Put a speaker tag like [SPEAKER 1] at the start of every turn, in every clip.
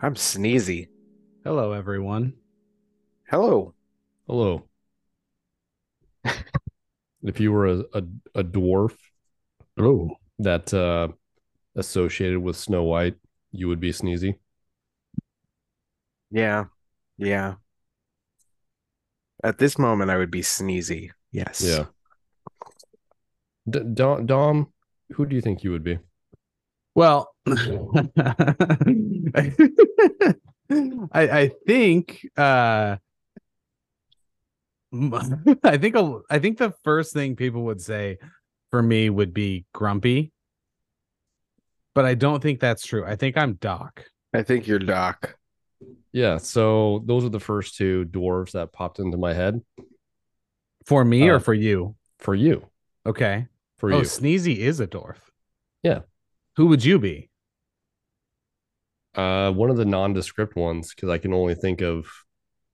[SPEAKER 1] I'm sneezy.
[SPEAKER 2] Hello, everyone.
[SPEAKER 1] Hello.
[SPEAKER 3] Hello. if you were a, a, a dwarf
[SPEAKER 2] Oh,
[SPEAKER 3] that uh, associated with Snow White, you would be sneezy.
[SPEAKER 1] Yeah. Yeah. At this moment, I would be sneezy. Yes.
[SPEAKER 3] Yeah. D- Dom, Dom, who do you think you would be?
[SPEAKER 2] well, I, I think uh, m- I think a, I think the first thing people would say for me would be grumpy, but I don't think that's true. I think I'm Doc.
[SPEAKER 1] I think you're Doc.
[SPEAKER 3] Yeah. So those are the first two dwarves that popped into my head
[SPEAKER 2] For me
[SPEAKER 3] Uh,
[SPEAKER 2] or for you?
[SPEAKER 3] for you.
[SPEAKER 2] Okay.
[SPEAKER 3] For
[SPEAKER 2] Oh,
[SPEAKER 3] you.
[SPEAKER 2] Sneezy is a dwarf.
[SPEAKER 3] Yeah.
[SPEAKER 2] Who would you be?
[SPEAKER 3] Uh, one of the nondescript ones, because I can only think of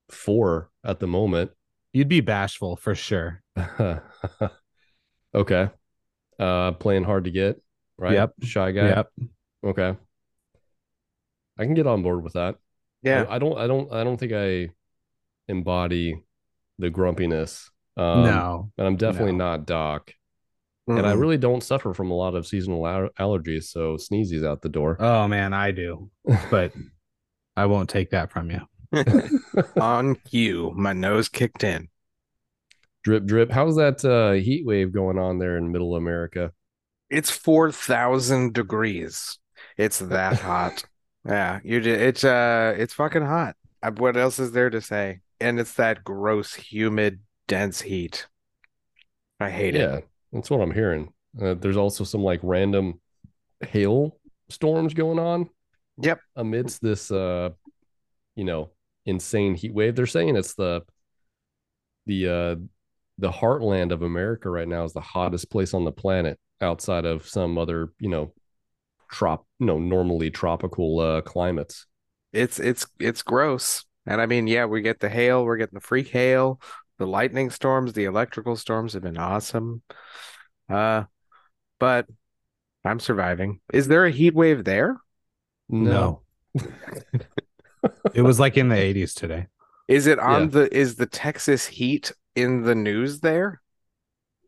[SPEAKER 3] four at the moment.
[SPEAKER 2] You'd be bashful for sure.
[SPEAKER 3] okay. Uh, playing hard to get, right?
[SPEAKER 2] Yep.
[SPEAKER 3] Shy guy.
[SPEAKER 2] Yep.
[SPEAKER 3] Okay. I can get on board with that.
[SPEAKER 1] Yeah.
[SPEAKER 3] I, I don't I don't I don't think I embody the grumpiness. Um
[SPEAKER 2] no.
[SPEAKER 3] and I'm definitely not Doc. And I
[SPEAKER 1] Mm-mm.
[SPEAKER 3] really don't suffer from a lot of seasonal al- allergies, so sneezy's out the door.
[SPEAKER 2] Oh man, I do, but I won't take that from you.
[SPEAKER 1] on cue, my nose kicked in.
[SPEAKER 3] drip drip. How's that uh heat wave going on there in middle America?
[SPEAKER 1] It's 4,000 degrees. It's that hot. Yeah, you did. It's uh, it's fucking hot. Uh, What else is there to say? And it's that gross, humid, dense heat. I hate it.
[SPEAKER 3] Yeah, that's what I'm hearing. Uh, there's also some like random hail storms going on.
[SPEAKER 1] Yep.
[SPEAKER 3] Amidst this, uh, you know, insane heat wave, they're saying it's the the uh, the heartland of America right now is the hottest place on the planet outside of some other, you know, trop, you know, normally tropical uh, climates.
[SPEAKER 1] It's it's it's gross. And I mean, yeah, we get the hail, we're getting the freak hail, the lightning storms, the electrical storms have been awesome. Uh, but I'm surviving. Is there a heat wave there?
[SPEAKER 2] it was like in the 80s today.
[SPEAKER 1] Is it on
[SPEAKER 3] Yeah.
[SPEAKER 1] the is the Texas heat in the news there?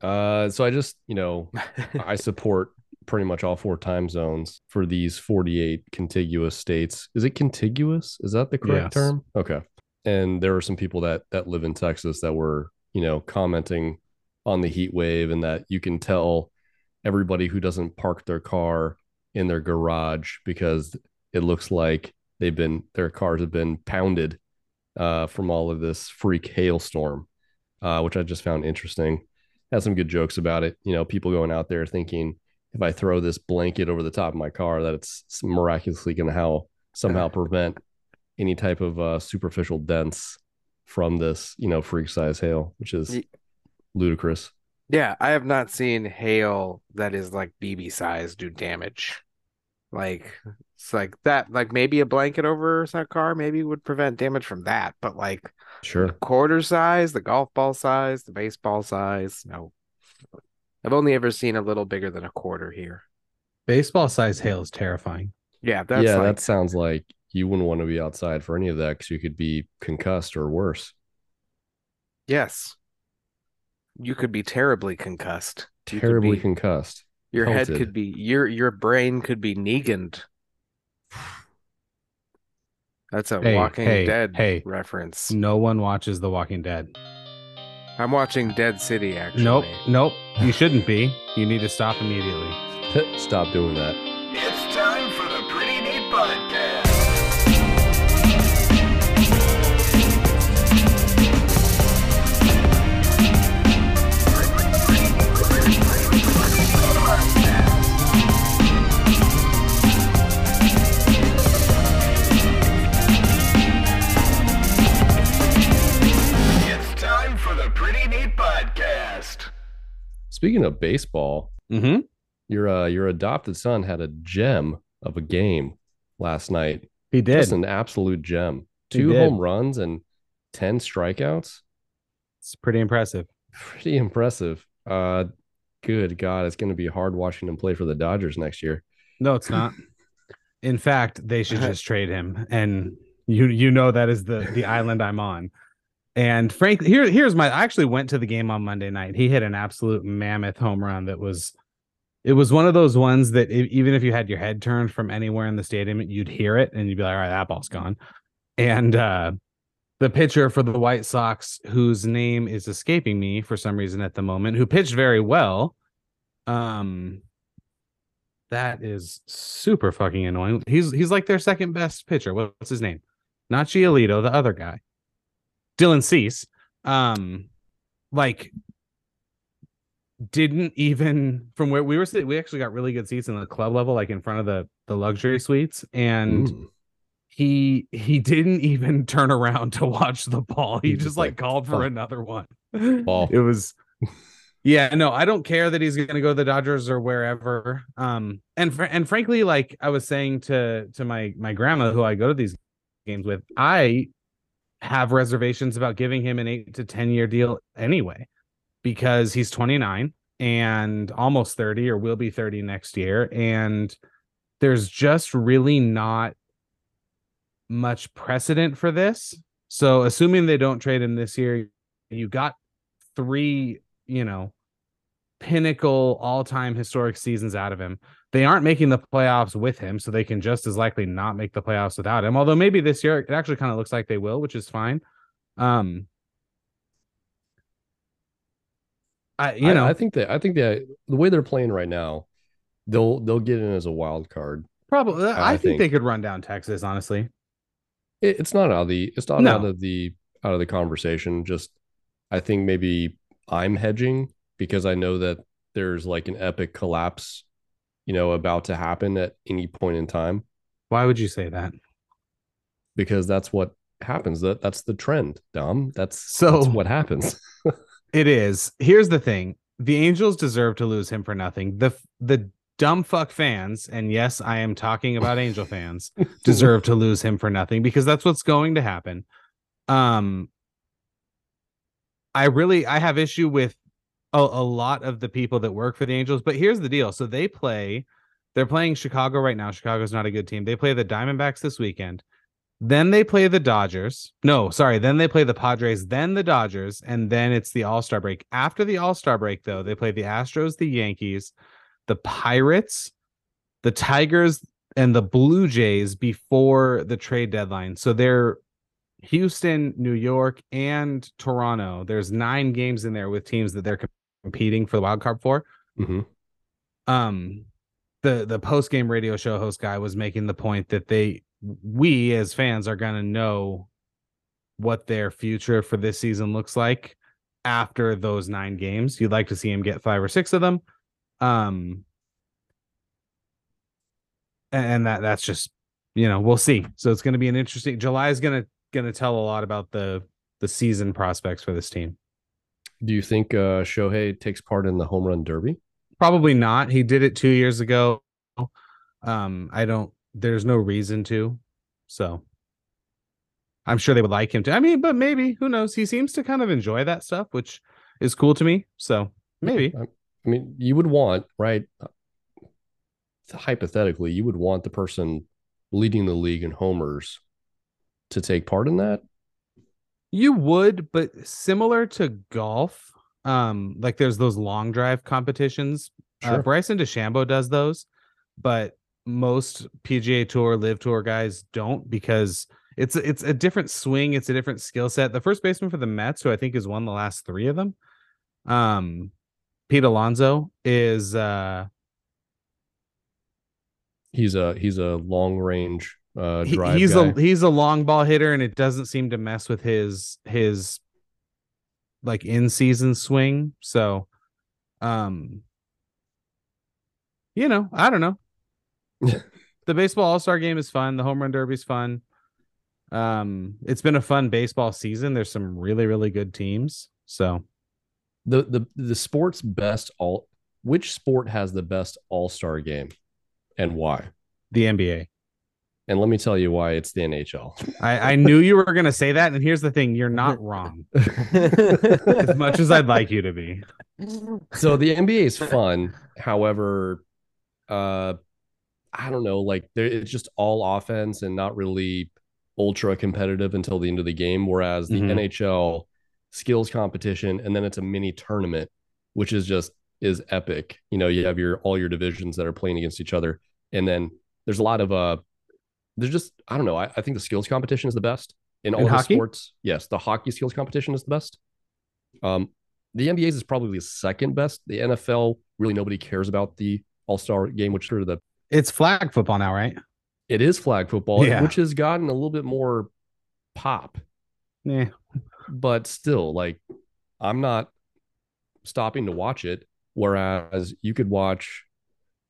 [SPEAKER 3] Uh, so I just, you know, I support pretty much all four time zones for these 48 contiguous states. Is it contiguous? Is that the
[SPEAKER 2] Yes.
[SPEAKER 3] correct term? Okay. And there are some people that that live in Texas that were, you know, commenting on the heat wave and that you can tell everybody who doesn't park their car in their garage because it looks like they've been their cars have been pounded uh, from all of this freak hailstorm, uh, which I just found interesting. Had some good jokes about it. You know, people going out there thinking if I throw this blanket over the top of my car, that it's miraculously going to how somehow prevent any type of uh, superficial dents from this, you know, freak size hail, which is
[SPEAKER 1] Ye-
[SPEAKER 3] ludicrous.
[SPEAKER 1] Yeah, I have not seen hail that is like BB size do damage. Like it's like that, like maybe a blanket over a car maybe would prevent damage from that, but like
[SPEAKER 3] Sure.
[SPEAKER 1] quarter size, the golf ball size, the baseball size. No, I've only ever seen a little bigger than a quarter here.
[SPEAKER 2] Baseball size hail is terrifying.
[SPEAKER 1] Yeah, that's
[SPEAKER 3] yeah, uh,
[SPEAKER 1] like,
[SPEAKER 3] that sounds like you wouldn't want to be outside for any of that because you could be concussed or worse.
[SPEAKER 1] yes. You could be terribly concussed. You could
[SPEAKER 3] Terribly
[SPEAKER 1] be-
[SPEAKER 3] concussed.
[SPEAKER 1] your head
[SPEAKER 3] pelted.
[SPEAKER 1] could be your your brain could be Negan'd. That's a
[SPEAKER 2] Hey,
[SPEAKER 1] Walking
[SPEAKER 2] hey,
[SPEAKER 1] Dead
[SPEAKER 2] hey.
[SPEAKER 1] reference.
[SPEAKER 2] No one watches The Walking Dead.
[SPEAKER 1] I'm watching Dead City actually.
[SPEAKER 2] Nope. Nope. You shouldn't be. You need to stop immediately.
[SPEAKER 3] Stop doing that.
[SPEAKER 4] It's time for the Pretty Neat Podcast. It's time for the Pretty Neat Podcast.
[SPEAKER 3] Speaking of baseball,
[SPEAKER 2] Mm-hmm.
[SPEAKER 3] your uh, your adopted son had a gem of a game last night.
[SPEAKER 2] He did.
[SPEAKER 3] Just an absolute gem.
[SPEAKER 2] He
[SPEAKER 3] Two
[SPEAKER 2] did.
[SPEAKER 3] home runs and ten strikeouts.
[SPEAKER 2] It's pretty impressive.
[SPEAKER 3] Pretty impressive. Uh, good God, it's going to be hard watching him play for the Dodgers next year.
[SPEAKER 2] No, it's not. In fact, they should just trade him, and you you know that is the the island I'm on. And Frank, here here's my. I actually went to the game on Monday night. He hit an absolute mammoth home run that was. It was one of those ones that e- even if you had your head turned from anywhere in the stadium, you'd hear it and you'd be like, "All right, that ball's gone." And uh, the pitcher for the White Sox, whose name is escaping me for some reason at the moment, who pitched very well, um, that is super fucking annoying. He's he's like their second best pitcher. What- What's his name? Not Giolito, the other guy. Dylan Cease. Um, like didn't even from where we were sitting, we actually got really good seats in the club level, like in front of the the luxury suites. And
[SPEAKER 3] Ooh.
[SPEAKER 2] he he didn't even turn around to watch the ball. He,
[SPEAKER 3] He
[SPEAKER 2] just,
[SPEAKER 3] just,
[SPEAKER 2] like,
[SPEAKER 3] like,
[SPEAKER 2] called for
[SPEAKER 3] "Fuck.
[SPEAKER 2] another one.
[SPEAKER 3] Ball.
[SPEAKER 2] It was Yeah, no, I don't care that he's going to go to the Dodgers or wherever. Um and fr- and frankly like I was saying to to my my grandma who I go to these games with, I have reservations about giving him an 8 to 10 year deal anyway because he's 29 and almost 30 or will be 30 next year and there's just really not much precedent for this. So assuming they don't trade him this year, you got three, you know, pinnacle all-time historic seasons out of him. They aren't making the playoffs with him, so they can just as likely not make the playoffs without him. Although maybe this year it actually kind of looks like they will, which is fine. Um I you
[SPEAKER 3] I-
[SPEAKER 2] know,
[SPEAKER 3] I think that I think that the way they're playing right now, they'll they'll get in as a wild card.
[SPEAKER 2] probably uh, I,
[SPEAKER 3] I
[SPEAKER 2] think,
[SPEAKER 3] think-
[SPEAKER 2] they could run down Texas, honestly.
[SPEAKER 3] it, it's not out of the it's not
[SPEAKER 2] No.
[SPEAKER 3] out of the out of the conversation just i think maybe i'm hedging because i know that there's like an epic collapse you know about to happen at any point in time
[SPEAKER 2] Why would you say that?
[SPEAKER 3] because that's what happens that that's the trend dom that's
[SPEAKER 2] So-
[SPEAKER 3] that's what happens
[SPEAKER 2] It is. Here's the thing: the Angels deserve to lose him for nothing. the The dumb fuck fans, and yes, I am talking about Angel fans, deserve to lose him for nothing because that's what's going to happen. Um, I really I have issue with a, a lot of the people that work for the Angels, but here's the deal: so they play, they're playing Chicago right now. Chicago's not a good team. They play the Diamondbacks this weekend. Then they play the Dodgers. No, sorry. Then they play the Padres, then the Dodgers, and then it's the All Star break. After the All Star break, though, they play the Astros, the Yankees, the Pirates, the Tigers, and the Blue Jays before the trade deadline. So they're Houston, New York, and Toronto. There's nine games in there with teams that they're competing for the wild card for
[SPEAKER 3] Mhm.
[SPEAKER 2] um the the post game radio show host guy was making the point that they we as fans are going to know what their future for this season looks like after those 9 games you'd like to see him get 5 or 6 of them um a- and that that's just you know we'll see so it's going to be an interesting July is going to going to tell a lot about the the season prospects for this team
[SPEAKER 3] do you think uh shohei takes part in the home run derby
[SPEAKER 2] probably not he did it two years ago um i don't there's no reason to so i'm sure they would like him to i mean but maybe who knows he seems to kind of enjoy that stuff which is cool to me so maybe
[SPEAKER 3] i, I mean you would want right uh, hypothetically you would want the person leading the league in homers to take part in that
[SPEAKER 2] you would but similar to golf um like there's those long drive competitions Uh, Bryson DeChambeau does those, but most PGA Tour, Live Tour guys don't because it's it's a different swing, it's a different skill set. The first baseman for the Mets, who I think has won the last three of them, um, Pete Alonso is uh,
[SPEAKER 3] he's a he's a long range uh
[SPEAKER 2] he-
[SPEAKER 3] drive
[SPEAKER 2] he's
[SPEAKER 3] guy.
[SPEAKER 2] a he's a long ball hitter, and it doesn't seem to mess with his his like in season swing. So, um, you know, I don't know. the baseball all star game is fun. The home run derby's fun. Um, it's been a fun baseball season. There's some really really good teams. So
[SPEAKER 3] the the the sport's best all which sport has the best all-star game and why
[SPEAKER 2] the NBA.
[SPEAKER 3] and let me tell you why it's the nhl
[SPEAKER 2] I, I knew you were gonna say that, and here's the thing: you're not wrong. As much as I'd like you to be,
[SPEAKER 3] so the nba is fun however uh I don't know, like there it's just all offense and not really ultra competitive until the end of the game. Whereas the
[SPEAKER 2] Mhm.
[SPEAKER 3] NHL skills competition and then it's a mini tournament, which is just is epic. You know, you have your all your divisions that are playing against each other. And then there's a lot of uh there's just I don't know. I, I think the skills competition is the best in all
[SPEAKER 2] In
[SPEAKER 3] the
[SPEAKER 2] hockey?
[SPEAKER 3] sports. Yes, the hockey skills competition is the best. Um the NBA's is probably the second best. The NFL really nobody cares about the all-star game, which is sort of the
[SPEAKER 2] It's flag football now, right?
[SPEAKER 3] it is flag football,
[SPEAKER 2] Yeah.
[SPEAKER 3] which has gotten a little bit more pop,
[SPEAKER 2] Yeah.
[SPEAKER 3] but still, like, I'm not stopping to watch it. Whereas you could watch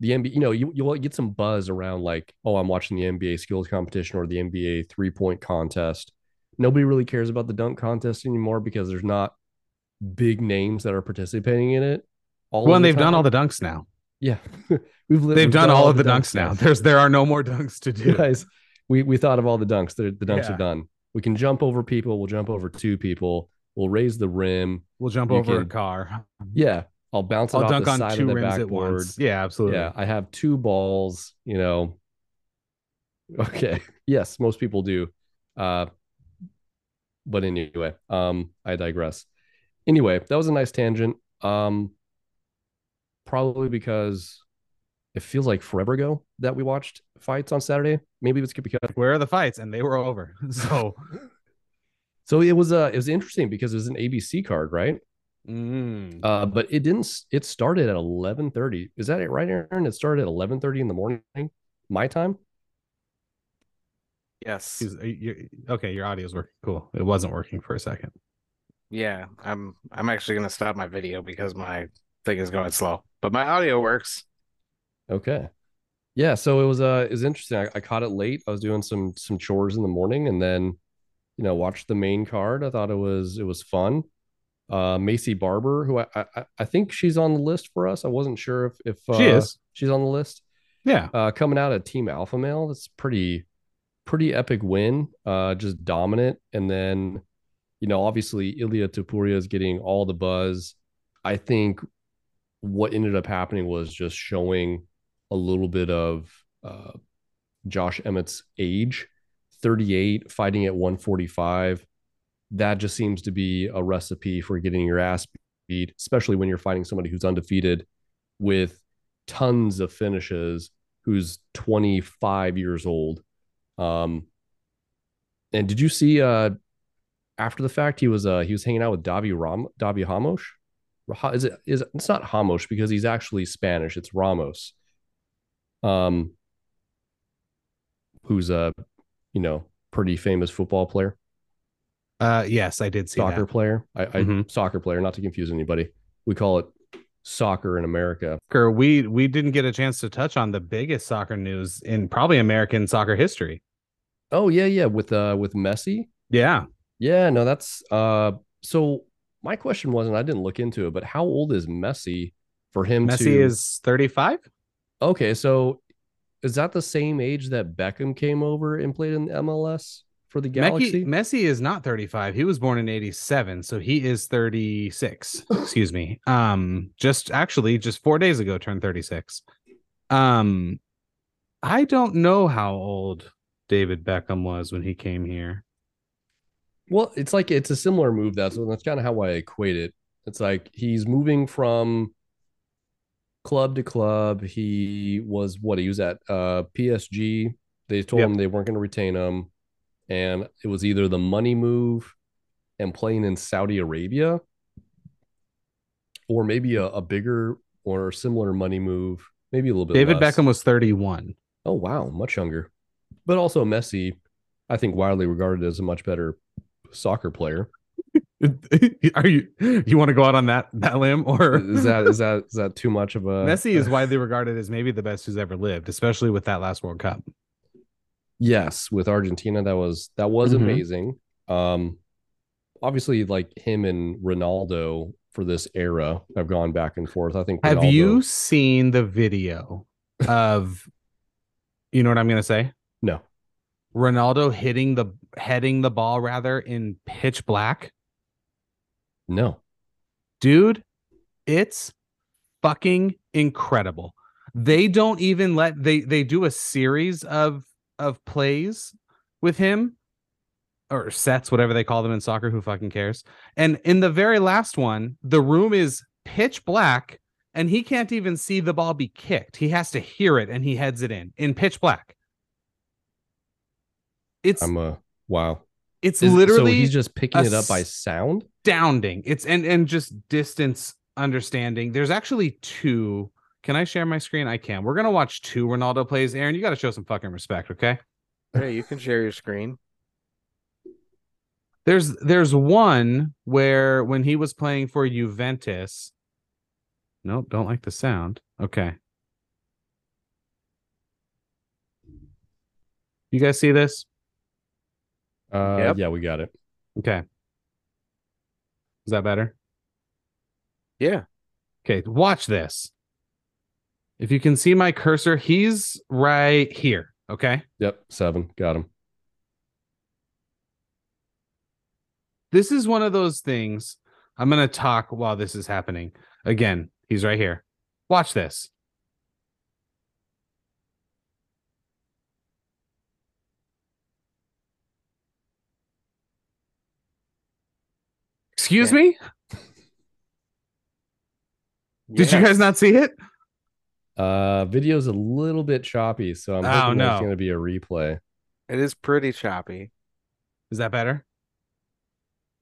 [SPEAKER 3] the NBA, you know, you, you'll get some buzz around, like, oh, I'm watching the NBA skills competition or the NBA three point contest. Nobody really cares about the dunk contest anymore because there's not big names that are participating in it. All
[SPEAKER 2] Well,
[SPEAKER 3] of
[SPEAKER 2] and
[SPEAKER 3] the
[SPEAKER 2] they've done
[SPEAKER 3] time.
[SPEAKER 2] all the dunks now.
[SPEAKER 3] yeah, we've li-
[SPEAKER 2] They've
[SPEAKER 3] we've
[SPEAKER 2] done all of the dunks now.
[SPEAKER 3] now.
[SPEAKER 2] There's there are no more dunks to do.
[SPEAKER 3] guys, we we thought of all the dunks. The, the dunks
[SPEAKER 2] Yeah.
[SPEAKER 3] are done. We can jump over people. We'll jump over two people. We'll raise the rim.
[SPEAKER 2] We'll jump
[SPEAKER 3] You
[SPEAKER 2] over a
[SPEAKER 3] can-
[SPEAKER 2] car.
[SPEAKER 3] Yeah, I'll bounce it
[SPEAKER 2] I'll
[SPEAKER 3] off
[SPEAKER 2] dunk
[SPEAKER 3] the
[SPEAKER 2] on
[SPEAKER 3] side
[SPEAKER 2] two
[SPEAKER 3] of the
[SPEAKER 2] rims
[SPEAKER 3] backboard.
[SPEAKER 2] at once. Yeah, absolutely.
[SPEAKER 3] Yeah, I have two balls. You know. Okay. Yes, most people do. Uh, but anyway, um, I digress. Anyway, that was a nice tangent. Um, probably because it feels like forever ago that we watched fights on Saturday. Maybe it's because
[SPEAKER 2] Where are the fights? And they were over. So
[SPEAKER 3] So it was uh it was interesting because it was an ABC card, right?
[SPEAKER 2] mm,
[SPEAKER 3] Uh, but it didn't. s- It started at eleven thirty. Is that it, right, Aaron? It started at eleven thirty in the morning, my time.
[SPEAKER 1] Yes.
[SPEAKER 2] excuse- are you- okay, your audio's working. Cool. It wasn't working for a second.
[SPEAKER 1] Yeah, I'm I'm actually gonna stop my video because my thing is going slow. But my audio works.
[SPEAKER 3] Okay. Yeah. So it was uh it was interesting. I, I caught it late. I was doing some some chores in the morning, and then you know watched the main card. I thought it was it was fun. Uh, Macy Barber, who I I, I- I think she's on the list for us. I wasn't sure if if uh,
[SPEAKER 2] she is.
[SPEAKER 3] she's on the list.
[SPEAKER 2] Yeah.
[SPEAKER 3] uh, coming out of Team Alpha Male. That's pretty, pretty epic win. Uh, just dominant, and then, you know, obviously Ilya Tapuria is getting all the buzz. I think what ended up happening was just showing a little bit of uh, Josh Emmett's age, 38, fighting at 145. That just seems to be a recipe for getting your ass beat, especially when you're fighting somebody who's undefeated with tons of finishes who's 25 years old. Um, and did you see uh, after the fact he was uh, he was hanging out with Davi Ram Davi Hamosh? Ha- Is it is it- it's not Hamosh because he's actually Spanish. It's Ramos, um, who's a you know pretty famous football player,
[SPEAKER 2] Uh yes, I did see
[SPEAKER 3] soccer
[SPEAKER 2] that.
[SPEAKER 3] player. I, I
[SPEAKER 2] Mhm.
[SPEAKER 3] soccer player, not to confuse anybody. We call it soccer in America.
[SPEAKER 2] Soccer, we we didn't get a chance to touch on the biggest soccer news in probably American soccer history.
[SPEAKER 3] Oh yeah, yeah, with uh with Messi.
[SPEAKER 2] Yeah.
[SPEAKER 3] Yeah, no, that's uh so my question was, and I didn't look into it, but how old is Messi for him
[SPEAKER 2] Messi
[SPEAKER 3] to
[SPEAKER 2] is 35?
[SPEAKER 3] okay, so is that the same age that Beckham came over and played in the MLS for the Galaxy?
[SPEAKER 2] Messi, Messi is not 35. He was born in 87, so he is 36. Excuse me. Um just actually just 4 days ago turned 36. Um I don't know how old David Beckham was when he came here.
[SPEAKER 3] Well, it's like it's a similar move. That's that's kind of how I equate it. It's like he's moving from club to club. He was what he was at uh, PSG. They told
[SPEAKER 2] Yep.
[SPEAKER 3] him they weren't going to retain him, and it was either the money move and playing in Saudi Arabia, or maybe a, a bigger or similar money move, maybe a little bit.
[SPEAKER 2] David
[SPEAKER 3] less.
[SPEAKER 2] Beckham was 31.
[SPEAKER 3] Oh wow, much younger. But also Messi, I think widely regarded as a much better soccer player.
[SPEAKER 2] Are you you want to go out on that that limb or
[SPEAKER 3] Is that uh, is that is that too much of a
[SPEAKER 2] Messi is widely regarded as maybe the best who's ever lived, especially with that last World Cup.
[SPEAKER 3] Yes, with Argentina that was that was
[SPEAKER 2] Mhm.
[SPEAKER 3] amazing. Um obviously like him and Ronaldo for this era have gone back and forth. I think
[SPEAKER 2] Have
[SPEAKER 3] Ronaldo-
[SPEAKER 2] you seen the video of you know what I'm gonna say?
[SPEAKER 3] No.
[SPEAKER 2] Ronaldo hitting the heading the ball rather in pitch black.
[SPEAKER 3] No.
[SPEAKER 2] Dude, it's fucking incredible. They don't even let they they do a series of of plays with him or sets, whatever they call them in soccer. Who fucking cares? And in the very last one, the room is pitch black and he can't even see the ball be kicked. He has to hear it and he heads it in in pitch black. It's
[SPEAKER 3] I'm a wow.
[SPEAKER 2] it's
[SPEAKER 3] Um, Is-
[SPEAKER 2] literally
[SPEAKER 3] so he's just picking
[SPEAKER 2] a
[SPEAKER 3] it up by
[SPEAKER 2] s-
[SPEAKER 3] sound.
[SPEAKER 2] astounding. It's and and just distance understanding. There's actually two. Can I share my screen? I can. We're gonna watch two Ronaldo plays. Aaron, you got to show some fucking respect, okay?
[SPEAKER 1] Hey, you can share your screen.
[SPEAKER 2] There's there's one where when he was playing for Juventus. Nope, don't like the sound. Okay. You guys see this?
[SPEAKER 3] Uh,
[SPEAKER 1] Yep.
[SPEAKER 3] Yeah, we got it.
[SPEAKER 2] Okay. Is that better?
[SPEAKER 1] Yeah.
[SPEAKER 2] Okay, watch this. If you can see my cursor, he's right here. Okay.
[SPEAKER 3] Yep, seven. Got him.
[SPEAKER 2] This is one of those things. I'm going to talk while this is happening. Again, he's right here. Watch this. Excuse
[SPEAKER 1] Yeah.
[SPEAKER 2] me? Did you
[SPEAKER 1] Yeah.
[SPEAKER 2] guys not see it?
[SPEAKER 3] Uh, video's a little bit choppy, so I'm
[SPEAKER 2] Oh,
[SPEAKER 3] hoping
[SPEAKER 2] no.
[SPEAKER 3] there's going to be a replay.
[SPEAKER 1] It is pretty choppy.
[SPEAKER 2] Is that better?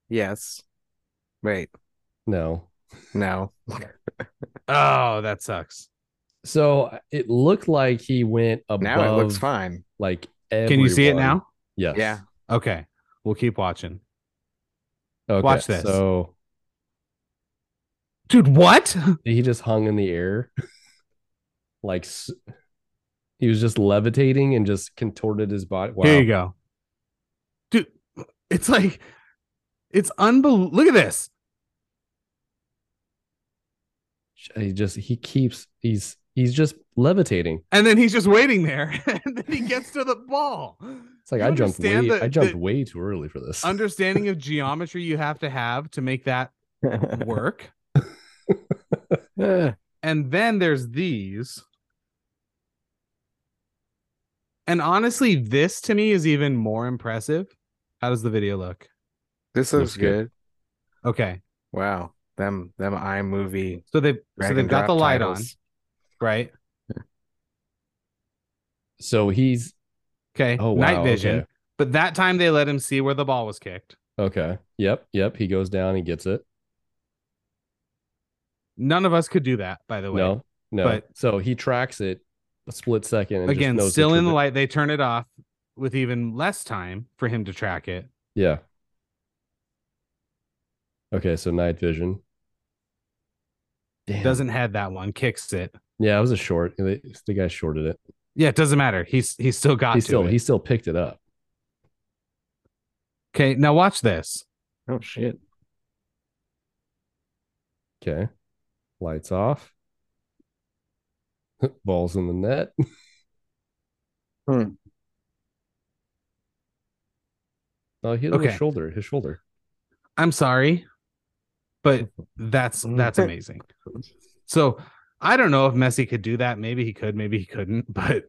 [SPEAKER 1] Yes. Wait.
[SPEAKER 3] No.
[SPEAKER 1] No.
[SPEAKER 2] Oh, that sucks.
[SPEAKER 3] So it looked like he went above.
[SPEAKER 1] Now it looks fine.
[SPEAKER 3] Like,
[SPEAKER 2] Can you see it
[SPEAKER 3] everyone.
[SPEAKER 2] now?
[SPEAKER 3] Yes.
[SPEAKER 1] Yeah.
[SPEAKER 2] Okay. We'll keep watching.
[SPEAKER 3] Okay,
[SPEAKER 2] Watch this.
[SPEAKER 3] So
[SPEAKER 2] Dude, what?
[SPEAKER 3] he just hung in the air, like s- he was just levitating and just contorted his body. Wow.
[SPEAKER 2] Here you go. Dude, it's like it's unbelievable. Look at this.
[SPEAKER 3] He just he keeps he's he's just levitating.
[SPEAKER 2] And then he's just waiting there. and then he gets to the ball.
[SPEAKER 3] It's like
[SPEAKER 2] You
[SPEAKER 3] I jumped way
[SPEAKER 2] understand the-
[SPEAKER 3] I jumped
[SPEAKER 2] the-
[SPEAKER 3] way too early for this.
[SPEAKER 2] Understanding of geometry you have to have to make that work.
[SPEAKER 1] Eh,
[SPEAKER 2] And then there's these. And honestly, this to me is even more impressive. How does the video look?
[SPEAKER 1] this
[SPEAKER 3] Looks
[SPEAKER 1] looks
[SPEAKER 3] good.
[SPEAKER 1] good.
[SPEAKER 2] Okay.
[SPEAKER 1] Wow. Them them iMovie.
[SPEAKER 2] So they've
[SPEAKER 1] drag
[SPEAKER 2] so they've
[SPEAKER 1] and
[SPEAKER 2] got the
[SPEAKER 1] drop
[SPEAKER 2] light
[SPEAKER 1] titles.
[SPEAKER 2] on, right?
[SPEAKER 3] so he's
[SPEAKER 2] Okay.
[SPEAKER 3] oh wow,
[SPEAKER 2] Night vision.
[SPEAKER 3] okay.
[SPEAKER 2] But that time they let him see where the ball was kicked.
[SPEAKER 3] Okay. Yep. Yep. He goes down. He gets it.
[SPEAKER 2] None of us could do that, by the way.
[SPEAKER 3] No. No.
[SPEAKER 2] But-
[SPEAKER 3] so he tracks it a split second. And just
[SPEAKER 2] Again,
[SPEAKER 3] knows
[SPEAKER 2] still in the
[SPEAKER 3] traje-
[SPEAKER 2] light. They turn it off with even less time for him to track it.
[SPEAKER 3] Yeah. Okay. So night vision. Damn.
[SPEAKER 2] Doesn't head that one, kicks it.
[SPEAKER 3] Yeah, it was a short. The the guy shorted it.
[SPEAKER 2] Yeah, it doesn't matter. He's he's still got
[SPEAKER 3] He
[SPEAKER 2] to
[SPEAKER 3] still
[SPEAKER 2] it.
[SPEAKER 3] he still picked it up.
[SPEAKER 2] Okay, now watch this.
[SPEAKER 1] Oh shit.
[SPEAKER 3] Okay. Lights off. Balls in the net.
[SPEAKER 1] Hmm.
[SPEAKER 3] Oh, he hit him on
[SPEAKER 2] Okay.
[SPEAKER 3] his shoulder. His shoulder.
[SPEAKER 2] I'm sorry, but that's
[SPEAKER 3] Mm-hmm.
[SPEAKER 2] that's amazing. So I don't know if Messi could do that. Maybe he could. Maybe he couldn't. But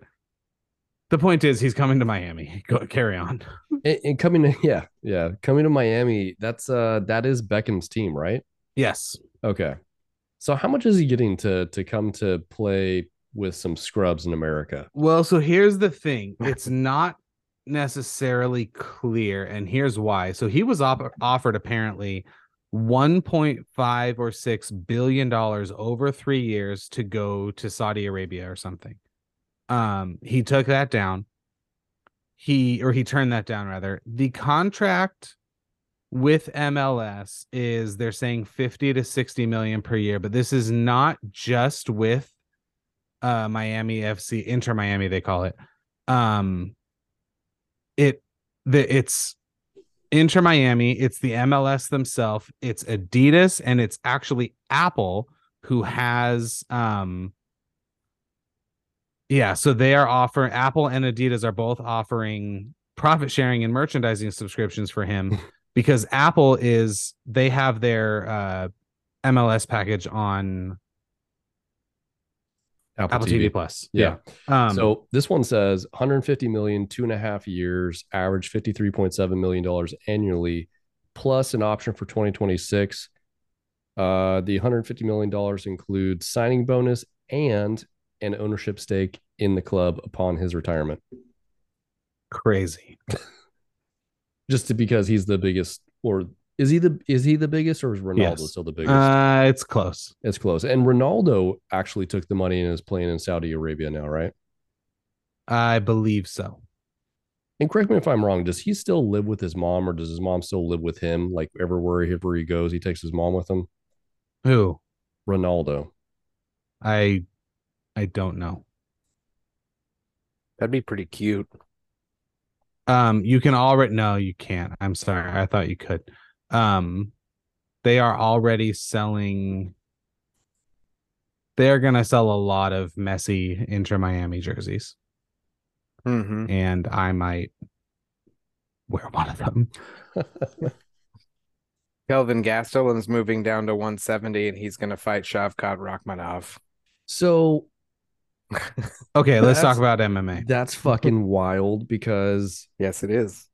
[SPEAKER 2] the point is, he's coming to Miami. Go carry on.
[SPEAKER 3] And, and coming to yeah yeah coming to Miami. That's uh that is Beckham's team, right?
[SPEAKER 2] Yes,
[SPEAKER 3] Okay. So how much is he getting to to come to play with some scrubs in America?
[SPEAKER 2] Well, so here's the thing. It's not necessarily clear, and here's why. So he was op- offered apparently 1.5 or 6 billion dollars over 3 years to go to Saudi Arabia or something. Um he took that down. He or he turned that down rather. The contract with MLS is they're saying 50 to 60 million per year, but this is not just with uh Miami FC Inter Miami they call it um it the it's Inter Miami it's the MLS themselves it's Adidas and it's actually Apple who has um yeah so they are offering Apple and Adidas are both offering profit sharing and merchandising subscriptions for him because Apple is they have their uh MLS package on
[SPEAKER 3] Apple,
[SPEAKER 2] Apple
[SPEAKER 3] TV.
[SPEAKER 2] TV Plus.
[SPEAKER 3] Yeah.
[SPEAKER 2] Um,
[SPEAKER 3] so this one says 150 million, two and a half years, average 53.7 million dollars annually, plus an option for 2026. Uh, the 150 million dollars includes signing bonus and an ownership stake in the club upon his retirement.
[SPEAKER 2] crazy.
[SPEAKER 3] Just because he's the biggest, or is he the is he the biggest, or is Ronaldo
[SPEAKER 2] Yes.
[SPEAKER 3] still the biggest?
[SPEAKER 2] Uh, it's close.
[SPEAKER 3] it's close. And Ronaldo actually took the money and is playing in Saudi Arabia now, right?
[SPEAKER 2] I believe so.
[SPEAKER 3] And correct me if I'm wrong. Does he still live with his mom, or does his mom still live with him? Like everywhere he- wherever he goes, he takes his mom with him.
[SPEAKER 2] Who?
[SPEAKER 3] Ronaldo.
[SPEAKER 2] I I don't know.
[SPEAKER 1] That'd be pretty cute.
[SPEAKER 2] Um, you can already no, you can't. I'm sorry. I thought you could. Um, they are already selling. They're gonna sell a lot of Messi Inter Miami jerseys,
[SPEAKER 1] Mm-hmm.
[SPEAKER 2] and I might wear one of them.
[SPEAKER 1] Kelvin Gastelum's moving down to 170, and he's going to fight Shavkat Rachmanov.
[SPEAKER 3] so
[SPEAKER 2] Okay, let's talk
[SPEAKER 3] That's-
[SPEAKER 2] about MMA.
[SPEAKER 3] that's fucking wild because
[SPEAKER 1] Yes, it is.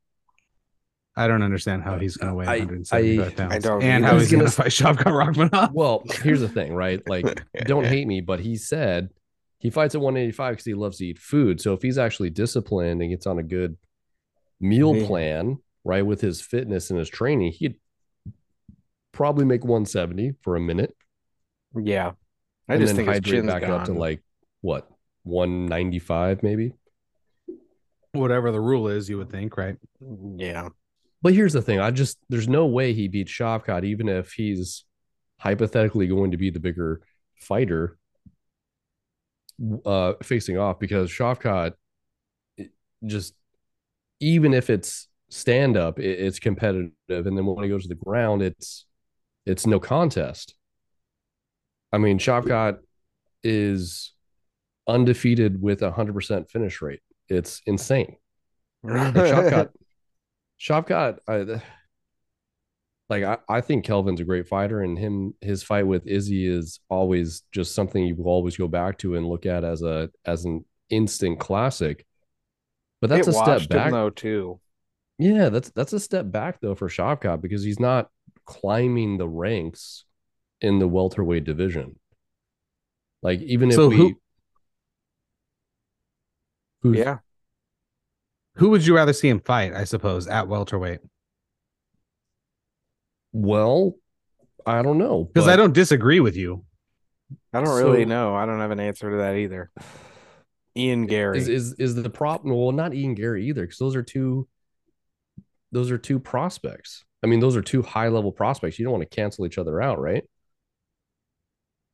[SPEAKER 2] I don't understand how he's gonna weigh
[SPEAKER 3] I-
[SPEAKER 2] 175
[SPEAKER 3] I-
[SPEAKER 2] pounds,
[SPEAKER 1] I don't
[SPEAKER 2] and
[SPEAKER 1] either.
[SPEAKER 2] how
[SPEAKER 1] I
[SPEAKER 2] he's
[SPEAKER 1] was
[SPEAKER 2] gonna,
[SPEAKER 3] gonna
[SPEAKER 2] fight Shavkat Rachmanov.
[SPEAKER 3] well, here's the thing, right? Like, don't hate me, but he said he fights at 185 because he loves to eat food. So if he's actually disciplined and gets on a good meal
[SPEAKER 1] Yeah.
[SPEAKER 3] plan, right, with his fitness and his training, he'd probably make 170 for a minute.
[SPEAKER 1] Yeah. I
[SPEAKER 3] and
[SPEAKER 1] just
[SPEAKER 3] then
[SPEAKER 1] think his
[SPEAKER 3] hydrate
[SPEAKER 1] chin's
[SPEAKER 3] back up to
[SPEAKER 1] gone.
[SPEAKER 3] like what 195 maybe.
[SPEAKER 2] Whatever the rule is, you would think, right?
[SPEAKER 1] yeah.
[SPEAKER 3] But here's the thing: I just there's no way he beats Shavkat, even if he's hypothetically going to be the bigger fighter uh, facing off, because Shavkat it- just even if it's stand up, it, it's competitive, and then when he goes to the ground, it's it's no contest. I mean, Shavkat is undefeated with a hundred percent finish rate. It's insane. Like Shavkat, Shavkat, I, th- like I, I think Kelvin's a great fighter, and him his fight with Izzy is always just something you will always go back to and look at as a as an instant classic. But that's
[SPEAKER 1] it
[SPEAKER 3] a step
[SPEAKER 1] washed him,
[SPEAKER 3] back.
[SPEAKER 1] though, too.
[SPEAKER 3] Yeah, that's that's a step back though for Shavkat because he's not climbing the ranks in the welterweight division. Like even
[SPEAKER 2] So
[SPEAKER 3] if we,
[SPEAKER 2] who-
[SPEAKER 3] who's-
[SPEAKER 1] Yeah.
[SPEAKER 2] Who would you rather see him fight? I suppose at welterweight.
[SPEAKER 3] well, I don't know
[SPEAKER 2] Because
[SPEAKER 3] but-
[SPEAKER 2] I don't disagree with you.
[SPEAKER 1] I don't really
[SPEAKER 3] So-
[SPEAKER 1] know. I don't have an answer to that either. Ian Gary.
[SPEAKER 3] is is is the problem well not Ian Gary either because those are two those are two prospects. I mean, those are two high level prospects. You don't want to cancel each other out, right?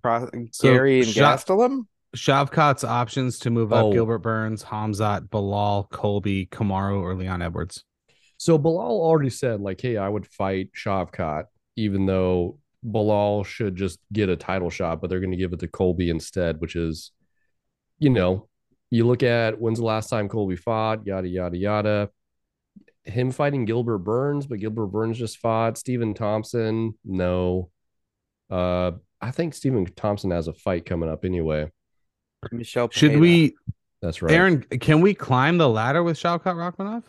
[SPEAKER 1] Pro-
[SPEAKER 2] So,
[SPEAKER 1] Gary and
[SPEAKER 2] Sha-
[SPEAKER 1] Gastelum?
[SPEAKER 2] Shavkat's options to move
[SPEAKER 3] Oh.
[SPEAKER 2] up Gilbert Burns, Hamzat, Bilal, Colby, Kamaru, or Leon Edwards.
[SPEAKER 3] So Bilal already said, like, hey, I would fight Shavkat, even though Bilal should just get a title shot, but they're going to give it to Colby instead, which is, you know, you look at when's the last time Colby fought, yada, yada, yada. Him fighting Gilbert Burns, but Gilbert Burns just fought Stephen Thompson. No. Uh, I think Stephen Thompson has a fight coming up anyway.
[SPEAKER 1] Michelle
[SPEAKER 2] Should
[SPEAKER 1] Pineda.
[SPEAKER 2] we,
[SPEAKER 3] That's right.
[SPEAKER 2] Aaron? Can we climb the ladder with Shavkat Rachmanov?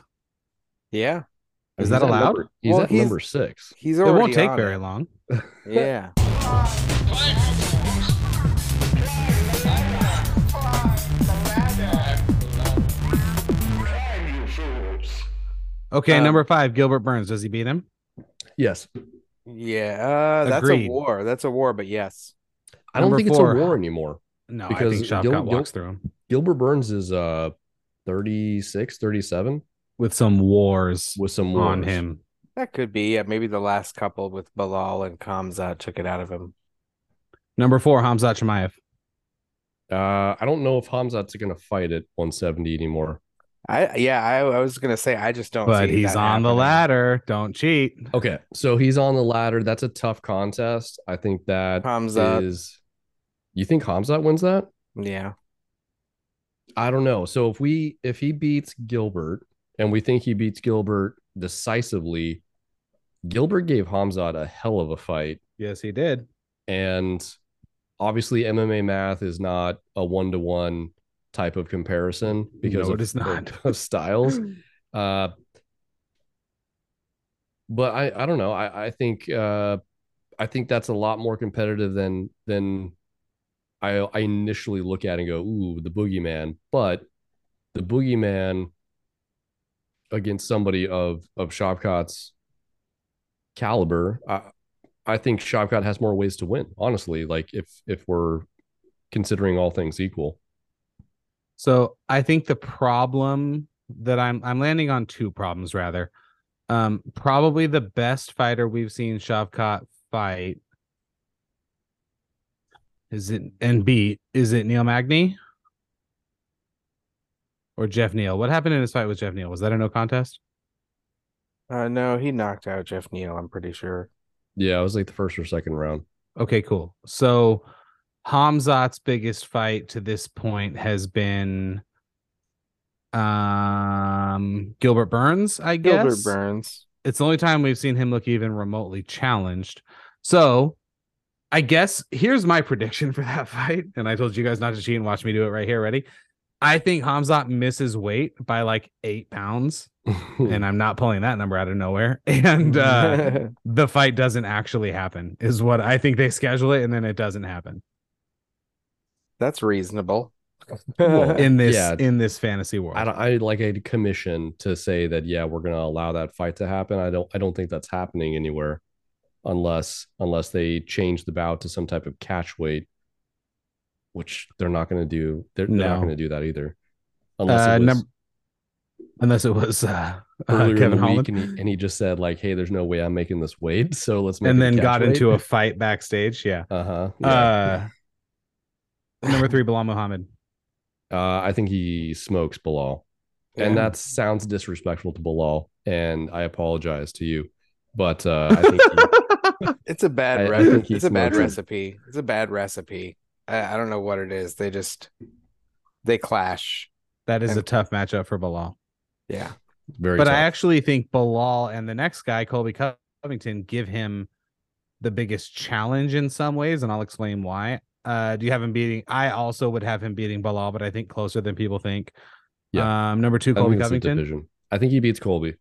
[SPEAKER 1] Yeah.
[SPEAKER 3] And
[SPEAKER 2] is
[SPEAKER 3] he's
[SPEAKER 2] that
[SPEAKER 3] at
[SPEAKER 2] allowed?
[SPEAKER 3] number- he's
[SPEAKER 1] Well,
[SPEAKER 3] at
[SPEAKER 1] he's-
[SPEAKER 3] number six.
[SPEAKER 1] He's
[SPEAKER 2] It
[SPEAKER 1] already
[SPEAKER 2] won't take
[SPEAKER 1] on
[SPEAKER 2] very
[SPEAKER 1] it.
[SPEAKER 2] long.
[SPEAKER 1] Yeah.
[SPEAKER 4] Time, you fools.
[SPEAKER 2] Okay,
[SPEAKER 3] Uh,
[SPEAKER 1] Um,
[SPEAKER 2] number five, Gilbert Burns. Does he beat him?
[SPEAKER 3] Yes.
[SPEAKER 1] Yeah. Uh, that's
[SPEAKER 2] Agreed.
[SPEAKER 1] a war. That's a war, but yes.
[SPEAKER 3] I don't
[SPEAKER 2] Number
[SPEAKER 3] think
[SPEAKER 2] four.
[SPEAKER 3] it's a war anymore.
[SPEAKER 2] No,
[SPEAKER 3] Because
[SPEAKER 2] I think Shavkat
[SPEAKER 3] Gil- Gil-
[SPEAKER 2] walks through him
[SPEAKER 3] Gilbert Burns is uh 36, 37
[SPEAKER 2] with some wars
[SPEAKER 3] with some
[SPEAKER 2] on
[SPEAKER 3] wars.
[SPEAKER 2] him.
[SPEAKER 1] That could be. Yeah, maybe the last couple with Bilal and Kamzat took it out of him.
[SPEAKER 2] Number four, Hamzat Shemaev.
[SPEAKER 3] Uh, I don't know if Hamzat's gonna fight at 170 anymore.
[SPEAKER 1] I yeah, I, I was gonna say I just don't.
[SPEAKER 2] But
[SPEAKER 1] Oh, see
[SPEAKER 2] he's
[SPEAKER 1] that
[SPEAKER 2] on the
[SPEAKER 1] happening.
[SPEAKER 2] ladder. Don't cheat.
[SPEAKER 3] Okay, so he's on the ladder. That's a tough contest. I think that is.
[SPEAKER 1] Kamzat.
[SPEAKER 3] You think Hamzat wins that?
[SPEAKER 1] Yeah,
[SPEAKER 3] I don't know. So if we if he beats Gilbert and we think he beats Gilbert decisively, Gilbert gave Hamzat a hell of a fight.
[SPEAKER 2] Yes, he did.
[SPEAKER 3] and Obviously, MMA math is not a one to one type of comparison because
[SPEAKER 2] No,
[SPEAKER 3] of,
[SPEAKER 2] it is not.
[SPEAKER 3] of styles. Uh, but I, I don't know. I, I think uh, I think that's a lot more competitive than than I I initially look at and go, ooh, the boogeyman. But the boogeyman against somebody of of Shopcott's caliber, I I think Shopcott has more ways to win. Honestly, like if if we're considering all things equal,
[SPEAKER 2] So I think the problem that I'm I'm landing on two problems rather. Um, probably the best fighter we've seen Shavkat fight is it and beat is it Neil Magny or Jeff Neal? What happened in his fight with Jeff Neal? Was that a no contest?
[SPEAKER 1] Uh, no, he knocked out Jeff Neal, I'm pretty sure.
[SPEAKER 3] yeah, it was like the first or second round.
[SPEAKER 2] Okay, cool. So Hamzat's biggest fight to this point has been um Gilbert Burns, I guess.
[SPEAKER 1] Gilbert Burns.
[SPEAKER 2] it's the only time we've seen him look even remotely challenged. So I guess here's my prediction for that fight. And I told you guys not to cheat and watch me do it right here. Ready? I think Hamzat misses weight by like eight pounds.
[SPEAKER 3] Hmm.
[SPEAKER 2] And I'm not pulling that number out of nowhere. And uh, the fight doesn't actually happen, is what I think they schedule it. And then it doesn't happen
[SPEAKER 1] That's reasonable.
[SPEAKER 3] Well,
[SPEAKER 2] in this
[SPEAKER 3] Yeah.
[SPEAKER 2] in this fantasy world.
[SPEAKER 3] I don't, I like a commission to say that yeah we're gonna allow that fight to happen. I don't I don't think that's happening anywhere, unless unless they change the bout to some type of catch weight, which they're not gonna do. They're, they're
[SPEAKER 2] No.
[SPEAKER 3] not gonna do that either, unless
[SPEAKER 2] Uh,
[SPEAKER 3] it was
[SPEAKER 2] num- unless it was uh, uh,
[SPEAKER 3] earlier in the
[SPEAKER 2] Kevin Holland.
[SPEAKER 3] week and he, and he just said like hey there's no way I'm making this weight so let's make
[SPEAKER 2] and then got into a fight backstage. Yeah.
[SPEAKER 3] uh huh
[SPEAKER 2] Uh, number three, Bilal Muhammad.
[SPEAKER 3] Uh, I think he smokes Bilal. And
[SPEAKER 1] Yeah.
[SPEAKER 3] that sounds disrespectful to Bilal. And I apologize to you. But uh, I think
[SPEAKER 1] It's a bad
[SPEAKER 3] I- I
[SPEAKER 1] recipe.
[SPEAKER 3] think he
[SPEAKER 1] It's a bad
[SPEAKER 3] smokes it.
[SPEAKER 1] recipe. It's a bad recipe. I, I don't know what it is. They just they clash.
[SPEAKER 2] That is a
[SPEAKER 1] And-
[SPEAKER 2] tough matchup for Bilal.
[SPEAKER 1] Yeah.
[SPEAKER 3] it's very
[SPEAKER 2] But
[SPEAKER 3] tough.
[SPEAKER 2] I actually think Bilal and the next guy, Colby Covington, give him the biggest challenge in some ways, and I'll explain why. Uh, do you have him beating? I also would have him beating Bilal, but I think closer than people think. Yeah. Um, number two,
[SPEAKER 3] I think
[SPEAKER 2] Colby
[SPEAKER 3] it's a
[SPEAKER 2] Covington.
[SPEAKER 3] division. I think he beats Colby.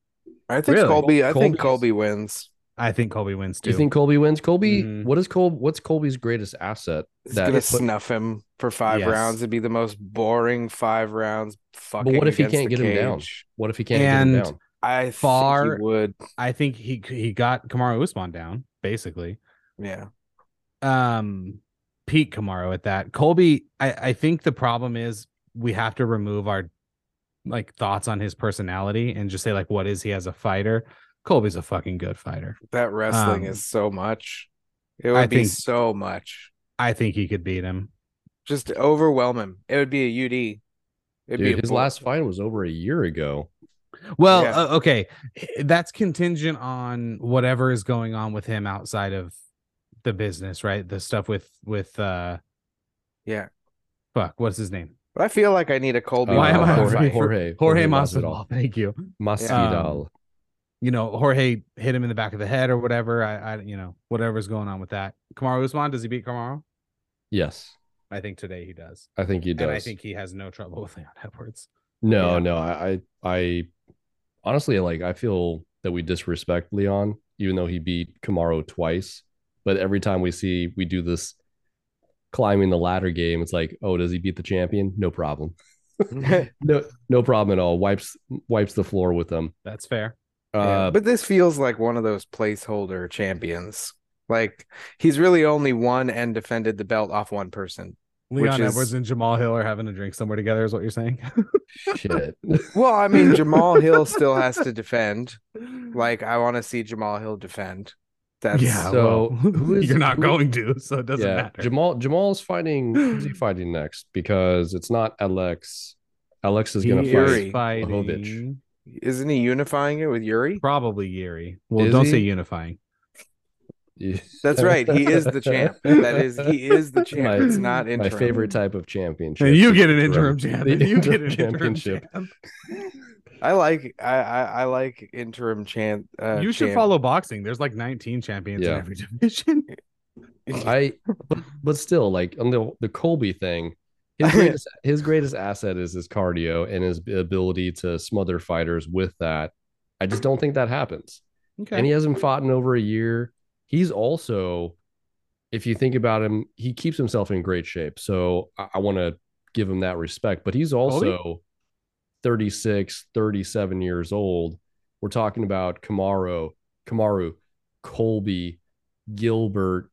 [SPEAKER 1] I think
[SPEAKER 3] Really?
[SPEAKER 1] Colby I think Colby
[SPEAKER 3] Colby's-
[SPEAKER 1] wins.
[SPEAKER 2] I think Colby wins
[SPEAKER 3] Do
[SPEAKER 2] too.
[SPEAKER 3] you think Colby wins? Colby,
[SPEAKER 2] Mhm.
[SPEAKER 3] what is Col? What's Colby's greatest asset?
[SPEAKER 1] It's
[SPEAKER 3] That-
[SPEAKER 1] gonna
[SPEAKER 3] but-
[SPEAKER 1] snuff him for five
[SPEAKER 2] Yes.
[SPEAKER 1] rounds. It'd be the most boring five rounds fucking.
[SPEAKER 3] But what if he
[SPEAKER 1] against
[SPEAKER 3] can't
[SPEAKER 1] the
[SPEAKER 3] get him down?
[SPEAKER 1] cage.
[SPEAKER 3] What if he can't get him
[SPEAKER 2] And-
[SPEAKER 3] down?
[SPEAKER 1] I think
[SPEAKER 2] Far-
[SPEAKER 1] he would.
[SPEAKER 2] I think he he got Kamaru Usman down basically.
[SPEAKER 1] Yeah.
[SPEAKER 2] um Pete Camaro at that. Colby, I, I think the problem is we have to remove our like thoughts on his personality and just say like what is he as a fighter? Colby's a fucking good fighter.
[SPEAKER 1] That wrestling
[SPEAKER 2] Um,
[SPEAKER 1] is so much. It would
[SPEAKER 2] I
[SPEAKER 1] be
[SPEAKER 2] think-
[SPEAKER 1] so much.
[SPEAKER 2] I think he could beat him.
[SPEAKER 1] Just overwhelm him. It would be a UD. It'd be
[SPEAKER 3] Dude,
[SPEAKER 1] a
[SPEAKER 3] his
[SPEAKER 1] bull-
[SPEAKER 3] last fight was over a year ago.
[SPEAKER 2] Well,
[SPEAKER 1] Yeah.
[SPEAKER 2] uh, okay, that's contingent on whatever is going on with him outside of the business, right? The stuff with with uh
[SPEAKER 1] Yeah.
[SPEAKER 2] fuck, what's his name?
[SPEAKER 1] But I feel like I need a Colby.
[SPEAKER 3] Oh,
[SPEAKER 2] Why am
[SPEAKER 1] Ball
[SPEAKER 2] I on
[SPEAKER 1] fight.
[SPEAKER 2] fire?
[SPEAKER 3] Uh, Jorge, Jorge,
[SPEAKER 2] Jorge
[SPEAKER 3] Masvidal.
[SPEAKER 2] Masvidal. Thank you.
[SPEAKER 3] Masvidal.
[SPEAKER 2] you know, Jorge hit him in the back of the head or whatever. I, I you know, whatever's going on with that. Kamaru Usman, does he beat Kamaru?
[SPEAKER 3] yes,
[SPEAKER 2] I think today he does.
[SPEAKER 3] I think he does.
[SPEAKER 2] And I think he has no trouble with Leon Edwards.
[SPEAKER 3] No,
[SPEAKER 1] Yeah.
[SPEAKER 3] no, I, I, I honestly like. I feel that we disrespect Leon, even though he beat Camaro twice. But every time we see we do this climbing the ladder game, it's like, oh, does he beat the champion? No problem. No, no problem at all. Wipes, wipes the floor with them.
[SPEAKER 2] That's fair.
[SPEAKER 1] Yeah,
[SPEAKER 3] Uh,
[SPEAKER 1] but this feels like one of those placeholder champions. Like he's really only won and defended the belt off one person.
[SPEAKER 2] Leon
[SPEAKER 1] is-
[SPEAKER 2] Edwards and Jamal Hill are having a drink somewhere together, is what you're saying.
[SPEAKER 3] shit.
[SPEAKER 1] Well, I mean, Jamal Hill still has to defend. Like I want to see Jamal Hill defend. That's
[SPEAKER 2] yeah,
[SPEAKER 3] so-
[SPEAKER 2] so
[SPEAKER 3] who is-
[SPEAKER 2] you're not
[SPEAKER 3] who-
[SPEAKER 2] going to, so it doesn't
[SPEAKER 3] yeah,
[SPEAKER 2] matter.
[SPEAKER 3] Jamal, Jamal's fighting. Who's he fighting next? Because it's not Alex. Alex is gonna
[SPEAKER 2] He
[SPEAKER 3] fight.
[SPEAKER 1] Fury.
[SPEAKER 2] is fighting
[SPEAKER 3] Blahovic.
[SPEAKER 1] isn't he unifying it with Yuri?
[SPEAKER 2] probably Yuri. Well,
[SPEAKER 3] Is
[SPEAKER 2] don't
[SPEAKER 3] he?
[SPEAKER 2] say unifying.
[SPEAKER 1] That's right. He is the champ. That is he is the champ.
[SPEAKER 3] My-
[SPEAKER 1] it's not
[SPEAKER 3] my
[SPEAKER 1] interim.
[SPEAKER 3] favorite type of championship.
[SPEAKER 2] And Hmm. you
[SPEAKER 3] is
[SPEAKER 2] get an interim champ.
[SPEAKER 3] The
[SPEAKER 2] and You get
[SPEAKER 3] interim
[SPEAKER 2] an interim
[SPEAKER 3] championship.
[SPEAKER 2] champ.
[SPEAKER 1] I like I I, I like interim champ. Uh,
[SPEAKER 2] You should
[SPEAKER 1] champ.
[SPEAKER 2] follow boxing. There's like 19 champions
[SPEAKER 3] Yeah.
[SPEAKER 2] in every division.
[SPEAKER 3] I but, but still, like on the the Colby thing, his greatest, his greatest asset is his cardio and his ability to smother fighters with that. I just don't think that happens.
[SPEAKER 2] Okay.
[SPEAKER 3] And he hasn't fought in over a year. He's also, if you think about him, he keeps himself in great shape. So I, I want to give him that respect. But he's also 36, 37 years old. We're talking about Camaro, Kamaru, Colby, Gilbert,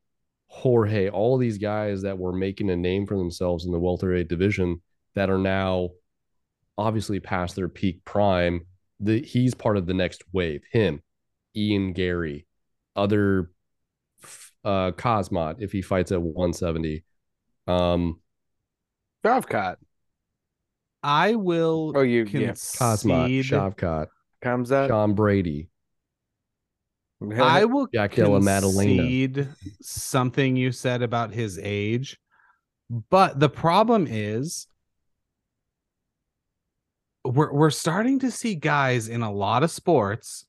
[SPEAKER 3] Jorge, all these guys that were making a name for themselves in the welterweight division that are now obviously past their peak prime. The, he's part of the next wave. Him, Ian Gary, other f- uh Cosmot if he fights at 170. Um
[SPEAKER 1] Shavkat.
[SPEAKER 2] I will
[SPEAKER 1] Oh, you yeah.
[SPEAKER 3] Cosmot,
[SPEAKER 2] concede.
[SPEAKER 3] Shavkat,
[SPEAKER 1] Comes up.
[SPEAKER 3] Sean Brady,
[SPEAKER 2] I will
[SPEAKER 3] Jack Della Maddalena.
[SPEAKER 2] concede something you said about his age, but the problem is we're we're starting to see guys in a lot of sports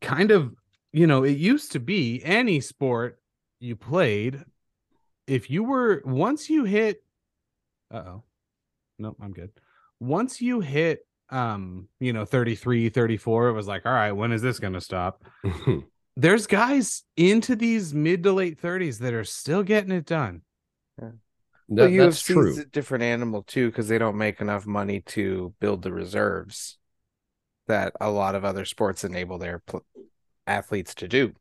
[SPEAKER 2] kind of you know it used to be any sport you played if you were once you hit uh-oh nope i'm good once you hit um you know 33 34 it was like all right when is this going to stop there's guys into these mid to late 30s that are still getting it done
[SPEAKER 1] Well,
[SPEAKER 3] That- that's
[SPEAKER 1] UFC
[SPEAKER 3] true.
[SPEAKER 1] is a different animal too because they don't make enough money to build the reserves that a lot of other sports enable their pl- athletes to do.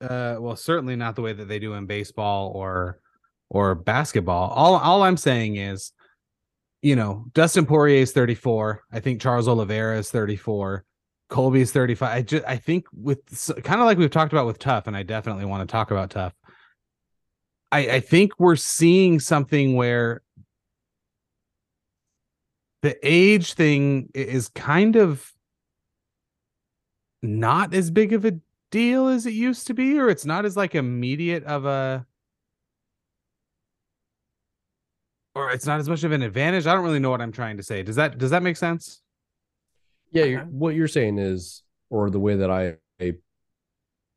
[SPEAKER 2] uh well certainly not the way that they do in baseball or or basketball all all i'm saying is you know dustin poirier is 34 i think charles oliveira is 34 colby is 35 i just i think with kind of like we've talked about with tough and i definitely want to talk about tough i i think we're seeing something where the age thing i- is kind of not as big of a deal as it used to be or it's not as like immediate of a or it's not as much of an advantage i don't really know what i'm trying to say does that does that make sense
[SPEAKER 3] Yeah, you're, what you're saying is, or the way that I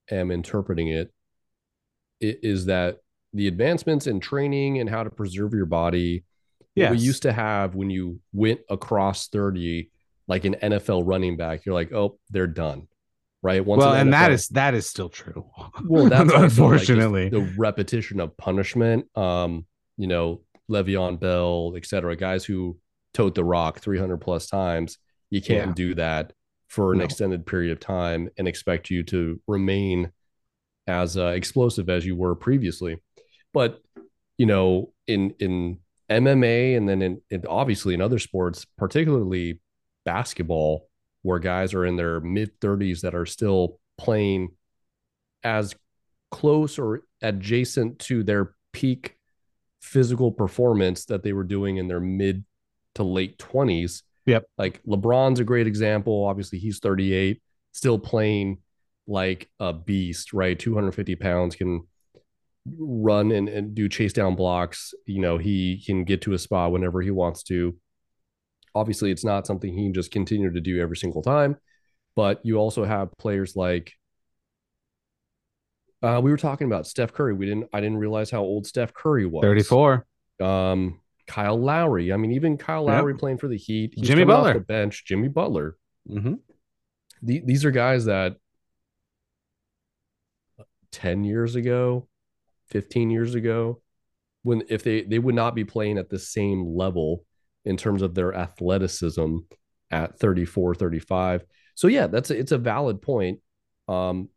[SPEAKER 3] am interpreting it, i- is that the advancements in training and how to preserve your body, what we
[SPEAKER 2] Yes.
[SPEAKER 3] used to have when you went across 30, like an NFL running back, you're like, oh, they're done. Right. Once
[SPEAKER 2] well
[SPEAKER 3] an
[SPEAKER 2] and that
[SPEAKER 3] NFL
[SPEAKER 2] is that is still true
[SPEAKER 3] well, that's also, like, just
[SPEAKER 2] unfortunately
[SPEAKER 3] the repetition of punishment. Um, you know, Le'Veon Bell, et cetera, guys who tote the rock 300 plus times. You can't
[SPEAKER 2] Yeah.
[SPEAKER 3] do that for an
[SPEAKER 2] No.
[SPEAKER 3] extended period of time and expect you to remain as uh, explosive as you were previously. But you know, in in MMA and then in, in obviously in other sports, particularly basketball, where guys are in their mid 30s that are still playing as close or adjacent to their peak physical performance that they were doing in their mid to late 20s.
[SPEAKER 2] Yep.
[SPEAKER 3] Like LeBron's a great example. Obviously, he's 38, still playing like a beast, right? 250 pounds can run and, and do chase down blocks. You know, he can get to a spot whenever he wants to. Obviously, it's not something he can just continue to do every single time. But you also have players like uh, we were talking about Steph Curry. We didn't. I didn't realize how old Steph Curry was.
[SPEAKER 2] 34
[SPEAKER 3] Um, Kyle Lowry. I mean, even Kyle
[SPEAKER 2] Yep.
[SPEAKER 3] Lowry playing for the Heat. He's
[SPEAKER 2] Jimmy
[SPEAKER 3] coming off
[SPEAKER 2] Butler.
[SPEAKER 3] the bench. Jimmy Butler. Mm-hmm.
[SPEAKER 2] hmm
[SPEAKER 3] The, these are guys that ten years ago, fifteen years ago, when if they they would not be playing at the same level in terms of their athleticism at 34 35 so yeah that's a, it's a valid point um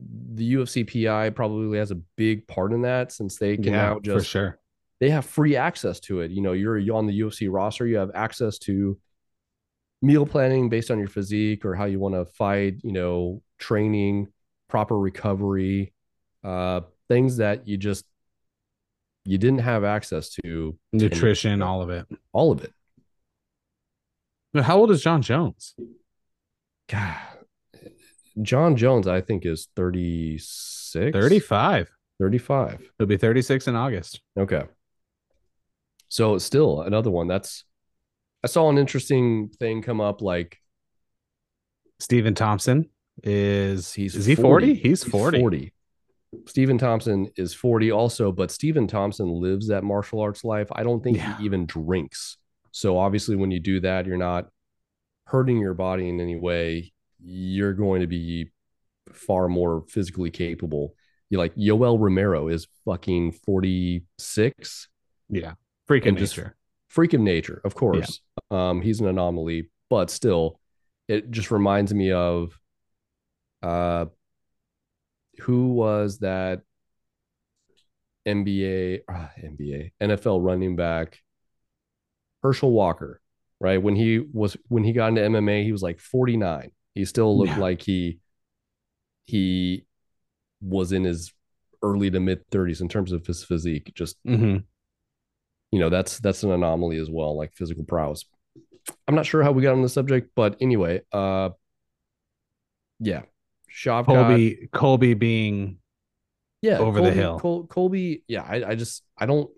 [SPEAKER 3] the ufcpi probably has a big part in that since they can
[SPEAKER 2] yeah
[SPEAKER 3] now
[SPEAKER 2] for
[SPEAKER 3] just
[SPEAKER 2] sure
[SPEAKER 3] they have free access to it you know you're you're on the ufc roster you have access to meal planning based on your physique or how you want to fight you know training proper recovery uh things that you just you didn't have access to
[SPEAKER 2] nutrition all of it
[SPEAKER 3] all of it
[SPEAKER 2] Now, how old is john jones
[SPEAKER 3] God, John Jones, I think, is 36,
[SPEAKER 2] 35
[SPEAKER 3] 35.
[SPEAKER 2] he'll be 36 in august
[SPEAKER 3] Okay. So it's still another one. That's, I saw an interesting thing come up. Like
[SPEAKER 2] Stephen Thompson is
[SPEAKER 3] he's
[SPEAKER 2] is he 40? He's 40.
[SPEAKER 3] 40. Stephen Thompson is 40 also, but Stephen Thompson lives that martial arts life. I don't think
[SPEAKER 2] Yeah.
[SPEAKER 3] he even drinks. So obviously, when you do that, you're not hurting your body in any way. You're going to be far more physically capable. You like Yoel Romero is fucking 46
[SPEAKER 2] Yeah. Freaking
[SPEAKER 3] And just-
[SPEAKER 2] nature.
[SPEAKER 3] freak of nature, of course. Um, he's an anomaly, but still, it just reminds me of uh who was that NBA uh, NBA NFL running back Herschel Walker, right? When he was when he got into MMA, he was like 49. He still looked
[SPEAKER 2] Yeah.
[SPEAKER 3] like he he was in his early to mid 30s in terms of his physique, just
[SPEAKER 2] Mhm.
[SPEAKER 3] you know that's that's an anomaly as well like physical prowess i'm not sure how we got on the subject but anyway uh yeah Shavkat,
[SPEAKER 2] Colby Colby being
[SPEAKER 3] yeah
[SPEAKER 2] over the
[SPEAKER 3] colby,
[SPEAKER 2] hill.
[SPEAKER 3] Col- colby yeah I, I just i don't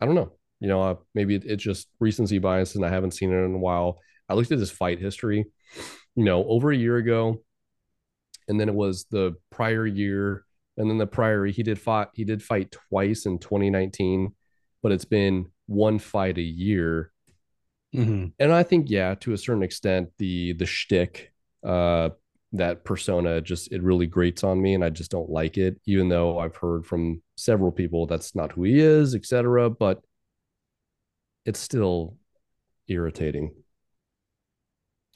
[SPEAKER 3] i don't know you know uh, maybe it, it's just recency bias and i haven't seen it in a while i looked at his fight history you know over a year ago and then it was the prior year and then the prior he did fought he did fight twice in 2019 but it's been one fight a year
[SPEAKER 2] Mhm.
[SPEAKER 3] and I think yeah, to a certain extent, the the shtick, uh, that persona just it really grates on me, and I just don't like it. Even though I've heard from several people that's not who he is, etc. But it's still irritating,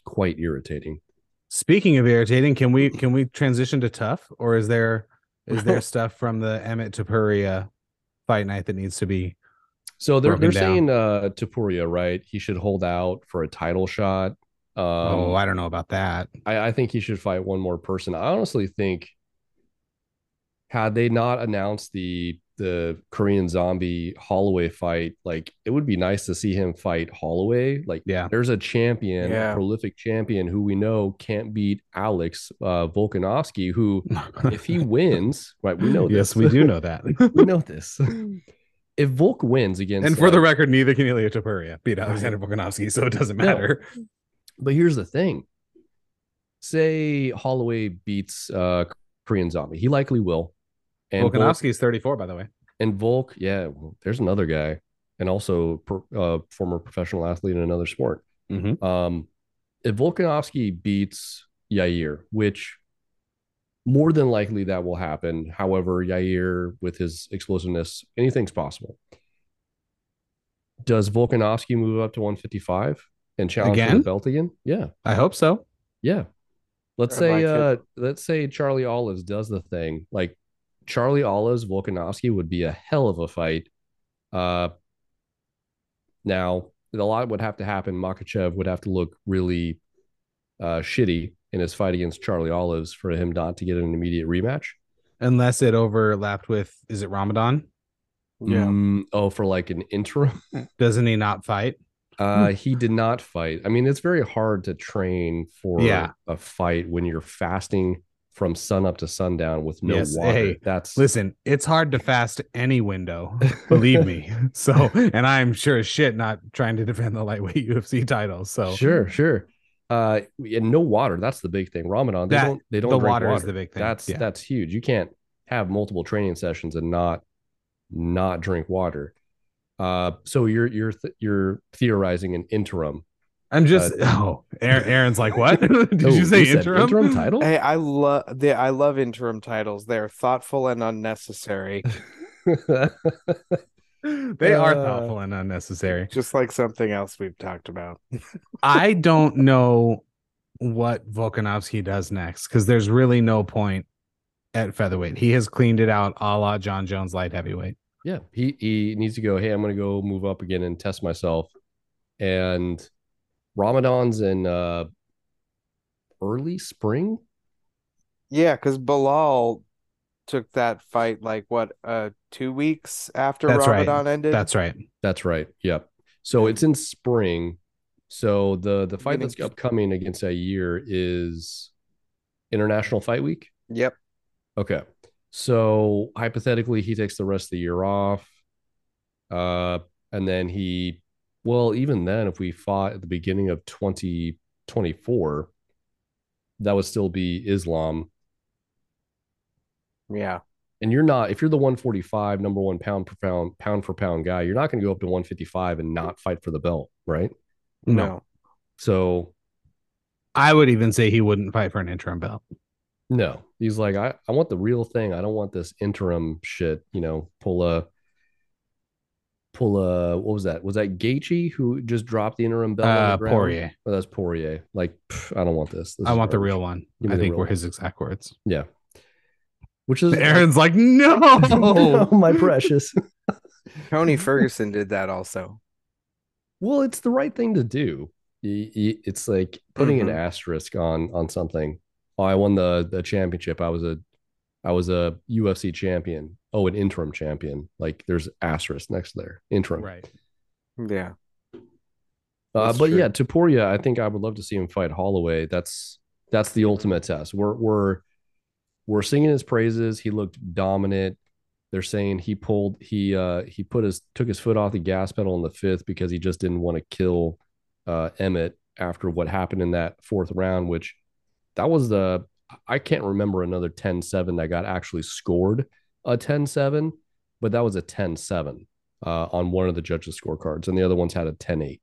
[SPEAKER 3] quite irritating.
[SPEAKER 2] Speaking of irritating, can we can we transition to tough or is there is there stuff from the Emmett Tapuria fight night that needs to be
[SPEAKER 3] So they're
[SPEAKER 2] Broken
[SPEAKER 3] they're
[SPEAKER 2] down.
[SPEAKER 3] saying uh, Tapuria, right? He should hold out for a title shot. Um,
[SPEAKER 2] Oh, I don't know about that.
[SPEAKER 3] I, I think he should fight one more person. I honestly think had they not announced the the Korean zombie Holloway fight, like it would be nice to see him fight Holloway. Like
[SPEAKER 2] Yeah.
[SPEAKER 3] there's a champion, a
[SPEAKER 1] Yeah.
[SPEAKER 3] prolific champion who we know can't beat Alex uh, Volkanovski, who if he wins, right, we know
[SPEAKER 2] yes,
[SPEAKER 3] this.
[SPEAKER 2] we do know that.
[SPEAKER 3] we know this. If Volk wins against
[SPEAKER 2] and for the
[SPEAKER 3] like-
[SPEAKER 2] record, neither can Ilya Tapuria beat Alexander Volkanovski, so it doesn't
[SPEAKER 3] No.
[SPEAKER 2] matter.
[SPEAKER 3] But here's the thing. Say Holloway beats uh Korean Zombie. He likely will. And Volk,
[SPEAKER 2] Volkanovski is 34, by the way.
[SPEAKER 3] and Volk, yeah, well, there's another guy and also pro, uh, former professional athlete in another sport.
[SPEAKER 2] Mhm.
[SPEAKER 3] Um if Volkanovski beats Yair, which more than likely that will happen. However, Yair with his explosiveness, anything's possible. Does Volkanovski move up to 155 and challenge for
[SPEAKER 2] Again?
[SPEAKER 3] the belt again? Yeah.
[SPEAKER 2] I hope so.
[SPEAKER 3] Yeah. Let's
[SPEAKER 1] Or
[SPEAKER 3] say
[SPEAKER 1] like it.
[SPEAKER 3] uh let's say Charlie Olives does the thing. Like Charlie Olives Volkanovski would be a hell of a fight. Uh now a lot would have to happen. Makachev would have to look really uh shitty in his fight against Charlie Olives for him not to get an immediate rematch.
[SPEAKER 2] Unless it overlapped with, is it Ramadan?
[SPEAKER 3] Mm, oh, for like an interim.
[SPEAKER 2] Doesn't he not fight?
[SPEAKER 3] Uh he did not fight. I mean, it's very hard to train for
[SPEAKER 2] Yeah.
[SPEAKER 3] a fight when you're fasting from sunup to sundown with no
[SPEAKER 2] Yes.
[SPEAKER 3] water.
[SPEAKER 2] Hey,
[SPEAKER 3] That's
[SPEAKER 2] Listen, it's hard to fast any window, believe me. So, and I'm sure as shit not trying to defend the lightweight UFC title. So,
[SPEAKER 3] Sure, sure. Uh, and no water. That's the big thing. Ramadan. They
[SPEAKER 2] That-
[SPEAKER 3] don't. They
[SPEAKER 2] the
[SPEAKER 3] don't
[SPEAKER 2] water,
[SPEAKER 3] drink
[SPEAKER 2] is the big thing.
[SPEAKER 3] That's
[SPEAKER 2] yeah.
[SPEAKER 3] that's huge. You can't have multiple training sessions and not not drink water. Uh, so you're you're th- you're theorizing an interim.
[SPEAKER 2] I'm just, oh, Aaron, Aaron's like, what? Did
[SPEAKER 3] Oh,
[SPEAKER 2] you say
[SPEAKER 3] said
[SPEAKER 2] interim?
[SPEAKER 3] title?
[SPEAKER 1] Hey, I love the I love interim titles. They're thoughtful and unnecessary,
[SPEAKER 2] They are
[SPEAKER 3] Uh,
[SPEAKER 2] thoughtful and unnecessary.
[SPEAKER 1] just like something else we've talked about.
[SPEAKER 2] I don't know what Volkanovski does next because there's really no point at featherweight. He has cleaned it out a la John Jones light heavyweight.
[SPEAKER 3] yeah, he he needs to go. Hey, I'm gonna go move up again and test myself. And Ramadan's in uh, early spring.
[SPEAKER 1] Yeah, because Bilal took that fight like what uh two weeks after
[SPEAKER 2] That's right.
[SPEAKER 1] Ramadan ended.
[SPEAKER 2] That's right.
[SPEAKER 3] That's right. Yep. So it's in spring. So the the fight
[SPEAKER 1] Meaning-
[SPEAKER 3] that's upcoming against a year is International Fight Week.
[SPEAKER 1] yep.
[SPEAKER 3] Okay. So hypothetically, he takes the rest of the year off. Uh, and then he, well, even then, if we fought at the beginning of 2024, that would still be Islam.
[SPEAKER 1] Yeah.
[SPEAKER 3] And you're not, if you're the 145 number one pound per pound, pound for pound guy, you're not going to go up to 155 and not fight for the belt, right?
[SPEAKER 2] No.
[SPEAKER 3] So
[SPEAKER 2] I would even say he wouldn't fight for an interim belt.
[SPEAKER 3] No, he's like, I, I want the real thing. I don't want this interim shit. You know, pull a, pull a. What was that? Was that Gaethje who just dropped the interim belt? on the
[SPEAKER 2] Uh,
[SPEAKER 3] ground?
[SPEAKER 2] Poirier.
[SPEAKER 3] Oh, that's Poirier. Like, pff, I don't want this. This
[SPEAKER 2] I
[SPEAKER 3] is
[SPEAKER 2] want the
[SPEAKER 3] garbage.
[SPEAKER 2] real one.
[SPEAKER 3] Give me
[SPEAKER 2] I
[SPEAKER 3] the
[SPEAKER 2] think
[SPEAKER 3] real
[SPEAKER 2] were
[SPEAKER 3] one.
[SPEAKER 2] his exact words.
[SPEAKER 3] Which is Oh,
[SPEAKER 2] Aaron's like, no,
[SPEAKER 3] No, my precious.
[SPEAKER 1] Tony Ferguson did that also.
[SPEAKER 3] Well, it's the right thing to do. Y- y- It's like putting an asterisk on on something. Oh, I won the the championship. I was a I was a UFC champion. Oh, an interim champion. Like there's asterisk next to there. Interim.
[SPEAKER 2] right?
[SPEAKER 1] Yeah.
[SPEAKER 3] Uh,
[SPEAKER 1] That's
[SPEAKER 3] but
[SPEAKER 1] true.
[SPEAKER 3] yeah, Taporia, I think I would love to see him fight Holloway. That's that's the ultimate test. We're we're we're singing his praises. He looked dominant. They're saying he pulled he uh he put his took his foot off the gas pedal in the fifth because he just didn't want to kill uh Emmett after what happened in that fourth round, which that was the I can't remember another 10-7 that got actually scored a 10-7, but that was a 10-7 uh, on one of the judges' scorecards, and the other ones had a 10-8.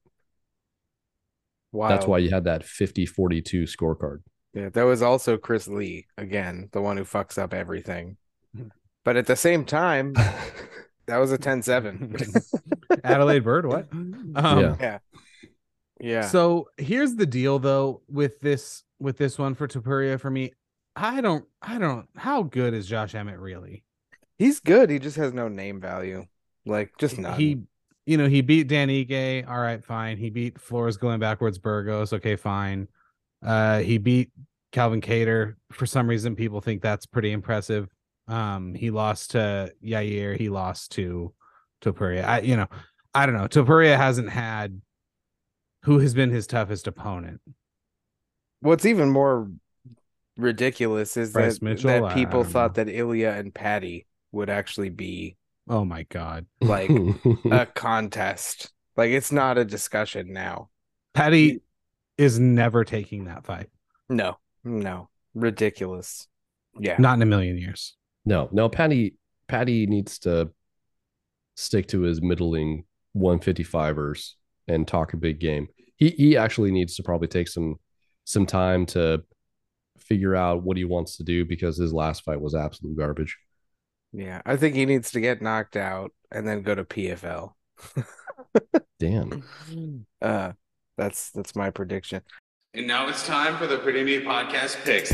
[SPEAKER 1] Wow.
[SPEAKER 3] That's why you had that 50 42 scorecard.
[SPEAKER 1] Yeah, that was also Chris Lee again, the one who fucks up everything.
[SPEAKER 2] Mm-hmm.
[SPEAKER 1] But at the same time, that was a 10-7.
[SPEAKER 2] Adelaide Bird, what? Um,
[SPEAKER 3] yeah.
[SPEAKER 1] yeah.
[SPEAKER 2] So here's the deal, though, with this with this one for Tapuria for me. I don't, I don't. How good is Josh Emmett really?
[SPEAKER 1] He's good. He just has no name value. Like just none.
[SPEAKER 2] He, you know, he beat Dan Ige. All right, fine. He beat Flores going backwards. Burgos. Okay, fine. Uh, he beat Calvin Cater. For some reason, people think that's pretty impressive. Um, he lost to Yair. He lost to Topuria. I, you know, I don't know. Topuria hasn't had who has been his toughest opponent.
[SPEAKER 1] What's even more ridiculous is
[SPEAKER 2] Bryce
[SPEAKER 1] that
[SPEAKER 2] Mitchell? I-
[SPEAKER 1] that
[SPEAKER 2] I
[SPEAKER 1] people
[SPEAKER 2] don't know.
[SPEAKER 1] thought that Ilya and Patty would actually be
[SPEAKER 2] Oh my god.
[SPEAKER 1] like uh, a contest. Like it's not a discussion now.
[SPEAKER 2] Patty is never taking that fight.
[SPEAKER 1] No. No. Ridiculous. Yeah.
[SPEAKER 2] Not in a million years.
[SPEAKER 3] no, no, Patty Patty needs to stick to his middling 155ers and talk a big game. He he actually needs to probably take some some time to figure out what he wants to do because his last fight was absolute garbage.
[SPEAKER 1] Yeah. I think he needs to get knocked out and then go to PFL.
[SPEAKER 3] Damn.
[SPEAKER 1] Uh that's that's my prediction.
[SPEAKER 4] And now it's time for the Pretty Neat Podcast picks.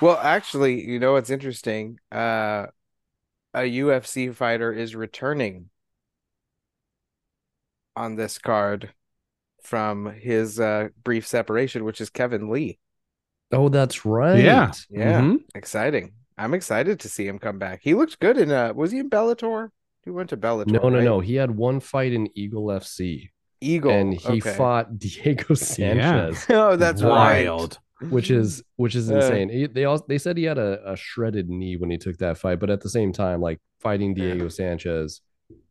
[SPEAKER 1] Well, actually, you know what's interesting? Uh a UFC fighter is returning on this card from his uh brief separation, which is Kevin Lee.
[SPEAKER 3] Oh, that's right.
[SPEAKER 2] Yeah.
[SPEAKER 1] Yeah,
[SPEAKER 3] Mm-hmm.
[SPEAKER 2] Mhm.
[SPEAKER 1] exciting. I'm excited to see him come back. He looked good in uh was he in Bellator? He went to Bellator.
[SPEAKER 3] No, no,
[SPEAKER 1] right?
[SPEAKER 3] no. He had one fight in Eagle FC
[SPEAKER 1] Eagle.
[SPEAKER 3] and he
[SPEAKER 1] okay.
[SPEAKER 3] fought Diego Sanchez.
[SPEAKER 1] Oh, that's wild.
[SPEAKER 2] wild.
[SPEAKER 3] which is which is
[SPEAKER 1] Uh.
[SPEAKER 3] insane. He- they all they said he had a, a shredded knee when he took that fight, but at the same time, like fighting
[SPEAKER 1] Yeah.
[SPEAKER 3] Diego Sanchez,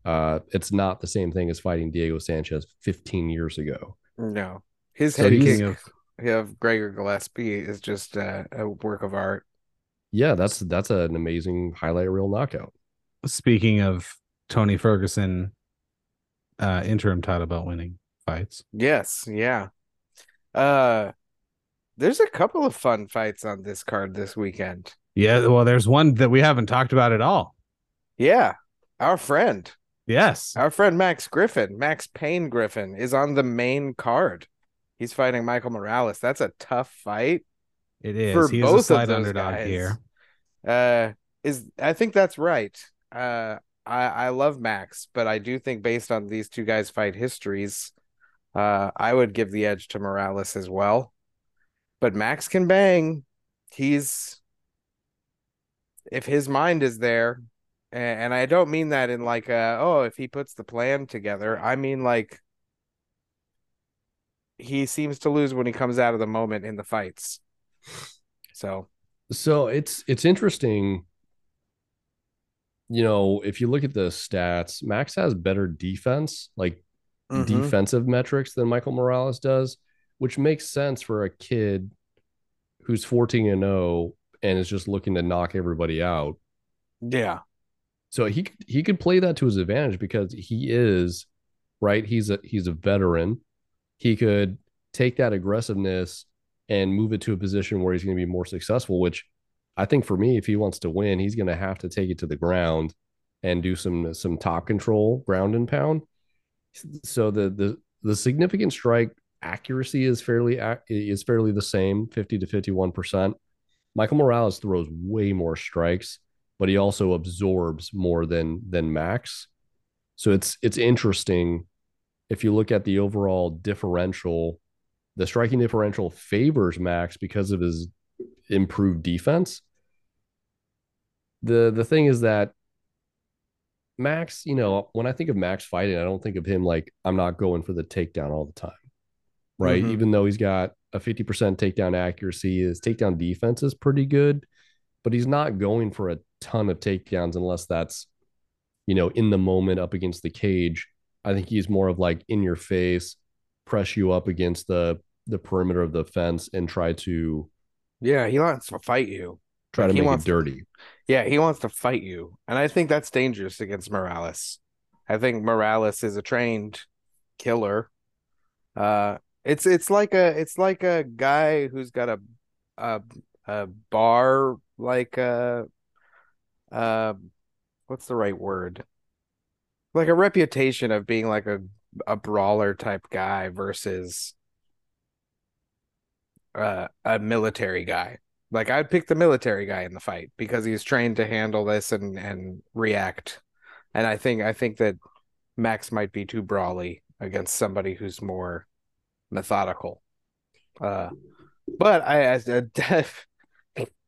[SPEAKER 3] uh, it's not the same thing as fighting Diego Sanchez 15 years ago.
[SPEAKER 1] No. His
[SPEAKER 3] So
[SPEAKER 1] head
[SPEAKER 3] he's-
[SPEAKER 1] kick
[SPEAKER 2] Speaking of
[SPEAKER 1] of Gregor Gillespie is just uh, a work of art.
[SPEAKER 3] Yeah, that's that's an amazing highlight reel knockout.
[SPEAKER 2] speaking of Tony Ferguson, uh, interim title belt winning fights.
[SPEAKER 1] Yes, yeah. Uh there's a couple of fun fights on this card this weekend.
[SPEAKER 2] Yeah. Well, there's one that we haven't talked about at all.
[SPEAKER 1] Yeah. Our friend,
[SPEAKER 2] Yes.
[SPEAKER 1] our friend Max Griffin, Max Payne Griffin is on the main card. He's fighting Michael Morales. That's a tough fight
[SPEAKER 2] It is.
[SPEAKER 1] for
[SPEAKER 2] he is
[SPEAKER 1] both
[SPEAKER 2] a slight
[SPEAKER 1] of those
[SPEAKER 2] underdog
[SPEAKER 1] guys.
[SPEAKER 2] here.
[SPEAKER 1] Uh is I think that's right. Uh I I love Max, but I do think based on these two guys' fight histories, uh I would give the edge to Morales as well. But Max can bang. He's if his mind is there, a- and I don't mean that in like uh oh, if he puts the plan together, I mean like he seems to lose when he comes out of the moment in the fights. So
[SPEAKER 3] So it's it's interesting you know, if you look at the stats, Max has better defense, like Mm-hmm.
[SPEAKER 1] Mhm.
[SPEAKER 3] defensive metrics than Michael Morales does, which makes sense for a kid who's 14 and 0 and is just looking to knock everybody out.
[SPEAKER 1] Yeah.
[SPEAKER 3] So he could- he could play that to his advantage because he is right. He's a he's a veteran. He could take that aggressiveness and move it to a position where he's going to be more successful. Which I think for me, if he wants to win, he's going to have to take it to the ground and do some some top control, ground and pound. So the the the significant strike accuracy is fairly ac- is fairly the same, fifty to fifty one percent. Michael Morales throws way more strikes but he also absorbs more than than Max. So it's it's interesting if you look at the overall differential, the striking differential favors Max because of his improved defense. The the thing is that Max, you know, when I think of Max fighting, I don't think of him like I'm not going for the takedown all the time. Right?
[SPEAKER 1] Mhm.
[SPEAKER 3] Even though he's got a 50% takedown accuracy, his takedown defense is pretty good but he's not going for a ton of takedowns unless that's you know in the moment up against the cage i think he's more of like in your face press you up against the the perimeter of the fence and try to
[SPEAKER 1] Yeah. He wants to fight you.
[SPEAKER 3] try to
[SPEAKER 1] He
[SPEAKER 3] make
[SPEAKER 1] wants-
[SPEAKER 3] it dirty
[SPEAKER 1] Yeah. He wants to fight you. And I think that's dangerous against Morales. I think Morales is a trained killer. Uh, it's it's like a it's like a guy who's got a a a bar like a uh what's the right word? Like a reputation of being like a a brawler type guy versus uh, a military guy. Like I'd pick the military guy in the fight because he's trained to handle this and and react. And I think I think that Max might be too brawly against somebody who's more methodical. Uh, but I, I, I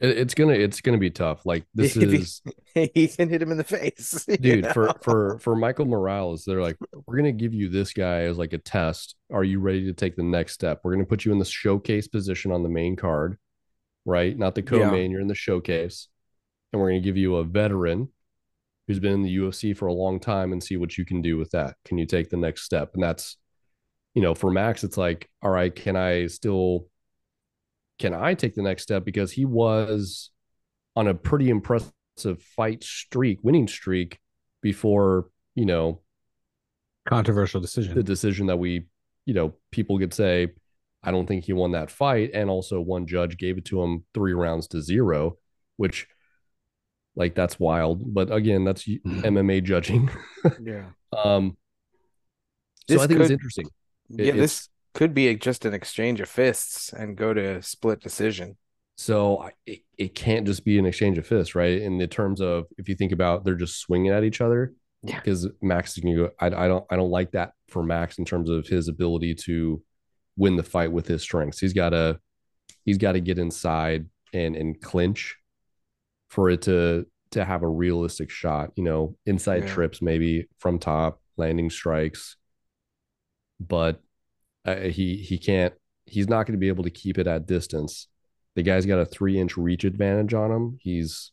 [SPEAKER 3] It- it's gonna it's gonna be tough like this is
[SPEAKER 1] he can hit him in the face, you
[SPEAKER 3] dude
[SPEAKER 1] know?
[SPEAKER 3] for for for michael morales they're like we're gonna give you this guy as like a test are you ready to take the next step we're gonna put you in the showcase position on the main card right not the
[SPEAKER 1] Yeah.
[SPEAKER 3] co-main you're in the showcase and we're gonna give you a veteran who's been in the ufc for a long time and see what you can do with that can you take the next step and that's you know for max it's like all right can i still can i take the next step because he was on a pretty impressive fight streak winning streak before you know
[SPEAKER 2] Controversial decision.
[SPEAKER 3] the decision that we you know people could say i don't think he won that fight and also one judge gave it to him three rounds to zero which like that's wild but again that's
[SPEAKER 1] Mm-hmm.
[SPEAKER 3] mma judging
[SPEAKER 1] yeah.
[SPEAKER 3] um so
[SPEAKER 1] This
[SPEAKER 3] i think it's
[SPEAKER 1] could-
[SPEAKER 3] interesting It-
[SPEAKER 1] yeah,
[SPEAKER 3] it's-
[SPEAKER 1] this could be just an exchange of fists and go to split decision.
[SPEAKER 3] So I- it, it can't just be an exchange of fists, right? In the terms of if you think about they're just swinging at each other.
[SPEAKER 1] Yeah.
[SPEAKER 3] Because Max is gonna go. I, I don't I don't like that for Max in terms of his ability to win the fight with his strengths. He's gotta he's gotta get inside and and clinch for it to to have a realistic shot. You know, inside
[SPEAKER 1] Yeah.
[SPEAKER 3] trips maybe from top, landing strikes, but uh, he he can't. He's not going to be able to keep it at distance. The guy's got a three inch reach advantage on him. He's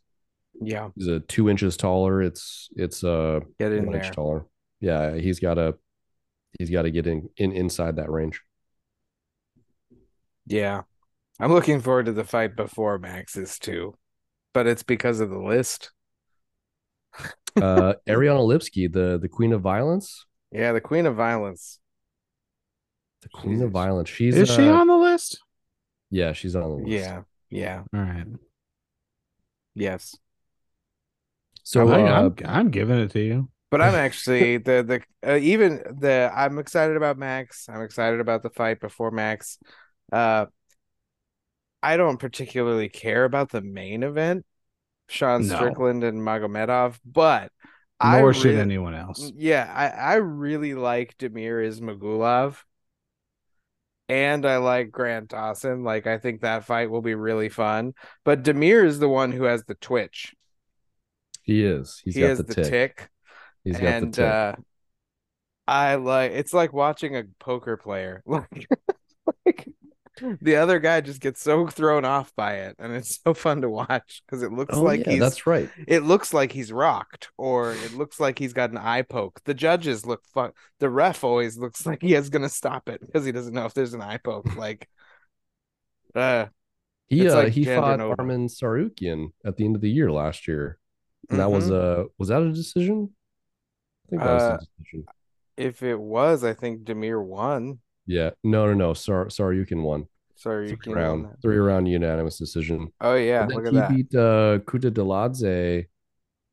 [SPEAKER 1] Yeah,
[SPEAKER 3] he's a two inches taller. It's it's uh
[SPEAKER 1] get in
[SPEAKER 3] one
[SPEAKER 1] there.
[SPEAKER 3] inch taller. Yeah, he's got to he's got to get in, in inside that range.
[SPEAKER 1] Yeah, I'm looking forward to the fight before Max's too, but it's because of the list.
[SPEAKER 3] Uh, Ariana Lipsky, the the queen of violence,
[SPEAKER 1] Yeah, the Queen of Violence.
[SPEAKER 3] the queen
[SPEAKER 1] Jesus.
[SPEAKER 3] of violence. She's
[SPEAKER 2] Is she
[SPEAKER 3] uh,
[SPEAKER 2] on the list?
[SPEAKER 3] Yeah, she's on the list.
[SPEAKER 1] Yeah, yeah,
[SPEAKER 2] All right.
[SPEAKER 1] yes.
[SPEAKER 3] So
[SPEAKER 2] I'm,
[SPEAKER 3] uh,
[SPEAKER 2] I'm, I'm giving it to you.
[SPEAKER 1] But I'm actually the the uh, even the I'm excited about Max. I'm excited about the fight before Max. Uh, I don't particularly care about the main event, Sean
[SPEAKER 2] No.
[SPEAKER 1] Strickland and Magomedov, but I
[SPEAKER 2] Nor should
[SPEAKER 1] really-
[SPEAKER 2] anyone else.
[SPEAKER 1] Yeah, I, I really like Demir Ismagulov. And I like Grant Dawson. Like I think that fight will be really fun. But Demir is the one who has the twitch.
[SPEAKER 3] he is. He's
[SPEAKER 1] he
[SPEAKER 3] got
[SPEAKER 1] has
[SPEAKER 3] the
[SPEAKER 1] the
[SPEAKER 3] tick.
[SPEAKER 1] tick.
[SPEAKER 3] He's got the
[SPEAKER 1] and
[SPEAKER 3] tick.
[SPEAKER 1] uh I like it's like watching a poker player. Like, like the other guy just gets so thrown off by it, and it's so fun to watch because it looks
[SPEAKER 3] Oh,
[SPEAKER 1] like
[SPEAKER 3] yeah,
[SPEAKER 1] he's
[SPEAKER 3] that's right.
[SPEAKER 1] it looks like he's rocked, or it looks like he's got an eye poke. The judges look fun. The ref always looks like he is gonna stop it because he doesn't know if there's an eye poke. Like, uh,
[SPEAKER 3] He
[SPEAKER 1] It's
[SPEAKER 3] uh,
[SPEAKER 1] like
[SPEAKER 3] he
[SPEAKER 1] gender
[SPEAKER 3] fought
[SPEAKER 1] neutral.
[SPEAKER 3] Armin Sarukian at the end of the year last year. And that was
[SPEAKER 1] mhm.
[SPEAKER 3] uh was that a decision? I think that was
[SPEAKER 1] Uh,
[SPEAKER 3] a decision.
[SPEAKER 1] if it was, I think Demir won.
[SPEAKER 3] Yeah. No, no, no. Sar Sarukian won.
[SPEAKER 1] Sorry,
[SPEAKER 3] Three
[SPEAKER 1] you can't.
[SPEAKER 3] round, three round unanimous decision.
[SPEAKER 1] Oh yeah,
[SPEAKER 3] And then
[SPEAKER 1] look at
[SPEAKER 3] he
[SPEAKER 1] that.
[SPEAKER 3] beat uh Kuta Deladze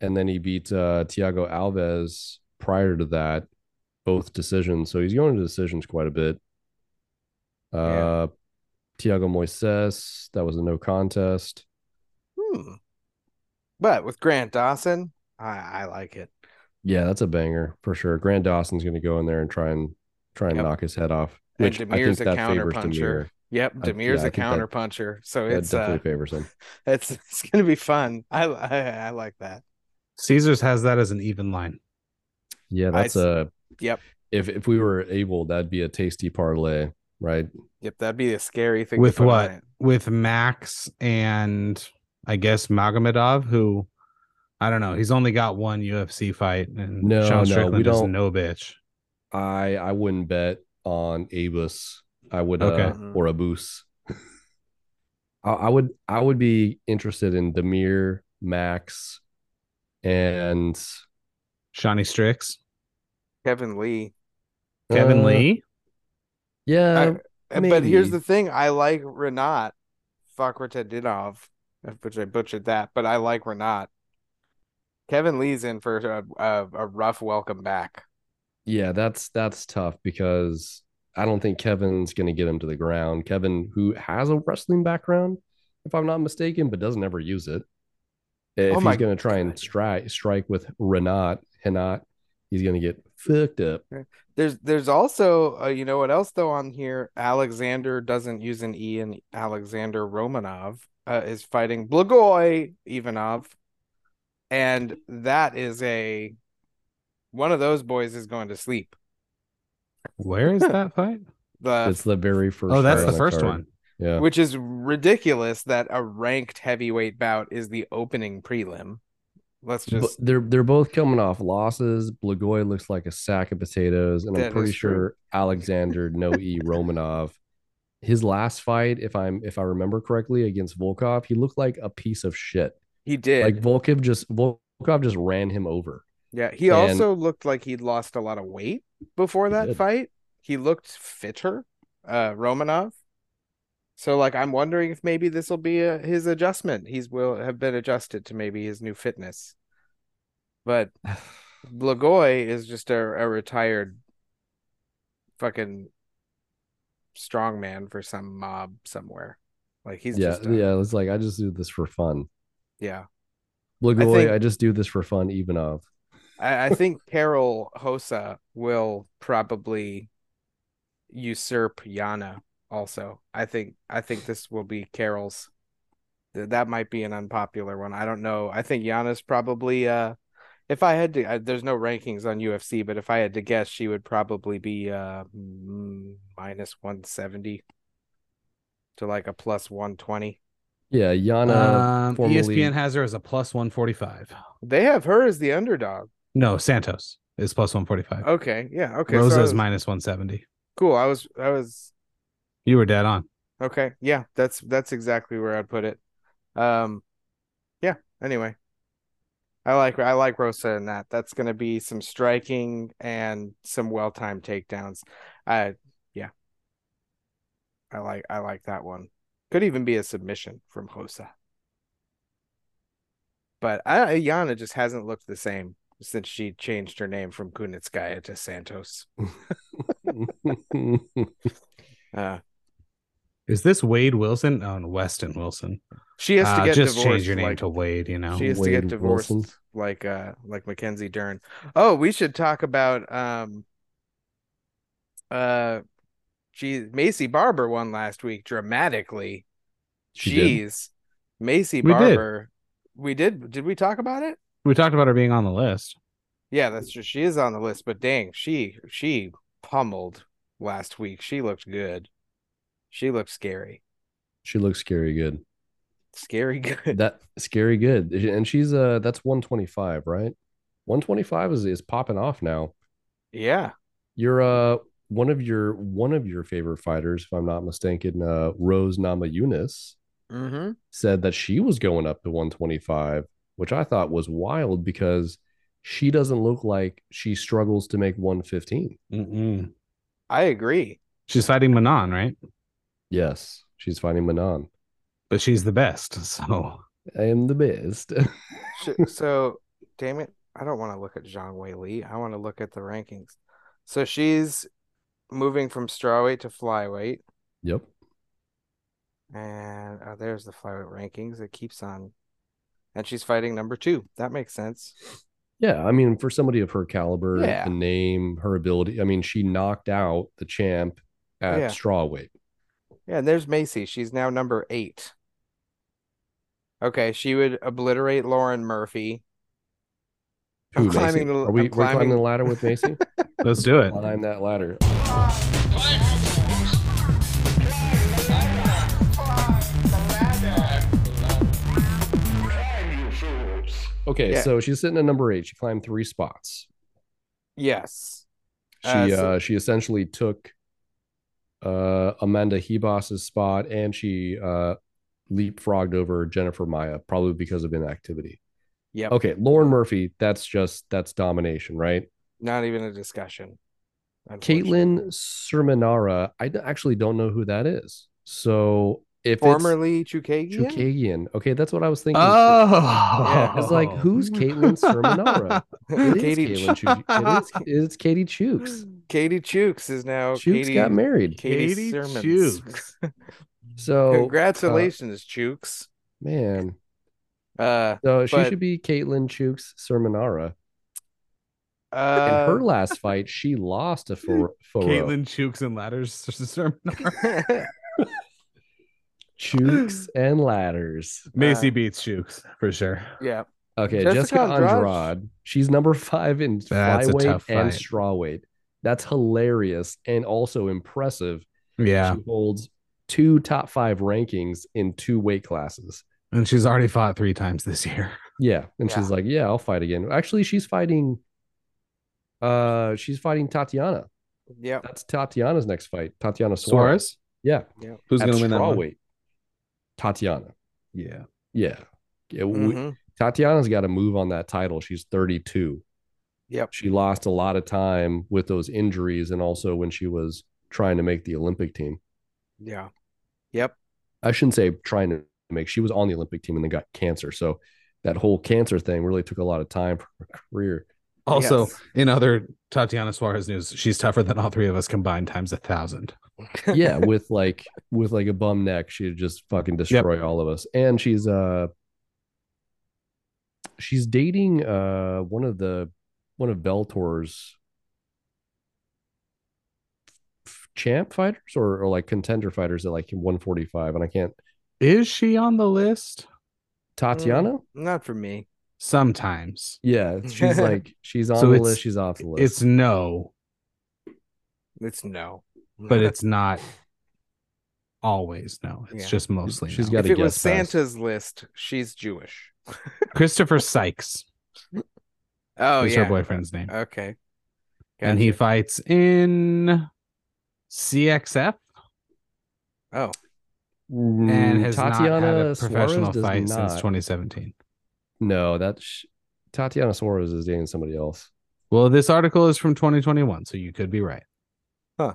[SPEAKER 3] and then he beat uh Tiago Alves prior to that, both decisions. So he's going to decisions quite a bit. Uh Tiago Moises, that was a no contest.
[SPEAKER 1] Hmm. But with Grant Dawson, I, I like it.
[SPEAKER 3] Yeah, that's a banger for sure. Grant Dawson's going to go in there and try and try and
[SPEAKER 1] Yep.
[SPEAKER 3] knock his head off,
[SPEAKER 1] And
[SPEAKER 3] which I
[SPEAKER 1] Demir's
[SPEAKER 3] think
[SPEAKER 1] a
[SPEAKER 3] that favors
[SPEAKER 1] counterpuncher.
[SPEAKER 3] Demir.
[SPEAKER 1] Yep,
[SPEAKER 3] I-
[SPEAKER 1] Demir's
[SPEAKER 3] yeah, I
[SPEAKER 1] a
[SPEAKER 3] think that-
[SPEAKER 1] counterpuncher, so
[SPEAKER 3] That
[SPEAKER 1] it's
[SPEAKER 3] definitely
[SPEAKER 1] uh,
[SPEAKER 3] favors him.
[SPEAKER 1] it's it's gonna be fun. I I, I like that.
[SPEAKER 2] Caesars has that as an even line.
[SPEAKER 3] Yeah,
[SPEAKER 1] I
[SPEAKER 3] that's
[SPEAKER 1] s-
[SPEAKER 3] a
[SPEAKER 1] yep.
[SPEAKER 3] If if we were able, that'd be a tasty parlay, right?
[SPEAKER 1] Yep, that'd be a scary thing. to
[SPEAKER 2] With
[SPEAKER 1] put on
[SPEAKER 2] what?
[SPEAKER 1] it.
[SPEAKER 2] with Max and I guess Magomedov, who I don't know, he's only got one UFC fight, and
[SPEAKER 3] No, no,
[SPEAKER 2] Sean
[SPEAKER 3] we
[SPEAKER 2] Strickland is
[SPEAKER 3] don't-
[SPEAKER 2] no bitch.
[SPEAKER 3] I I wouldn't bet on Abus. I would
[SPEAKER 2] Okay.
[SPEAKER 3] uh,
[SPEAKER 1] Mm-hmm.
[SPEAKER 3] or Abus. I, I would I would be interested in Demir, Max, and
[SPEAKER 2] Shawnee Strix,
[SPEAKER 1] Kevin Lee.
[SPEAKER 2] Kevin
[SPEAKER 3] uh,
[SPEAKER 2] Lee.
[SPEAKER 3] Yeah,
[SPEAKER 1] Uh, But here's
[SPEAKER 3] Maybe.
[SPEAKER 1] the thing: I like Renat Fakhretdinov, which I butchered that, but I like Renat. Kevin Lee's in for a, a, a rough welcome back.
[SPEAKER 3] Yeah, that's that's tough because I don't think Kevin's going to get him to the ground. Kevin, who has a wrestling background, if I'm not mistaken, but doesn't ever use it. If
[SPEAKER 1] Oh my
[SPEAKER 3] he's going to try and
[SPEAKER 1] God.
[SPEAKER 3] strike strike with Renat, Henat, he's going to get fucked up.
[SPEAKER 1] There's there's also uh, you know what else though on here Alexander doesn't use an e and Alexander Romanov uh, is fighting Blagoy Ivanov, and that is a one of those boys is going to sleep.
[SPEAKER 2] Where is that fight?
[SPEAKER 1] The
[SPEAKER 3] It's the very first.
[SPEAKER 2] oh, that's
[SPEAKER 3] fight on
[SPEAKER 2] the first
[SPEAKER 3] card.
[SPEAKER 2] one.
[SPEAKER 3] Yeah,
[SPEAKER 1] which is ridiculous that a ranked heavyweight bout is the opening prelim. Let's
[SPEAKER 3] but
[SPEAKER 1] just
[SPEAKER 3] they're they're both coming off losses. Blagoy looks like a sack of potatoes, and
[SPEAKER 1] That
[SPEAKER 3] I'm pretty
[SPEAKER 1] is true.
[SPEAKER 3] sure Alexander No E Romanov, his last fight, if I'm if I remember correctly, against Volkov, he looked like a piece of shit.
[SPEAKER 1] he did.
[SPEAKER 3] Like Volkov just Volkov just ran him over.
[SPEAKER 1] yeah, he
[SPEAKER 3] and-
[SPEAKER 1] also looked like he'd lost a lot of weight before
[SPEAKER 3] He
[SPEAKER 1] that
[SPEAKER 3] did.
[SPEAKER 1] fight. He looked fitter, uh Romanov. So like I'm wondering if maybe this will be a, his adjustment. He's will have been adjusted to maybe his new fitness. But Blagoy is just a, a retired fucking strongman for some mob somewhere. Like he's
[SPEAKER 3] yeah,
[SPEAKER 1] just a-
[SPEAKER 3] yeah. It's like I just do this for fun.
[SPEAKER 1] Yeah.
[SPEAKER 3] Blagoy, I,
[SPEAKER 1] think-
[SPEAKER 3] just do this for fun. Ivanov.
[SPEAKER 1] I, I think Carol Hosa will probably usurp Yana also. I think I think this will be Carol's Th- that might be an unpopular one. I don't know. I think Yana's probably uh if I had to I, there's no rankings on UFC, but if I had to guess she would probably be uh mm, minus 170 to like a plus 120.
[SPEAKER 3] Yeah, Yana.
[SPEAKER 2] Um,
[SPEAKER 3] formerly-
[SPEAKER 2] ESPN has her as a plus one forty five.
[SPEAKER 1] They have her as the underdog.
[SPEAKER 2] No, Santos is plus one forty five.
[SPEAKER 1] Okay, yeah, okay. so I
[SPEAKER 2] Rosa
[SPEAKER 1] was-
[SPEAKER 2] is minus one seventy.
[SPEAKER 1] cool. I was I was
[SPEAKER 2] You were dead on.
[SPEAKER 1] Okay. Yeah, that's that's exactly where I'd put it. Um yeah, anyway. I like I like Rosa in that. That's gonna be some striking and some well timed takedowns. I yeah. I like I like that one. Could even be a submission from Rosa. But I Yana just hasn't looked the same since she changed her name from Kunitskaya to Santos. Uh
[SPEAKER 2] Is this Wade Wilson? Oh, and Weston Wilson.
[SPEAKER 1] she has to
[SPEAKER 2] Uh,
[SPEAKER 1] get
[SPEAKER 2] just
[SPEAKER 1] divorced.
[SPEAKER 2] change your name
[SPEAKER 1] like-
[SPEAKER 2] to Wade. You know,
[SPEAKER 1] She has to
[SPEAKER 3] Wade
[SPEAKER 1] get divorced
[SPEAKER 3] Wilson.
[SPEAKER 1] like uh like Mackenzie Dern. Oh, we should talk about um uh geez, Macy Barber won last week dramatically.
[SPEAKER 3] She did.
[SPEAKER 1] Jeez. Macy
[SPEAKER 2] We did.
[SPEAKER 1] Barber. We did did we talk about it?
[SPEAKER 2] we talked about her being on the list.
[SPEAKER 1] Yeah, that's true. She is on the list, but dang, she she pummeled last week. She looked good. She looks scary.
[SPEAKER 3] She looks scary good.
[SPEAKER 1] Scary good.
[SPEAKER 3] That scary good. And she's uh that's 125, right? 125 is is popping off now.
[SPEAKER 1] yeah.
[SPEAKER 3] You're uh one of your one of your favorite fighters, if I'm not mistaken, uh Rose Nama Yunus
[SPEAKER 1] Mm-hmm.
[SPEAKER 3] said that she was going up to 125, which I thought was wild because she doesn't look like she struggles to make 115.
[SPEAKER 2] Mm-mm.
[SPEAKER 1] I agree.
[SPEAKER 2] She's fighting Manon, right?
[SPEAKER 3] Yes, she's fighting Manon.
[SPEAKER 2] But she's the best. So
[SPEAKER 3] I am the best.
[SPEAKER 1] Sh- so, damn it, I don't want to look at Zhang Wei Li. I want to look at the rankings. So she's moving from strawweight to flyweight,
[SPEAKER 3] yep.
[SPEAKER 1] and oh, there's the flyweight rankings. It keeps on, and she's fighting number two. That makes sense.
[SPEAKER 3] Yeah, I mean, for somebody of her caliber,
[SPEAKER 1] Yeah.
[SPEAKER 3] the name, her ability. I mean, she knocked out the champ at
[SPEAKER 1] Yeah.
[SPEAKER 3] strawweight.
[SPEAKER 1] Yeah, and there's Macy. She's now number eight. Okay, she would obliterate Lauren Murphy. I'm
[SPEAKER 3] Who, Macy?
[SPEAKER 1] climbing the-
[SPEAKER 3] Are we
[SPEAKER 1] I'm
[SPEAKER 3] we're climbing.
[SPEAKER 1] climbing-
[SPEAKER 3] the ladder with Macy?
[SPEAKER 2] let's do it.
[SPEAKER 3] Climb that ladder.
[SPEAKER 4] Time, you fools.
[SPEAKER 3] Okay,
[SPEAKER 1] Yeah.
[SPEAKER 3] so she's sitting at number eight. She climbed three spots.
[SPEAKER 1] Yes.
[SPEAKER 3] She
[SPEAKER 1] Uh,
[SPEAKER 3] uh,
[SPEAKER 1] so-
[SPEAKER 3] she essentially took uh Amanda Hebos's spot and she uh leapfrogged over Jennifer Maya, probably because of inactivity.
[SPEAKER 1] Yep.
[SPEAKER 3] Okay, Lauren Murphy, that's just that's domination, right?
[SPEAKER 1] Not even a discussion. unfortunately.
[SPEAKER 3] Caitlin Sermonara, I d- actually don't know who that is. So if
[SPEAKER 1] formerly
[SPEAKER 3] it's
[SPEAKER 1] Chukagian.
[SPEAKER 3] Chukagian, okay, that's what I was thinking.
[SPEAKER 2] Oh,
[SPEAKER 1] Yeah,
[SPEAKER 3] it's like, who's Caitlin Sermonara? It is
[SPEAKER 1] Katie
[SPEAKER 3] Caitlin Chuk- it is, it's Katie Chooks.
[SPEAKER 1] Katie Chooks is now
[SPEAKER 3] Chooks
[SPEAKER 1] Oh, Katie
[SPEAKER 3] got married.
[SPEAKER 1] Katie,
[SPEAKER 2] Katie
[SPEAKER 1] Sermons.
[SPEAKER 2] Chooks.
[SPEAKER 3] So
[SPEAKER 1] Congratulations, Chooks.
[SPEAKER 3] man,
[SPEAKER 1] Uh,
[SPEAKER 3] so she
[SPEAKER 1] But-
[SPEAKER 3] should be Caitlin Chooks Sermonara. In
[SPEAKER 1] uh,
[SPEAKER 3] her last fight, she lost to for Caitlin
[SPEAKER 2] Caitlin Chooks and Ladders sermon.
[SPEAKER 1] uh,
[SPEAKER 3] Chooks and Ladders.
[SPEAKER 2] Macy beats Chooks for sure.
[SPEAKER 1] yeah,
[SPEAKER 3] Okay,
[SPEAKER 1] Jessica
[SPEAKER 3] Jessica,
[SPEAKER 1] Andrade.
[SPEAKER 3] Andrade. She's number five in
[SPEAKER 2] That's a
[SPEAKER 3] flyweight
[SPEAKER 2] tough
[SPEAKER 3] and
[SPEAKER 2] fight.
[SPEAKER 3] strawweight. That's hilarious and also impressive.
[SPEAKER 2] Yeah,
[SPEAKER 3] She holds two top five rankings in two weight classes.
[SPEAKER 2] and she's already fought three times this year.
[SPEAKER 3] Yeah, and
[SPEAKER 1] Yeah.
[SPEAKER 3] she's like, "Yeah, I'll fight again." Actually, she's fighting. Uh, she's fighting Tatiana.
[SPEAKER 1] yeah.
[SPEAKER 3] That's Tatiana's next fight. Tatiana Suarez.
[SPEAKER 2] Suarez,
[SPEAKER 3] Yeah,
[SPEAKER 2] who's
[SPEAKER 3] at
[SPEAKER 2] going to win that one?
[SPEAKER 3] strawweight. Tatiana.
[SPEAKER 2] Yeah,
[SPEAKER 3] Yeah, yeah. we-
[SPEAKER 2] Mm-hmm.
[SPEAKER 1] mhm.
[SPEAKER 3] Tatiana's got to move on that title. She's 32.
[SPEAKER 1] Yep.
[SPEAKER 3] She lost a lot of time with those injuries and also when she was trying to make the Olympic team.
[SPEAKER 1] Yeah. Yep.
[SPEAKER 3] I shouldn't say trying to make, she was on the Olympic team and then got cancer. So that whole cancer thing really took a lot of time for her career.
[SPEAKER 2] Also,
[SPEAKER 1] Yes.
[SPEAKER 2] in other Tatiana Suarez news, she's tougher than all three of us combined times a thousand.
[SPEAKER 3] Yeah, with like with like a bum neck, she'd just fucking destroy all of us. And she's uh she's dating uh one of the one of Bellator's champ fighters or, or like contender fighters at like 145 and I
[SPEAKER 2] Mm.
[SPEAKER 3] can't
[SPEAKER 2] Is she on the list?
[SPEAKER 3] Tatiana?
[SPEAKER 1] Mm, Not for me.
[SPEAKER 2] Sometimes
[SPEAKER 3] Yeah, she's like she's on
[SPEAKER 2] So
[SPEAKER 3] the
[SPEAKER 2] it's-
[SPEAKER 3] list, she's off the list.
[SPEAKER 2] it's no,
[SPEAKER 1] It's no.
[SPEAKER 2] but it's not always no. It's
[SPEAKER 1] Yeah.
[SPEAKER 2] just mostly.
[SPEAKER 3] She's
[SPEAKER 2] no.
[SPEAKER 3] got-
[SPEAKER 1] if
[SPEAKER 3] gotta
[SPEAKER 1] it was
[SPEAKER 3] guess uh, fast.
[SPEAKER 1] Santa's list, she's Jewish.
[SPEAKER 2] Christopher Sykes.
[SPEAKER 1] Oh
[SPEAKER 2] is
[SPEAKER 1] yeah.
[SPEAKER 2] her boyfriend's name.
[SPEAKER 1] Okay.
[SPEAKER 2] and he fights in CXF.
[SPEAKER 1] Oh,
[SPEAKER 2] and
[SPEAKER 3] Mm,
[SPEAKER 2] has not had a professional fight since 2017.
[SPEAKER 3] No, that's Tatiana Suarez is dating somebody else.
[SPEAKER 2] Well, this article is from 2021, so you could be right.
[SPEAKER 1] Huh.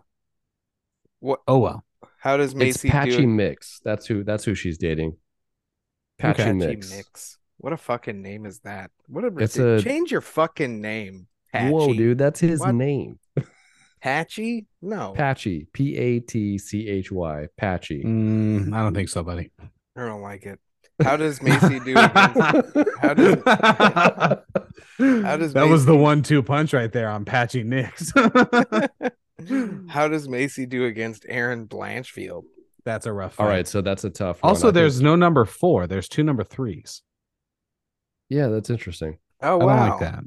[SPEAKER 1] What-
[SPEAKER 2] Oh well.
[SPEAKER 1] how does Macy
[SPEAKER 3] it's Patchy
[SPEAKER 1] do?
[SPEAKER 3] Mix. That's who. That's who she's dating. Patchy
[SPEAKER 2] Okay.
[SPEAKER 3] Mix.
[SPEAKER 1] What a fucking name is that? What a,
[SPEAKER 3] It's
[SPEAKER 1] ridic-
[SPEAKER 3] a-
[SPEAKER 1] change your fucking name.
[SPEAKER 3] Whoa,
[SPEAKER 1] Patchy.
[SPEAKER 3] dude, that's his
[SPEAKER 1] What?
[SPEAKER 3] name.
[SPEAKER 1] Patchy? No.
[SPEAKER 3] Patchy. P A T C H Y. Patchy.
[SPEAKER 2] Mm, I don't think so, buddy.
[SPEAKER 1] I don't like it. How does Macy do against how does- does
[SPEAKER 2] that was the
[SPEAKER 1] Macy-
[SPEAKER 2] one-two punch right there on Patchy Nix.
[SPEAKER 1] How does Macy do against Aaron Blanchfield?
[SPEAKER 2] That's a rough. Fight.
[SPEAKER 3] All right, so that's a tough. one. I
[SPEAKER 2] Also,
[SPEAKER 3] think-
[SPEAKER 2] there's no number four. There's two number threes.
[SPEAKER 3] yeah, that's interesting.
[SPEAKER 1] Oh wow.
[SPEAKER 2] I don't like that.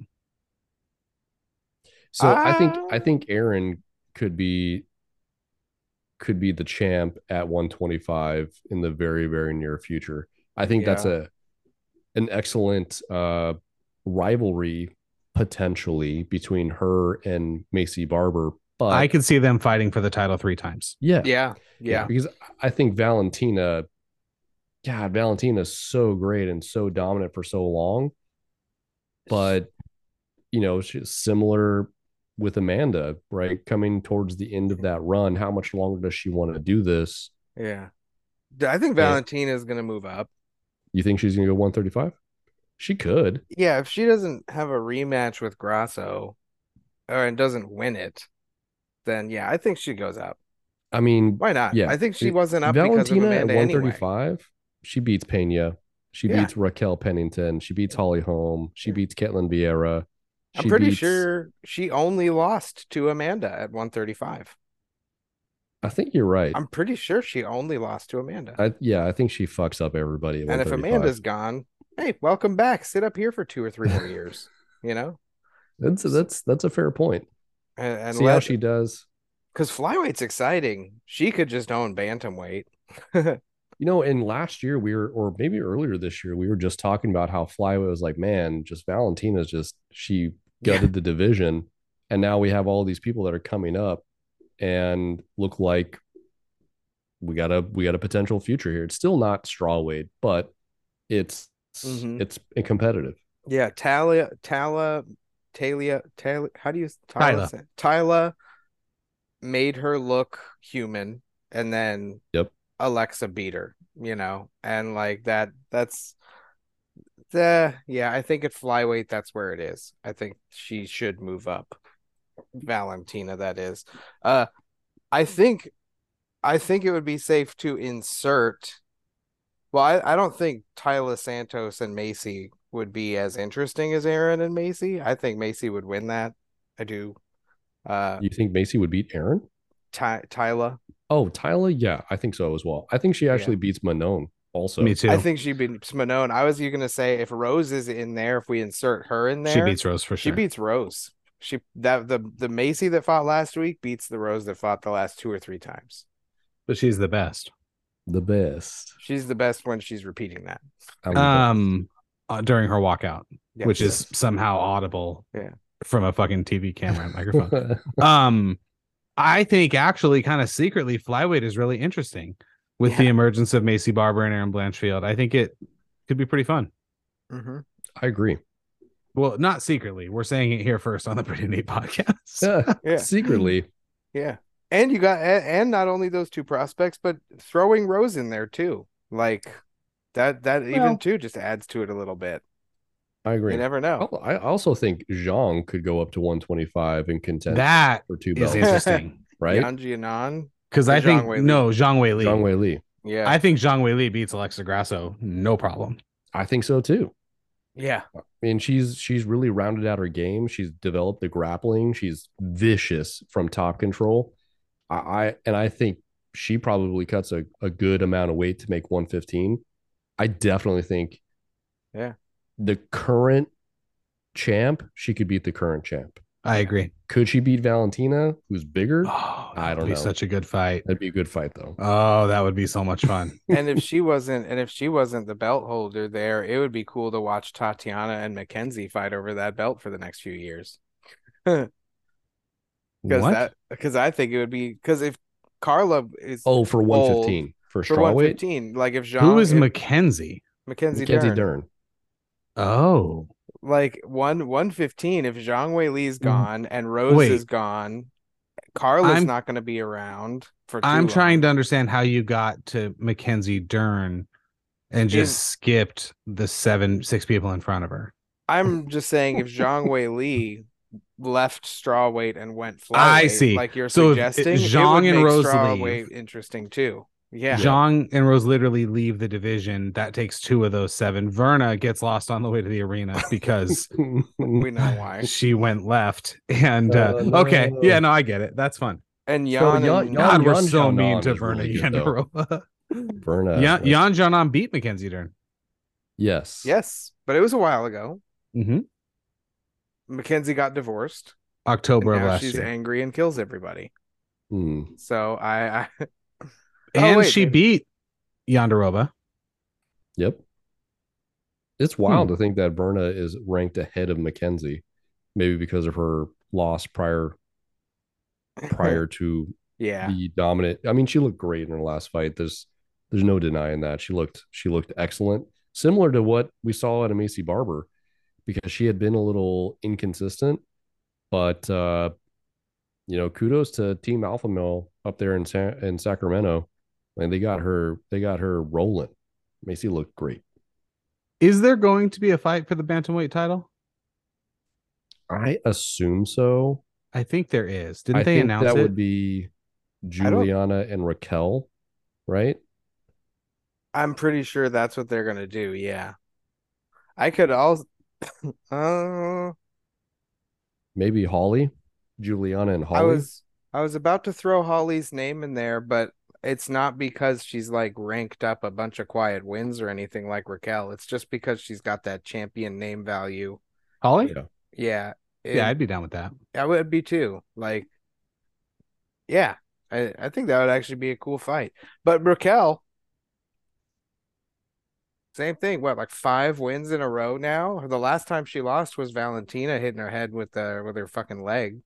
[SPEAKER 3] So I think
[SPEAKER 1] Ah.
[SPEAKER 3] I think Aaron could be could be the champ at 125 in the very very near future. I think that's a an excellent uh, rivalry potentially between her and Macy Barber. But
[SPEAKER 2] I could see them fighting for the title three times.
[SPEAKER 3] yeah,
[SPEAKER 1] Yeah. Yeah.
[SPEAKER 3] because I think Valentina, God, Valentina's so great and so dominant for so long, but you know she's similar with Amanda, right? Coming towards the end of that run, how much longer does she want to do this?
[SPEAKER 1] Yeah. I think
[SPEAKER 3] Yeah.
[SPEAKER 1] Valentina is going to move up.
[SPEAKER 3] You think she's gonna go one thirty five? She could.
[SPEAKER 1] Yeah, if she doesn't have a rematch with Grasso or and doesn't win it, then yeah, I think she goes up.
[SPEAKER 3] I mean,
[SPEAKER 1] Why not?
[SPEAKER 3] Yeah.
[SPEAKER 1] I think she
[SPEAKER 3] It-
[SPEAKER 1] wasn't up because of
[SPEAKER 3] Valentina at
[SPEAKER 1] Amanda anyway.
[SPEAKER 3] 135, she beats Pena. She
[SPEAKER 1] Yeah.
[SPEAKER 3] beats Raquel Pennington. She beats Holly Holm. She beats Caitlin Vieira.
[SPEAKER 1] I'm
[SPEAKER 3] she
[SPEAKER 1] pretty
[SPEAKER 3] beats-
[SPEAKER 1] sure she only lost to Amanda at 135.
[SPEAKER 3] I think you're right.
[SPEAKER 1] I'm pretty sure she only lost to Amanda.
[SPEAKER 3] I, yeah, I think she fucks up everybody. At
[SPEAKER 1] and if
[SPEAKER 3] 135.
[SPEAKER 1] Amanda's gone, hey, welcome back. Sit up here for two or three more years, you know?
[SPEAKER 3] that's that's that's a fair point.
[SPEAKER 1] And, and
[SPEAKER 3] See how
[SPEAKER 1] let,
[SPEAKER 3] she does.
[SPEAKER 1] because flyweight's exciting. She could just own bantamweight.
[SPEAKER 3] You know, and last year we were, or maybe earlier this year, we were just talking about how Flyway was like, man, just Valentina's just she
[SPEAKER 1] Yeah.
[SPEAKER 3] gutted the division, and now we have all these people that are coming up and look like we got a we got a potential future here. It's still not strawweight, but it's
[SPEAKER 1] Mhm.
[SPEAKER 3] it's competitive.
[SPEAKER 1] Yeah, Talia, Tala, Talia, Talia. How do you
[SPEAKER 2] Tyla.
[SPEAKER 1] Tyla? say- Tyla made her look human, and then
[SPEAKER 3] Yep.
[SPEAKER 1] Alexa beat her. You know, and like that. That's the yeah. I think at flyweight, that's where it is. I think she should move up. Valentina, that is. Uh, I think, I think it would be safe to insert. Well, I, I don't think Tyler Santos and Macy would be as interesting as Aaron and Macy. I think Macy would win that. I do. Uh,
[SPEAKER 3] You think Macy would beat Aaron?
[SPEAKER 1] Ty- Tyler,
[SPEAKER 3] Oh, Tyler, yeah, I think so as well. I think she actually beats Manon also.
[SPEAKER 2] Me too.
[SPEAKER 1] I think she beats Manon. I was you gonna say if Rose is in there, if we insert her in there,
[SPEAKER 2] she beats Rose for
[SPEAKER 1] she
[SPEAKER 2] sure.
[SPEAKER 1] beats Rose. She that the the Macy that fought last week beats the Rose that fought the last two or three times.
[SPEAKER 2] but she's the best.
[SPEAKER 3] The best.
[SPEAKER 1] She's the best when she's repeating that.
[SPEAKER 3] I'm the
[SPEAKER 2] Um, uh, during her walkout,
[SPEAKER 1] Yeah.
[SPEAKER 2] which is somehow audible.
[SPEAKER 1] Yeah.
[SPEAKER 2] From a fucking TV camera and
[SPEAKER 3] best.
[SPEAKER 2] microphone. um, I think actually, kind of secretly, flyweight is really interesting with the
[SPEAKER 1] Yeah.
[SPEAKER 2] emergence of Macy Barber and Aaron Blanchfield. I think it could be pretty fun.
[SPEAKER 1] Mhm.
[SPEAKER 3] I agree.
[SPEAKER 2] Well, not secretly. We're saying it here first on the Pretty Neat podcast.
[SPEAKER 3] Yeah,
[SPEAKER 1] Yeah.
[SPEAKER 3] secretly.
[SPEAKER 1] Yeah. And you got and, and not only those two prospects, but throwing Rose in there too. Like that that
[SPEAKER 2] Well-
[SPEAKER 1] even too just adds to it a little bit.
[SPEAKER 3] I agree.
[SPEAKER 1] You never know.
[SPEAKER 3] Al- I also think Zhang could go up to 125 and contend
[SPEAKER 2] That
[SPEAKER 3] for two
[SPEAKER 2] is
[SPEAKER 3] belts,
[SPEAKER 1] it-
[SPEAKER 2] interesting
[SPEAKER 3] right?
[SPEAKER 1] Yan Jianan.
[SPEAKER 2] because I
[SPEAKER 1] Zhang
[SPEAKER 2] think
[SPEAKER 1] Weili.
[SPEAKER 2] no Zhang Wei Li.
[SPEAKER 3] Zhang Wei Li.
[SPEAKER 1] Yeah.
[SPEAKER 2] I think Zhang Wei Li beats Alexa Grasso, no problem.
[SPEAKER 3] I think so too.
[SPEAKER 1] yeah.
[SPEAKER 3] I mean, she's she's really rounded out her game. She's developed the grappling. She's vicious from top control. I, I and I think she probably cuts a, a good amount of weight to make 115. I definitely think
[SPEAKER 1] Yeah.
[SPEAKER 3] the current champ, she could beat the current champ.
[SPEAKER 2] I agree.
[SPEAKER 3] Could she beat Valentina, who's bigger?
[SPEAKER 1] Ah.
[SPEAKER 2] Oh,
[SPEAKER 3] I
[SPEAKER 2] that would
[SPEAKER 3] don't
[SPEAKER 2] be
[SPEAKER 3] know.
[SPEAKER 2] Such a good fight.
[SPEAKER 3] That'd be a good fight though.
[SPEAKER 2] Oh, that would be so much fun.
[SPEAKER 1] And if she wasn't and if she wasn't the belt holder there, it would be cool to watch Tatiana and Mackenzie fight over that belt for the next few years. Because
[SPEAKER 2] what?
[SPEAKER 1] that because I think it would be because if Carla is
[SPEAKER 3] Oh, for 115 for
[SPEAKER 1] for
[SPEAKER 3] straw
[SPEAKER 1] one
[SPEAKER 3] weight.
[SPEAKER 1] fifteen, like if Jean
[SPEAKER 2] Who is
[SPEAKER 1] if
[SPEAKER 2] Mackenzie?
[SPEAKER 1] Mackenzie,
[SPEAKER 3] Mackenzie
[SPEAKER 1] Dern.
[SPEAKER 3] Dern.
[SPEAKER 2] Oh,
[SPEAKER 1] like one one fifteen. If Zhang Wei Li's gone and Rose
[SPEAKER 2] Mm-hmm. Wait.
[SPEAKER 1] is gone, Carla's
[SPEAKER 2] I'm-
[SPEAKER 1] not going to be around for. Too
[SPEAKER 2] I'm trying to understand how you got to Mackenzie Dern and just
[SPEAKER 1] Is-
[SPEAKER 2] skipped the seven, six people in front of her.
[SPEAKER 1] I'm just saying if Zhang Wei Li left strawweight and went flyweight,
[SPEAKER 2] I see.
[SPEAKER 1] like you're
[SPEAKER 2] So if- if
[SPEAKER 1] suggesting, it
[SPEAKER 2] Zhang
[SPEAKER 1] would
[SPEAKER 2] and
[SPEAKER 1] make
[SPEAKER 2] Rose
[SPEAKER 1] strawweight interesting too. Yeah,
[SPEAKER 2] Zhang and Rose literally leave the division. That takes two of those seven. Verna gets lost on the way to the arena because
[SPEAKER 1] we know why.
[SPEAKER 2] she went left. And uh,
[SPEAKER 3] Oh, no.
[SPEAKER 2] okay, yeah, no, I get it. That's fun.
[SPEAKER 1] And
[SPEAKER 3] So
[SPEAKER 1] Yan,
[SPEAKER 3] Yan-
[SPEAKER 1] and-
[SPEAKER 3] Yan-
[SPEAKER 2] God, we're so
[SPEAKER 3] Jan
[SPEAKER 2] mean to
[SPEAKER 3] is
[SPEAKER 2] Verna
[SPEAKER 3] really good, though.
[SPEAKER 2] Yandaroa.
[SPEAKER 3] Verna.
[SPEAKER 2] Yan
[SPEAKER 3] yeah.
[SPEAKER 2] Jan Jonan beat Mackenzie Dern.
[SPEAKER 3] Yes.
[SPEAKER 1] yes, but it was a while ago.
[SPEAKER 3] Mm-hmm.
[SPEAKER 2] Mhm.
[SPEAKER 1] Mackenzie got divorced.
[SPEAKER 2] October
[SPEAKER 1] and
[SPEAKER 2] of
[SPEAKER 1] now
[SPEAKER 2] last
[SPEAKER 1] she's
[SPEAKER 2] year.
[SPEAKER 1] angry and kills everybody.
[SPEAKER 3] Hmm.
[SPEAKER 1] So I, I Oh,
[SPEAKER 2] and
[SPEAKER 1] wait,
[SPEAKER 2] she
[SPEAKER 1] maybe-
[SPEAKER 2] beat Yanderoba.
[SPEAKER 3] Yep. It's wild to think that Verna is ranked ahead of Mackenzie, maybe because of her loss prior prior to
[SPEAKER 1] yeah.
[SPEAKER 3] the dominant. I mean, she looked great in her last fight. There's there's no denying that. She looked she looked excellent. Similar to what we saw at Macy Barber, because she had been a little inconsistent. But uh, you know, kudos to Team Alpha Male up there in Sa- in Sacramento. And they got her they got her rolling. Macy looked great.
[SPEAKER 2] Is there going to be a fight for the bantamweight title?
[SPEAKER 3] I assume so.
[SPEAKER 2] I think there is. Didn't
[SPEAKER 3] I
[SPEAKER 2] they
[SPEAKER 3] think
[SPEAKER 2] announce
[SPEAKER 3] that
[SPEAKER 2] it?
[SPEAKER 3] would be
[SPEAKER 1] don't-
[SPEAKER 3] Juliana and Raquel, right?
[SPEAKER 1] I'm pretty sure that's what they're gonna do. Yeah. I could also. uh,
[SPEAKER 3] Maybe Holly, Juliana and Holly.
[SPEAKER 1] I was I was about to throw Holly's name in there, but it's not because she's like ranked up a bunch of quiet wins or anything like Raquel. It's just because she's got that champion name value.
[SPEAKER 2] Holly?
[SPEAKER 3] Yeah.
[SPEAKER 1] Yeah.
[SPEAKER 2] Yeah.
[SPEAKER 1] it-
[SPEAKER 2] I'd be down with that.
[SPEAKER 1] I would be too. Like, yeah, I, I think that would actually be a cool fight. But Raquel, same thing. What, like five wins in a row now? The last time she lost was Valentina hitting her head with the with her fucking leg.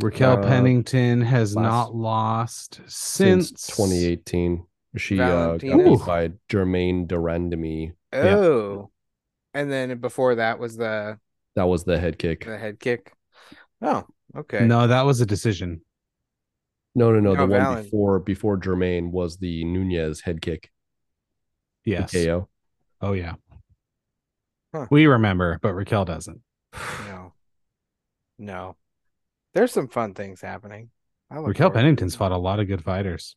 [SPEAKER 2] Raquel
[SPEAKER 3] Uh,
[SPEAKER 2] Pennington has
[SPEAKER 3] last-
[SPEAKER 2] not lost since,
[SPEAKER 3] since 2018. She uh, got
[SPEAKER 1] Valentina.
[SPEAKER 3] beat by Jermaine Durandamy.
[SPEAKER 2] Yeah.
[SPEAKER 1] Oh, and then before that was the
[SPEAKER 3] That was the head kick.
[SPEAKER 1] the head kick. Oh, okay.
[SPEAKER 2] No, that was a decision.
[SPEAKER 3] No, no, no.
[SPEAKER 1] No,
[SPEAKER 3] the one
[SPEAKER 1] Valen.
[SPEAKER 3] before before Jermaine was the Nunez head kick. the
[SPEAKER 2] Yes.
[SPEAKER 3] KO.
[SPEAKER 2] Oh yeah.
[SPEAKER 1] Huh.
[SPEAKER 2] We remember, but Raquel doesn't.
[SPEAKER 1] no, no. There's some fun things happening. I look
[SPEAKER 2] Raquel
[SPEAKER 1] forward-
[SPEAKER 2] Pennington's fought a lot of good fighters.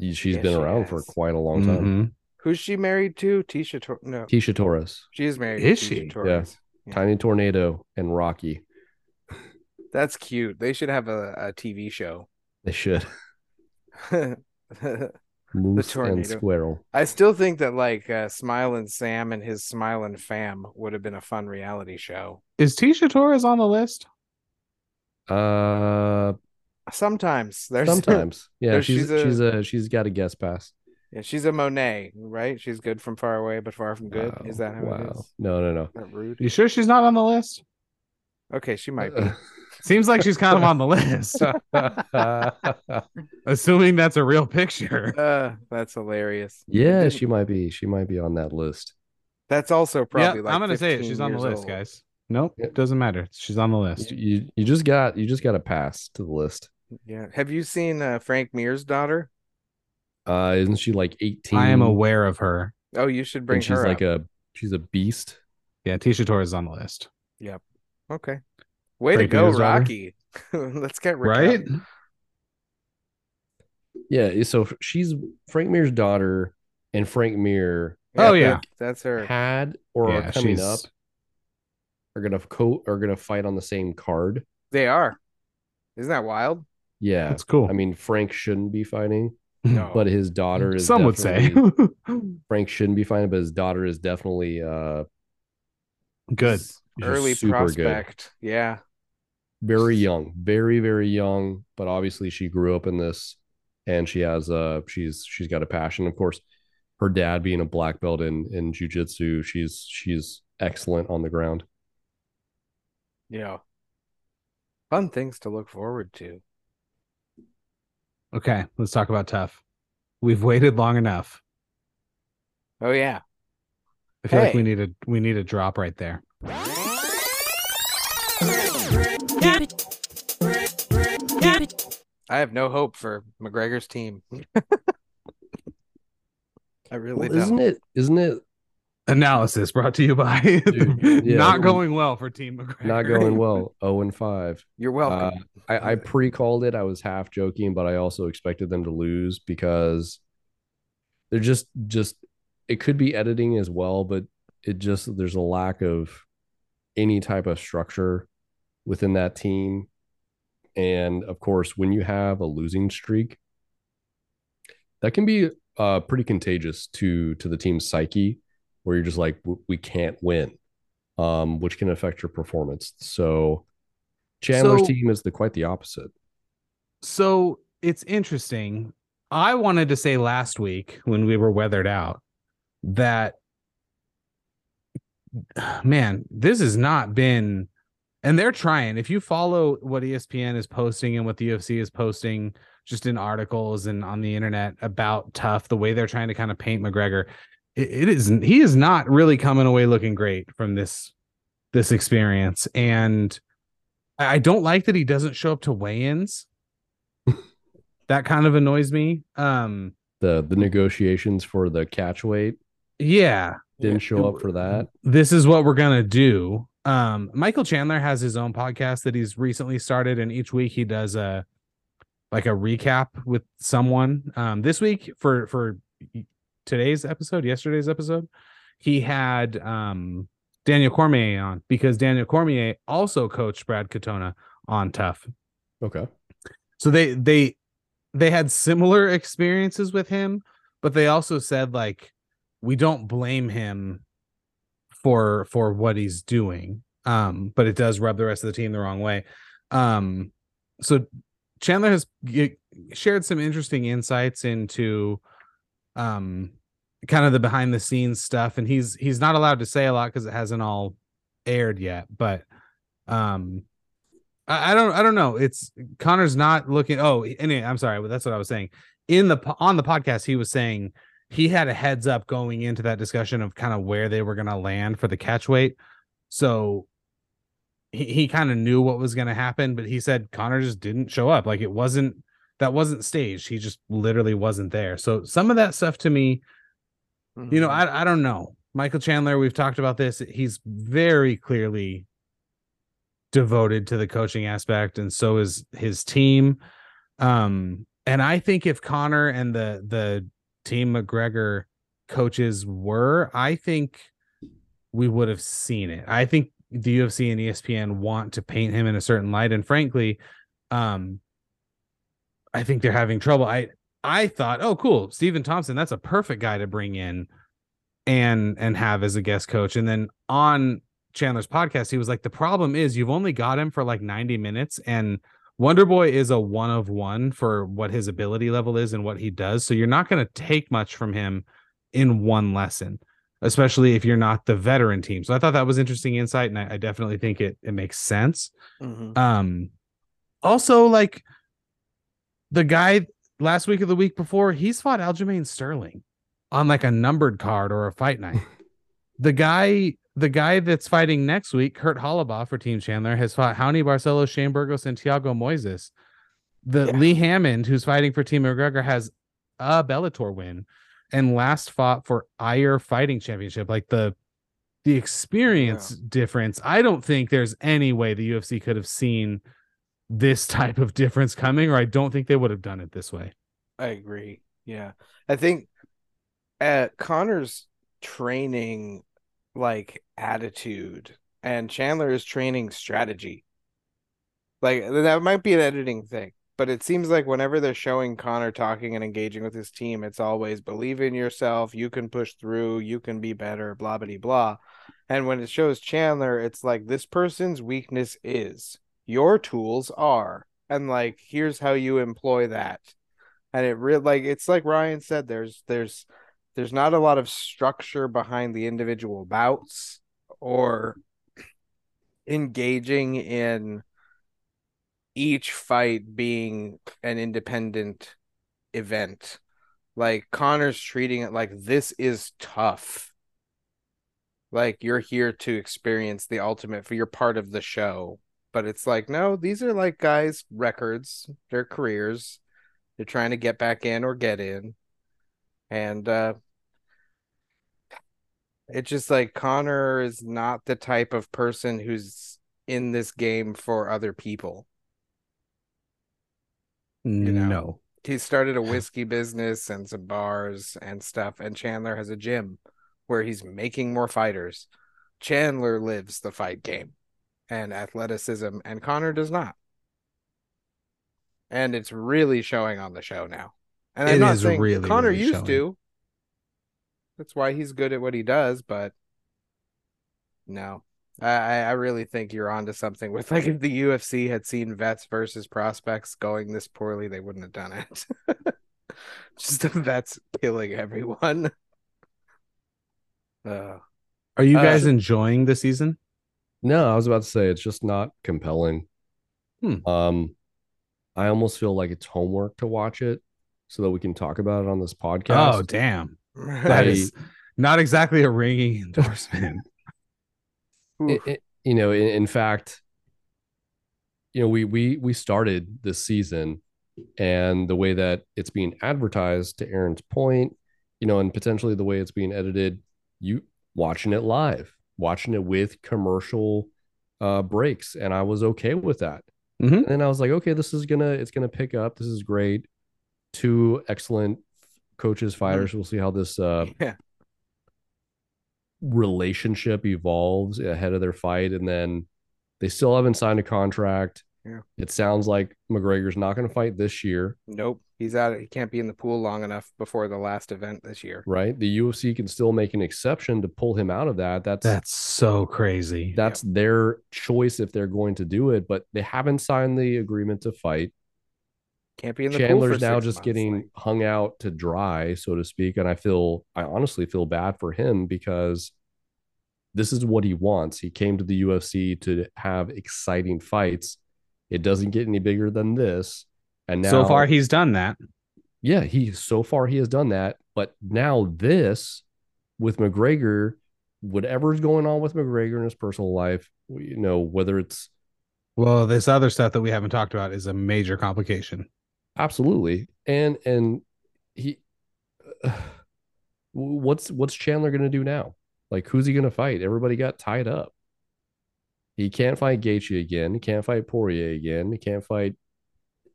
[SPEAKER 3] She's
[SPEAKER 1] Yeah,
[SPEAKER 3] been
[SPEAKER 1] she
[SPEAKER 3] around for
[SPEAKER 1] has. Mm-hmm.
[SPEAKER 3] quite a long time.
[SPEAKER 2] Mhm.
[SPEAKER 1] Who's she married to? Tisha. Tor- no,
[SPEAKER 3] Tisha Torres,
[SPEAKER 1] She is married.
[SPEAKER 2] Is
[SPEAKER 1] to Tisha
[SPEAKER 2] she? Yeah.
[SPEAKER 1] Torres. Yeah.
[SPEAKER 3] Tiny Tornado, and Rocky.
[SPEAKER 1] That's cute. They should have a, a TV show.
[SPEAKER 3] They should
[SPEAKER 1] I
[SPEAKER 3] Moose and
[SPEAKER 1] tornado.
[SPEAKER 3] Squirrel.
[SPEAKER 1] still think that like uh, Smiling Sam and his Smiling Fam would have been a fun reality show.
[SPEAKER 2] Is Tisha Torres on the list?
[SPEAKER 3] Uh,
[SPEAKER 1] Sometimes there's
[SPEAKER 3] sometimes, yeah.
[SPEAKER 1] there's-
[SPEAKER 3] She's
[SPEAKER 1] she's
[SPEAKER 3] she's
[SPEAKER 1] a-
[SPEAKER 3] a, she's got a guest pass.
[SPEAKER 1] yeah, she's a Monet, right? She's good from far away, but far from good. Is
[SPEAKER 3] Wow,
[SPEAKER 1] that how it is?
[SPEAKER 3] Oh, wow.
[SPEAKER 1] Is
[SPEAKER 3] No, no, no.
[SPEAKER 1] that rude?
[SPEAKER 2] You sure she's not on the list?
[SPEAKER 1] Okay, she might
[SPEAKER 2] Uh,
[SPEAKER 1] be.
[SPEAKER 2] Seems like she's kind of on the list, assuming that's a real picture.
[SPEAKER 1] Uh, that's hilarious.
[SPEAKER 3] yeah,
[SPEAKER 1] Didn't-
[SPEAKER 3] she might be. She might be on that list.
[SPEAKER 1] That's also probably.
[SPEAKER 2] yeah,
[SPEAKER 1] like
[SPEAKER 2] I'm gonna say it.
[SPEAKER 1] 15
[SPEAKER 2] She's on the
[SPEAKER 1] years
[SPEAKER 2] list,
[SPEAKER 1] old.
[SPEAKER 2] guys. Nope,
[SPEAKER 3] Yeah.
[SPEAKER 2] doesn't matter. She's on the list.
[SPEAKER 3] You, you you just got you just got a pass to the list.
[SPEAKER 1] Yeah. Have you seen uh, Frank Mir's daughter?
[SPEAKER 3] Uh, isn't she like eighteen?
[SPEAKER 2] I am aware of her.
[SPEAKER 1] Oh, you should bring
[SPEAKER 3] And she's
[SPEAKER 1] her.
[SPEAKER 3] like
[SPEAKER 1] up.
[SPEAKER 3] a she's a beast.
[SPEAKER 2] Yeah, Tisha Torres is on the list.
[SPEAKER 1] Okay. Way to
[SPEAKER 2] Frank
[SPEAKER 1] go,
[SPEAKER 2] Mir's daughter.
[SPEAKER 1] Rocky. Let's get Raquel.
[SPEAKER 2] Right?
[SPEAKER 3] Yeah. eh, So she's Frank Mir's daughter, and Frank Mir
[SPEAKER 2] Oh, yeah.
[SPEAKER 1] That's her.
[SPEAKER 3] had or
[SPEAKER 2] Yeah,
[SPEAKER 3] are coming
[SPEAKER 2] she's-
[SPEAKER 3] up are gonna co are gonna fight on the same card.
[SPEAKER 1] They are. Isn't that wild?
[SPEAKER 3] Yeah.
[SPEAKER 2] That's cool.
[SPEAKER 3] I mean, Frank shouldn't be fighting,
[SPEAKER 1] No.
[SPEAKER 3] but his daughter is.
[SPEAKER 2] Some would say
[SPEAKER 3] definitely- Frank shouldn't be fighting, but his daughter is definitely. uh
[SPEAKER 2] good.
[SPEAKER 1] S- Early
[SPEAKER 3] super good.
[SPEAKER 1] prospect. Yeah.
[SPEAKER 3] very young, very very young, but obviously she grew up in this, and she has uh she's she's got a passion. Of course, her dad being a black belt in in jujitsu, she's she's excellent on the ground.
[SPEAKER 1] Yeah. Fun things to look forward to.
[SPEAKER 2] Okay, let's talk about tough. We've waited long enough.
[SPEAKER 1] Oh yeah.
[SPEAKER 2] I feel like
[SPEAKER 1] Hey.
[SPEAKER 2] we need a we need a drop right there.
[SPEAKER 1] I have no hope for McGregor's team. I really
[SPEAKER 3] Well, isn't
[SPEAKER 1] don't.
[SPEAKER 3] it? Isn't it
[SPEAKER 2] Analysis brought to you by
[SPEAKER 3] Dude, yeah.
[SPEAKER 2] not going well for Team McGregor.
[SPEAKER 3] not going well? Zero and five.
[SPEAKER 1] You're welcome.
[SPEAKER 3] Uh, I, I pre called it. I was half joking, but I also expected them to lose because they're just just it could be editing as well, but it just there's a lack of any type of structure within that team. And of course, when you have a losing streak, that can be uh, pretty contagious to to the team's psyche, where you're just like, "W- we can't win, um, which can affect your performance. So Chandler's
[SPEAKER 2] So-
[SPEAKER 3] team is the quite the opposite.
[SPEAKER 2] So it's interesting. I wanted to say last week when we were weathered out that man, this has not been and they're trying. If you follow what E ESPN is posting and what the UFC is posting just in articles and on the internet about tough, the way they're trying to kind of paint McGregor, it, it isn't he is not really coming away looking great from this this experience. And I I don't like that he doesn't show up to weigh-ins. that kind of annoys me. Um
[SPEAKER 3] The the negotiations for the catch weight
[SPEAKER 2] yeah,
[SPEAKER 3] didn't show up for that.
[SPEAKER 2] this is what we're gonna do. Um, Michael Chandler has his own podcast that he's recently started, and each week he does a like a recap with someone. Um, this week for for today's episode, yesterday's episode, he had um Daniel Cormier on because Daniel Cormier also coached Brad Katona on Tough. Mm-hmm.
[SPEAKER 3] Okay.
[SPEAKER 2] So they they they had similar experiences with him, but they also said like we don't blame him for for what he's doing. Um, but it does rub the rest of the team the wrong way. Um, so Chandler has g- shared some interesting insights into um kind of the behind the scenes stuff and he's he's not allowed to say a lot because it hasn't all aired yet but um I, I don't i don't know it's connor's not looking oh anyway i'm sorry that's what i was saying in the po- on the podcast he was saying he had a heads up going into that discussion of kind of where they were going to land for the catch weight so he, he kind of knew what was going to happen but he said connor just didn't show up like it wasn't that wasn't staged he just literally wasn't there so some of that stuff to me uh, you
[SPEAKER 1] Mm-hmm.
[SPEAKER 2] know, I I don't know. Michael Chandler, we've talked about this. He's very clearly devoted to the coaching aspect, and so is his team. Um, and I think if Connor and the the team McGregor coaches were, I think we would have seen it. I think the UFC and E ESPN want to paint him in a certain light, and frankly, um, I think they're having trouble. I I thought, oh, cool, Stephen Thompson, that's a perfect guy to bring in and and have as a guest coach. And then on Chandler's podcast, he was like, the problem is you've only got him for like 90 minutes, and Wonder Boy is a one of one for what his ability level is and what he does. So you're not going to take much from him in one lesson, especially if you're not the veteran team. So I thought that was interesting insight, and I, I definitely think it it makes sense.
[SPEAKER 1] Mm-hmm.
[SPEAKER 2] Um, also like the guy last week or the week before, he's fought Aljamain Sterling on like a numbered card or a fight night. the guy, the guy that's fighting next week, Kurt Hollabaugh for Team Chandler, has fought Howney Barcelo, Shane Burgos, and Tiago Moises. The
[SPEAKER 1] Yeah.
[SPEAKER 2] Lee Hammond, who's fighting for Team McGregor, has a Bellator win and last fought for Iyer Fighting Championship. Like the the experience difference, I don't think there's any way the UFC could have seen this type of difference coming, or I don't think they would have done it this way.
[SPEAKER 1] I agree. Yeah. I think uh Connor's training like attitude and Chandler is training strategy. Like that might be an editing thing, but it seems like whenever they're showing Connor talking and engaging with his team, it's always believe in yourself, you can push through, you can be better, blah blah blah. And when it shows Chandler, it's like this person's weakness is your tools are and like here's how you employ that and it really like it's like Ryan said there's there's there's not a lot of structure behind the individual bouts or engaging in each fight being an independent event like Connor's treating it like this is tough like you're here to experience the ultimate for you're part of the show but it's like no these are like guys records their careers they're trying to get back in or get in and uh it's just like connor is not the type of person who's in this game for other people know?
[SPEAKER 2] No.
[SPEAKER 1] he started a whiskey business and some bars and stuff and chandler has a gym where he's making more fighters chandler lives the fight game and athleticism and connor does not and it's really showing on the show now and i'm
[SPEAKER 2] It
[SPEAKER 1] not
[SPEAKER 2] is
[SPEAKER 1] saying
[SPEAKER 2] really,
[SPEAKER 1] connor
[SPEAKER 2] really
[SPEAKER 1] used
[SPEAKER 2] showing.
[SPEAKER 1] to that's why he's good at what he does but no I I I really think you're onto something with like if the UFC had seen vets versus prospects going this poorly, they wouldn't have done it. Just the vets killing everyone. Uh,
[SPEAKER 2] Are you
[SPEAKER 1] Uh,
[SPEAKER 2] guys enjoying the season?
[SPEAKER 3] No, I was about to say it's just not compelling.
[SPEAKER 2] Hmm.
[SPEAKER 3] Um, I almost feel like it's homework to watch it so that we can talk about it on this
[SPEAKER 2] Oh,
[SPEAKER 3] podcast.
[SPEAKER 2] damn.
[SPEAKER 3] I-
[SPEAKER 2] That is not exactly a ringing endorsement.
[SPEAKER 3] i- i- you know, in, in fact, you know, we we we started this season, and the way that it's being advertised, to Aaron's point, you know, and potentially the way it's being edited, you watching it live, watching it with commercial uh, breaks, and I was okay with that.
[SPEAKER 2] Mhm.
[SPEAKER 3] And then I was like, okay, this is gonna it's gonna pick up. This is great. Two excellent coaches, fighters. We'll see how this uh,
[SPEAKER 1] yeah.
[SPEAKER 3] relationship evolves ahead of their fight and then they still haven't signed a contract
[SPEAKER 1] Yeah.
[SPEAKER 3] it sounds like mcgregor's not going to fight this year
[SPEAKER 1] Nope. He's out. He can't be in the pool long enough before the last event this year.
[SPEAKER 3] right the ufc can still make an exception to pull him out of that that's
[SPEAKER 2] That's so crazy.
[SPEAKER 3] that's their choice if they're going to do it but they haven't signed the agreement to fight
[SPEAKER 1] Can't be in the pool. for
[SPEAKER 3] chandler's
[SPEAKER 1] six
[SPEAKER 3] now just
[SPEAKER 1] months,
[SPEAKER 3] getting
[SPEAKER 1] like-
[SPEAKER 3] hung out to dry so to speak and i feel i honestly feel bad for him because this is what he wants. He came to the UFC to have exciting fights. It doesn't get any bigger than this. And now,
[SPEAKER 2] so far, he's done that.
[SPEAKER 3] yeah, he so far he has done that. But now this with McGregor, whatever's going on with McGregor in his personal life, you know, whether it's
[SPEAKER 2] Well, this other stuff that we haven't talked about is a major complication.
[SPEAKER 3] absolutely and and he, what's what's Chandler gonna do now? Like, who's he gonna fight? Everybody got tied up. He can't fight Gaethje again. He can't fight Poirier again. He can't fight.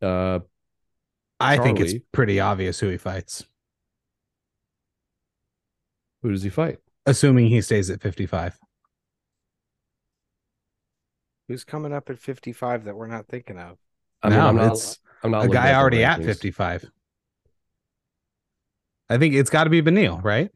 [SPEAKER 3] Uh,
[SPEAKER 2] I think it's
[SPEAKER 3] Charlie.
[SPEAKER 2] pretty obvious who he fights,
[SPEAKER 3] who does he fight?
[SPEAKER 2] assuming he stays at 55.
[SPEAKER 1] Who's coming up at 55 that we're not thinking of?
[SPEAKER 3] I
[SPEAKER 2] No,
[SPEAKER 3] I'm not.
[SPEAKER 2] it's
[SPEAKER 3] I'm not
[SPEAKER 2] a
[SPEAKER 3] looking
[SPEAKER 2] guy
[SPEAKER 3] the
[SPEAKER 2] already at
[SPEAKER 3] rankings.
[SPEAKER 2] 55. I think it's got to be Benil, right?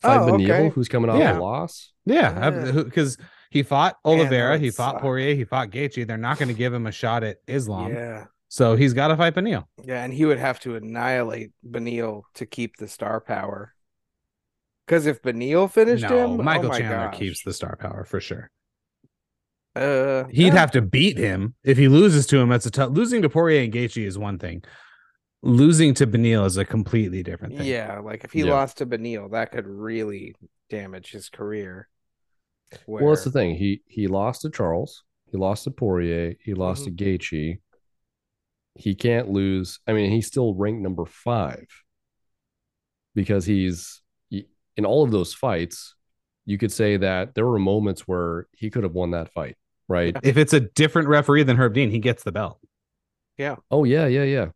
[SPEAKER 3] Fight
[SPEAKER 1] Oh,
[SPEAKER 3] Beneil,
[SPEAKER 1] okay.
[SPEAKER 3] who's coming off
[SPEAKER 2] Yeah.
[SPEAKER 3] a loss.
[SPEAKER 2] Yeah,
[SPEAKER 1] Yeah.
[SPEAKER 2] because he fought
[SPEAKER 1] Man, that
[SPEAKER 2] Oliveira,
[SPEAKER 1] would
[SPEAKER 2] he fought
[SPEAKER 1] suck.
[SPEAKER 2] Poirier, he fought Gaethje. They're not going to give him a shot at Islam,
[SPEAKER 1] Yeah.
[SPEAKER 2] so he's got to fight Benil.
[SPEAKER 1] Yeah, and he would have to annihilate Benil to keep the star power. Because if Benil finished
[SPEAKER 2] No,
[SPEAKER 1] him, oh
[SPEAKER 2] Michael
[SPEAKER 1] my
[SPEAKER 2] Chandler
[SPEAKER 1] gosh.
[SPEAKER 2] keeps the star power for sure.
[SPEAKER 1] Uh,
[SPEAKER 2] He'd
[SPEAKER 1] yeah.
[SPEAKER 2] have to beat him if he loses to him. That's a tough. Losing to Poirier and Gaethje is one thing. Losing to Benil is a completely different thing.
[SPEAKER 1] Yeah, like if he
[SPEAKER 3] Yeah.
[SPEAKER 1] lost to Benil, that could really damage his career. Where,
[SPEAKER 3] Well, that's the thing. He he lost to Charles. He lost to Poirier. He lost
[SPEAKER 1] Mm-hmm.
[SPEAKER 3] to Gaethje. He can't lose. I mean, he's still ranked number five because he's he- in all of those fights. You could say that there were moments where he could have won that fight, right?
[SPEAKER 2] If it's a different referee than Herb Dean, he gets the belt.
[SPEAKER 3] Oh yeah, yeah, yeah.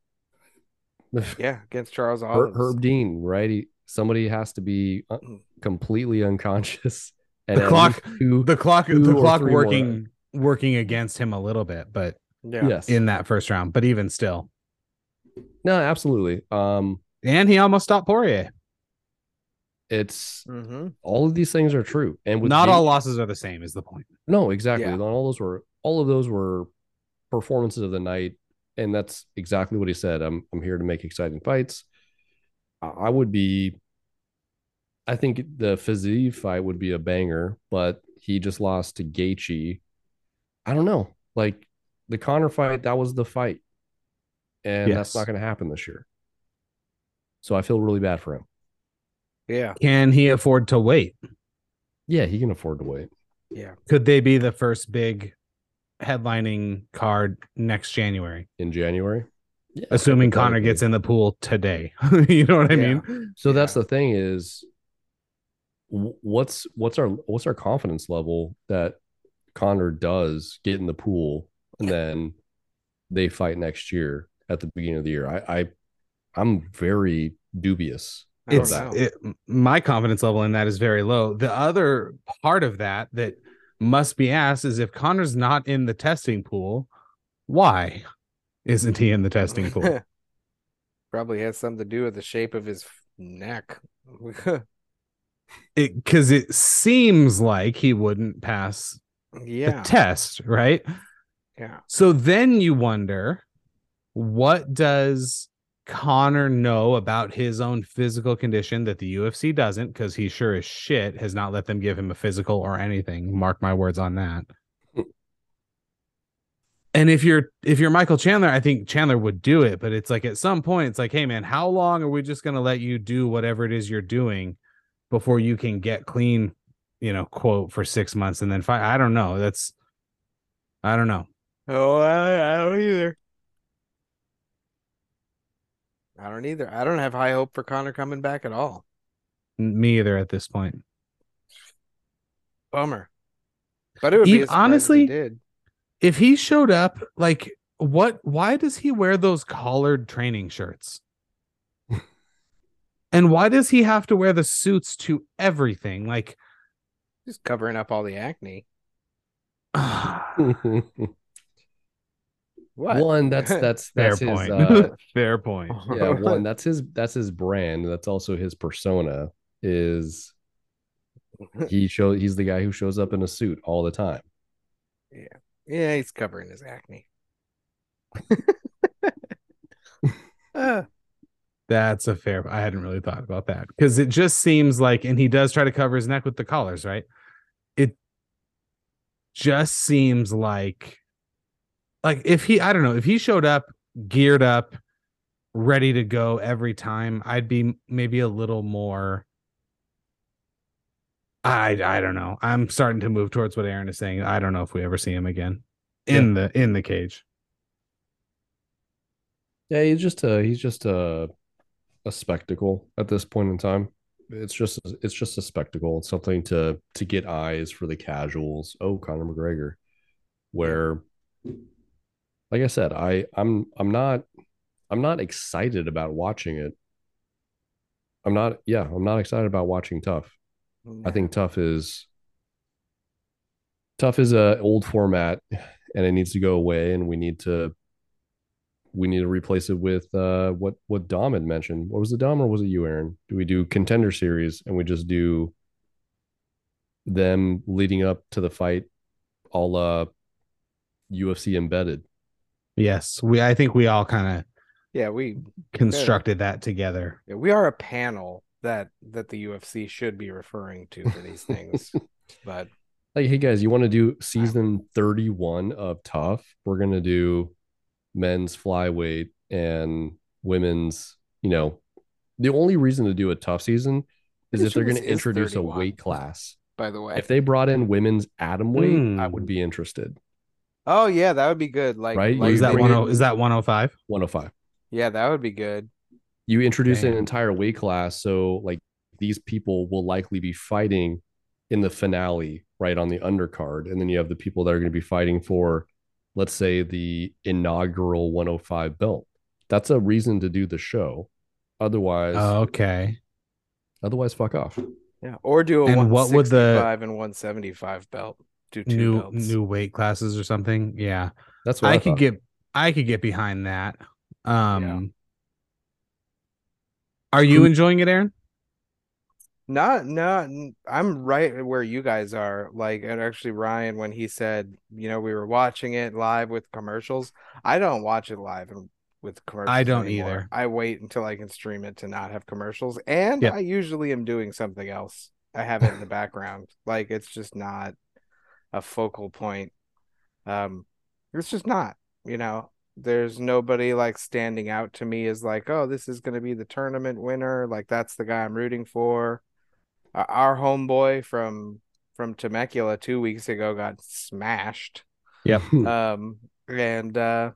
[SPEAKER 1] yeah, against Charles
[SPEAKER 3] Her-
[SPEAKER 1] Olives.
[SPEAKER 3] Herb Dean, right? He, somebody has to be uh,
[SPEAKER 1] Mm.
[SPEAKER 3] completely unconscious. And
[SPEAKER 2] The
[SPEAKER 3] at
[SPEAKER 2] clock-
[SPEAKER 3] least two-
[SPEAKER 2] The clock,
[SPEAKER 3] Two
[SPEAKER 2] the
[SPEAKER 3] or
[SPEAKER 2] clock
[SPEAKER 3] three more.
[SPEAKER 2] working working against him a little bit, but
[SPEAKER 1] yeah.
[SPEAKER 3] Yes.
[SPEAKER 2] in that first round. But even still,
[SPEAKER 3] no, absolutely. Um,
[SPEAKER 2] and he almost stopped Poirier.
[SPEAKER 3] it's
[SPEAKER 1] hmm
[SPEAKER 3] all of these things are true, and with
[SPEAKER 2] Not
[SPEAKER 3] Gaethje-
[SPEAKER 2] all losses are the same. Is the point?
[SPEAKER 3] No, exactly.
[SPEAKER 1] Yeah.
[SPEAKER 3] Not all those were all of those were performances of the night, and that's exactly what he said. I'm I'm here to make exciting fights. I, I would be. I think the Fazeev fight would be a banger, but he just lost to Gaethje. I don't know. Like the Connor fight, that was the fight, and that's
[SPEAKER 2] Yes.
[SPEAKER 3] not going to happen this year. So I feel really bad for him.
[SPEAKER 1] Yeah.
[SPEAKER 2] Can he afford to wait?
[SPEAKER 3] Yeah, he can afford to wait.
[SPEAKER 2] Could they be the first big headlining card next January?
[SPEAKER 3] in January. Yeah,
[SPEAKER 2] assuming Connor
[SPEAKER 3] hypothetically.
[SPEAKER 2] gets in the pool today. you know what I
[SPEAKER 1] Yeah.
[SPEAKER 2] mean?
[SPEAKER 3] So that's the thing is, wh- what's what's our what's our confidence level that Connor does get in the pool and then they fight next year at the beginning of the year? I, I I'm very dubious.
[SPEAKER 1] I don't
[SPEAKER 2] It's
[SPEAKER 1] know.
[SPEAKER 2] it, my confidence level in that is very low. The other part of that that must be asked is if Connor's not in the testing pool, why isn't he in the testing pool?
[SPEAKER 1] Probably has something to do with the shape of his f- neck.
[SPEAKER 2] because it, seems like he wouldn't pass
[SPEAKER 1] Yeah.
[SPEAKER 2] the test, right?
[SPEAKER 1] Yeah.
[SPEAKER 2] So then you wonder what does Connor know about his own physical condition that the UFC doesn't because he sure as shit has not let them give him a physical or anything. Mark my words on that. And if you're if you're Michael Chandler, I think Chandler would do it, but it's like at some point it's like, "Hey man, how long are we just going to let you do whatever it is you're doing before you can get clean, you know, quote for 6 months and then fight?" I don't know. That's I don't know.
[SPEAKER 1] Oh, I, I don't either. I don't either. I don't have high hope for Connor coming back at all.
[SPEAKER 2] N- Me either at this point.
[SPEAKER 1] Bummer. But it would
[SPEAKER 2] He-
[SPEAKER 1] be a surprise if he
[SPEAKER 2] honestly-
[SPEAKER 1] did.
[SPEAKER 2] If he showed up, like, what? Why does he wear those collared training shirts? and why does he have to wear the suits to everything? Like,
[SPEAKER 1] Just covering up all the acne. What?
[SPEAKER 3] one, that's that's
[SPEAKER 2] Fair
[SPEAKER 3] that's his
[SPEAKER 2] point.
[SPEAKER 3] uh,
[SPEAKER 2] fair point.
[SPEAKER 3] yeah, one, that's his that's his brand. That's also his persona is he show he's the guy who shows up in a suit all the time.
[SPEAKER 1] Yeah, he's covering his acne. Uh,
[SPEAKER 2] That's a fair. I hadn't really thought about that because it just seems like, and he does try to cover his neck with the collars, right? It just seems like, like if he, I don't know, if he showed up geared up, ready to go every time, I'd be maybe a little more. I I don't know. I'm starting to move towards what Aaron is saying. I don't know if we ever see him again in the in the cage.
[SPEAKER 3] Yeah, he's just a he's just a a spectacle at this point in time. It's just it's just a spectacle. It's something to to get eyes for the casuals. Oh, Conor McGregor, where like I said, I I'm I'm not I'm not excited about watching it. I'm not yeah, I'm not excited about watching Tough. I think Tough is Tough is a old format and it needs to go away and we need to we need to replace it with uh what what Dom had mentioned. What was it Dom or was it you, Aaron? Do we do contender series and we just do them leading up to the fight all uh UFC embedded?
[SPEAKER 2] Yes, we. I think we all kind of
[SPEAKER 1] yeah, we
[SPEAKER 2] constructed that together.
[SPEAKER 1] yeah, we are a panel that that the UFC should be referring to for these things. But
[SPEAKER 3] Like, hey guys, you want to do season 31 of Tough? We're gonna do men's flyweight and women's, you know, the only reason to do a tough season is
[SPEAKER 1] Pretty
[SPEAKER 3] if
[SPEAKER 1] sure
[SPEAKER 3] they're
[SPEAKER 1] this
[SPEAKER 3] gonna
[SPEAKER 1] is
[SPEAKER 3] introduce a
[SPEAKER 1] 31.
[SPEAKER 3] weight class.
[SPEAKER 1] by the way,
[SPEAKER 3] If they brought in women's atom weight, I
[SPEAKER 2] Mm.
[SPEAKER 3] would be interested.
[SPEAKER 1] oh yeah, that would be good. Like,
[SPEAKER 3] Right?
[SPEAKER 1] like
[SPEAKER 2] is that
[SPEAKER 1] we
[SPEAKER 2] one?
[SPEAKER 1] did-
[SPEAKER 2] Oh, is that one oh five?
[SPEAKER 3] 105.
[SPEAKER 1] Yeah, that would be good.
[SPEAKER 3] You introduce an
[SPEAKER 2] Damn.
[SPEAKER 3] entire weight class, so like these people will likely be fighting in the finale, right on the undercard, and then you have the people that are going to be fighting for, let's say, the inaugural 105 belt. That's a reason to do the show. Otherwise,
[SPEAKER 2] Oh. Okay.
[SPEAKER 3] otherwise, fuck off.
[SPEAKER 1] Yeah, or do a
[SPEAKER 2] And what would the-
[SPEAKER 1] 165 and 175 belt? Do two
[SPEAKER 2] New
[SPEAKER 1] belts.
[SPEAKER 2] new weight classes or something. Yeah.
[SPEAKER 3] That's what I,
[SPEAKER 2] I could
[SPEAKER 3] thought.
[SPEAKER 2] get I could get behind that. Um Are you
[SPEAKER 3] Who-
[SPEAKER 2] enjoying it, Aaron?
[SPEAKER 1] Not, not. I'm right where you guys are. Like, and actually, Ryan, when he said, you know, we were watching it live with commercials. I don't watch it live and with commercials.
[SPEAKER 2] don't
[SPEAKER 1] anymore.
[SPEAKER 2] either.
[SPEAKER 1] I wait until I can stream it to not have commercials, and
[SPEAKER 2] Yep.
[SPEAKER 1] I usually am doing something else. I have it in the background. Like, it's just not a focal point. Um, it's just not. You know, there's nobody like standing out to me as like, oh, this is going to be the tournament winner. Like, that's the guy I'm rooting for our- our homeboy from from Temecula two weeks ago got smashed.
[SPEAKER 2] Yep.
[SPEAKER 3] Hmm.
[SPEAKER 1] Um and uh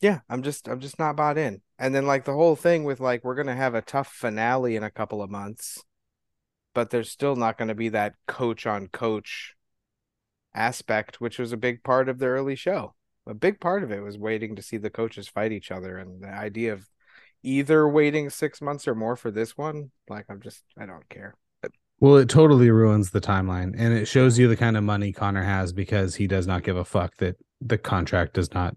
[SPEAKER 1] yeah, I'm just I'm just not bought in. And then like the whole thing with like we're gonna have a tough finale in a couple of months, but there's still not gonna be that coach on coach aspect, which was a big part of the early show. A big part of it was waiting to see the coaches fight each other and the idea of either waiting six months or more for this one, like I'm just I don't care.
[SPEAKER 2] Well, it totally ruins the timeline and it shows you the kind of money Connor has because he does not give a fuck that the contract does not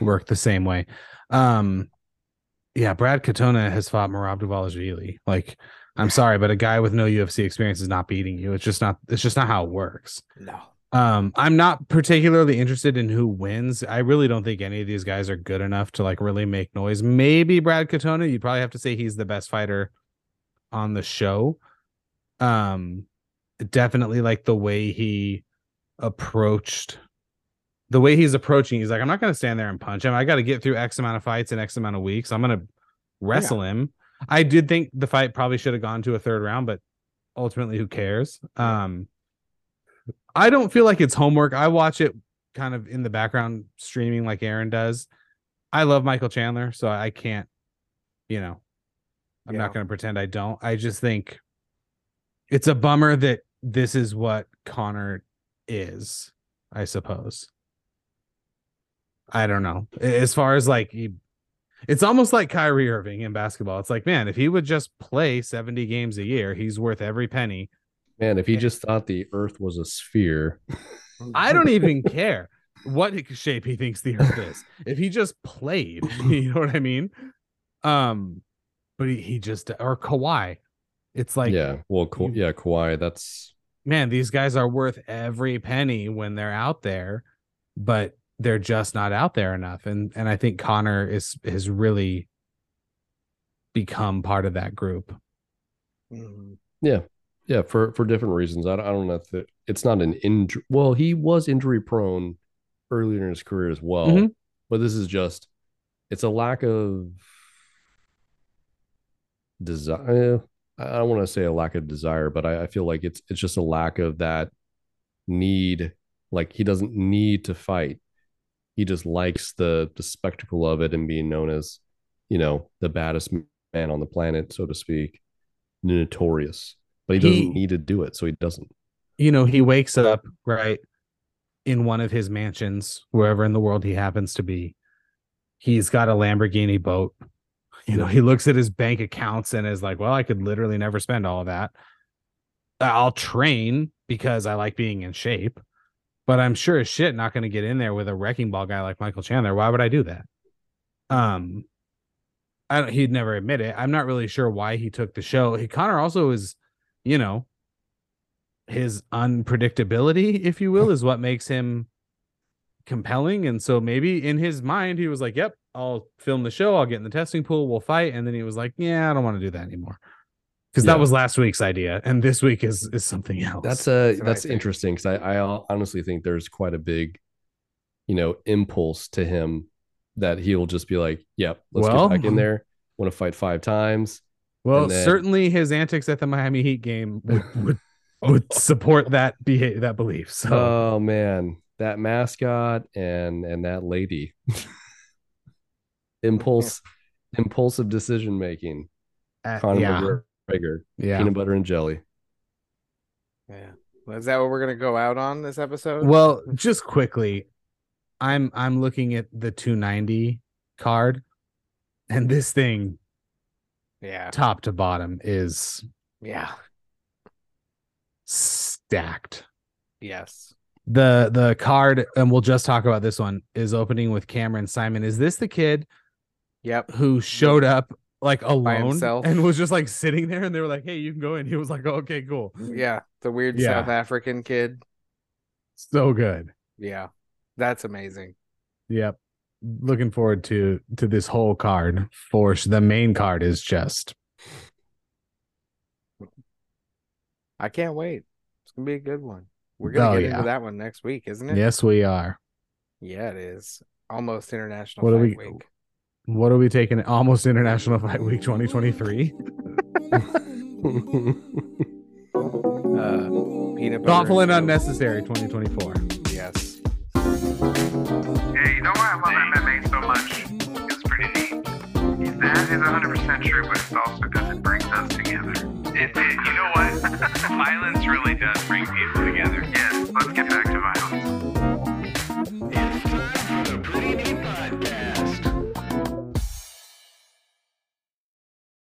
[SPEAKER 2] work the same way. Um yeah, Brad Katona has fought Marab Duvalishvili. Like, I'm sorry, but a guy with no UFC experience is not beating you. It's just not. It's just not how it works.
[SPEAKER 1] No.
[SPEAKER 2] Um, I'm not particularly interested in who wins. I really don't think any of these guys are good enough to like really make noise. Maybe Brad Katona. You'd probably have to say he's the best fighter on the show. Um, definitely like the way he approached the way he's approaching, he's like, I'm not going to stand there and punch him. I got to get through X amount of fights in X amount of weeks. I'm going to wrestle him. I did think the fight probably should have gone to a third round, but ultimately, who cares? Um, I don't feel like it's homework. I watch it kind of in the background streaming like Aaron does. I love Michael Chandler, so I can't, you know, I'm
[SPEAKER 1] Yeah.
[SPEAKER 2] not going to pretend I don't. I just think it's a bummer that this is what Connor is, I suppose. I don't know. A- As far as like, he, it's almost like Kyrie Irving in basketball. It's like, man, if he would just play 70 games a year, he's worth every penny.
[SPEAKER 3] Man, if he just thought the Earth was a sphere,
[SPEAKER 2] I don't even care what shape he thinks the earth is. If he just played, you know what I mean? Um, but he, he just or Kawhi. It's like,
[SPEAKER 3] yeah, well, Ka- yeah, Kawhi, that's
[SPEAKER 2] man, these guys are worth every penny when they're out there, but they're just not out there enough. And and I think Connor is has really become part of that group.
[SPEAKER 1] Mhm.
[SPEAKER 3] yeah for for different reasons. I don't, I don't know if it, it's not an injury. Well, he was injury prone earlier in his career as well,
[SPEAKER 2] Mhm.
[SPEAKER 3] but this is just it's a lack of desire. I don't want to say a lack of desire, but I, I feel like it's it's just a lack of that need. Like he doesn't need to fight. He just likes the the spectacle of it and being known as, you know, the baddest man on the planet, so to speak, notorious. But he doesn't
[SPEAKER 2] He-
[SPEAKER 3] need to do it, so he doesn't.
[SPEAKER 2] you know, he wakes up right in one of his mansions, wherever in the world he happens to be. He's got a Lamborghini boat. You know, he looks at his bank accounts and is like, well, I could literally never spend all of that. I'll train because I like being in shape, but I'm sure as shit not going to get in there with a wrecking ball guy like Michael Chandler. Why would I do that? Um, I don't, he'd never admit it. I'm not really sure why he took the show. He, Connor also is, you know, his unpredictability, if you will, is what makes him compelling. And so maybe in his mind, he was like, Yep, I'll film the show, I'll get in the testing pool, we'll fight. And then he was like, Yeah, I don't want to do that anymore. Because
[SPEAKER 3] Yeah.
[SPEAKER 2] that was last week's idea, and this week is is something else.
[SPEAKER 3] That's a
[SPEAKER 1] what I
[SPEAKER 3] that's
[SPEAKER 1] think.
[SPEAKER 3] interesting because I, I honestly think there's quite a big, you know, impulse to him that he'll just be like, "Yep, let's
[SPEAKER 2] Well-
[SPEAKER 3] get back in there. Want to fight five times?
[SPEAKER 2] Well,
[SPEAKER 3] then-
[SPEAKER 2] certainly his antics at the Miami Heat game would would, would support that behavior, that belief. So
[SPEAKER 3] Oh man, that mascot and and that lady. impulse, impulsive decision making.
[SPEAKER 2] uh,
[SPEAKER 3] Conor
[SPEAKER 2] yeah,
[SPEAKER 3] McGregor,
[SPEAKER 2] yeah.
[SPEAKER 3] peanut butter and jelly.
[SPEAKER 1] Yeah. Well, Is that what we're gonna go out on this episode?
[SPEAKER 2] Well, just quickly, I'm I'm looking at the 290 card, and this thing
[SPEAKER 1] yeah.
[SPEAKER 2] top to bottom is
[SPEAKER 1] Yeah.
[SPEAKER 2] stacked.
[SPEAKER 1] Yes.
[SPEAKER 2] the the card and we'll just talk about this one is opening with cameron simon is this the kid
[SPEAKER 1] Yep.
[SPEAKER 2] who showed up like alone
[SPEAKER 1] himself.
[SPEAKER 2] and was just like sitting there and they were like hey you can go in he was like okay cool
[SPEAKER 1] Yeah. The weird
[SPEAKER 2] Yeah.
[SPEAKER 1] South African kid.
[SPEAKER 2] so good
[SPEAKER 1] Yeah. That's amazing.
[SPEAKER 2] yep looking forward to to this whole card for s- the main card is just
[SPEAKER 1] I can't wait. It's gonna be a good one. We're gonna
[SPEAKER 2] Oh,
[SPEAKER 1] get
[SPEAKER 2] yeah.
[SPEAKER 1] into that one next week, isn't it?
[SPEAKER 2] yes we are
[SPEAKER 1] Yeah, it is. Almost international
[SPEAKER 2] What
[SPEAKER 1] what
[SPEAKER 2] are
[SPEAKER 1] fight
[SPEAKER 2] we-
[SPEAKER 1] week.
[SPEAKER 2] what are we taking almost international fight week 2023
[SPEAKER 1] Uh, peanut butter.
[SPEAKER 2] thoughtful and
[SPEAKER 1] jelly.
[SPEAKER 2] unnecessary 2024
[SPEAKER 1] Yes.
[SPEAKER 4] Hey, you know why I love MMA so much? It's pretty neat. That is 100% true, but it's also because it brings us together. It, it, you know what? Violence really does bring people together.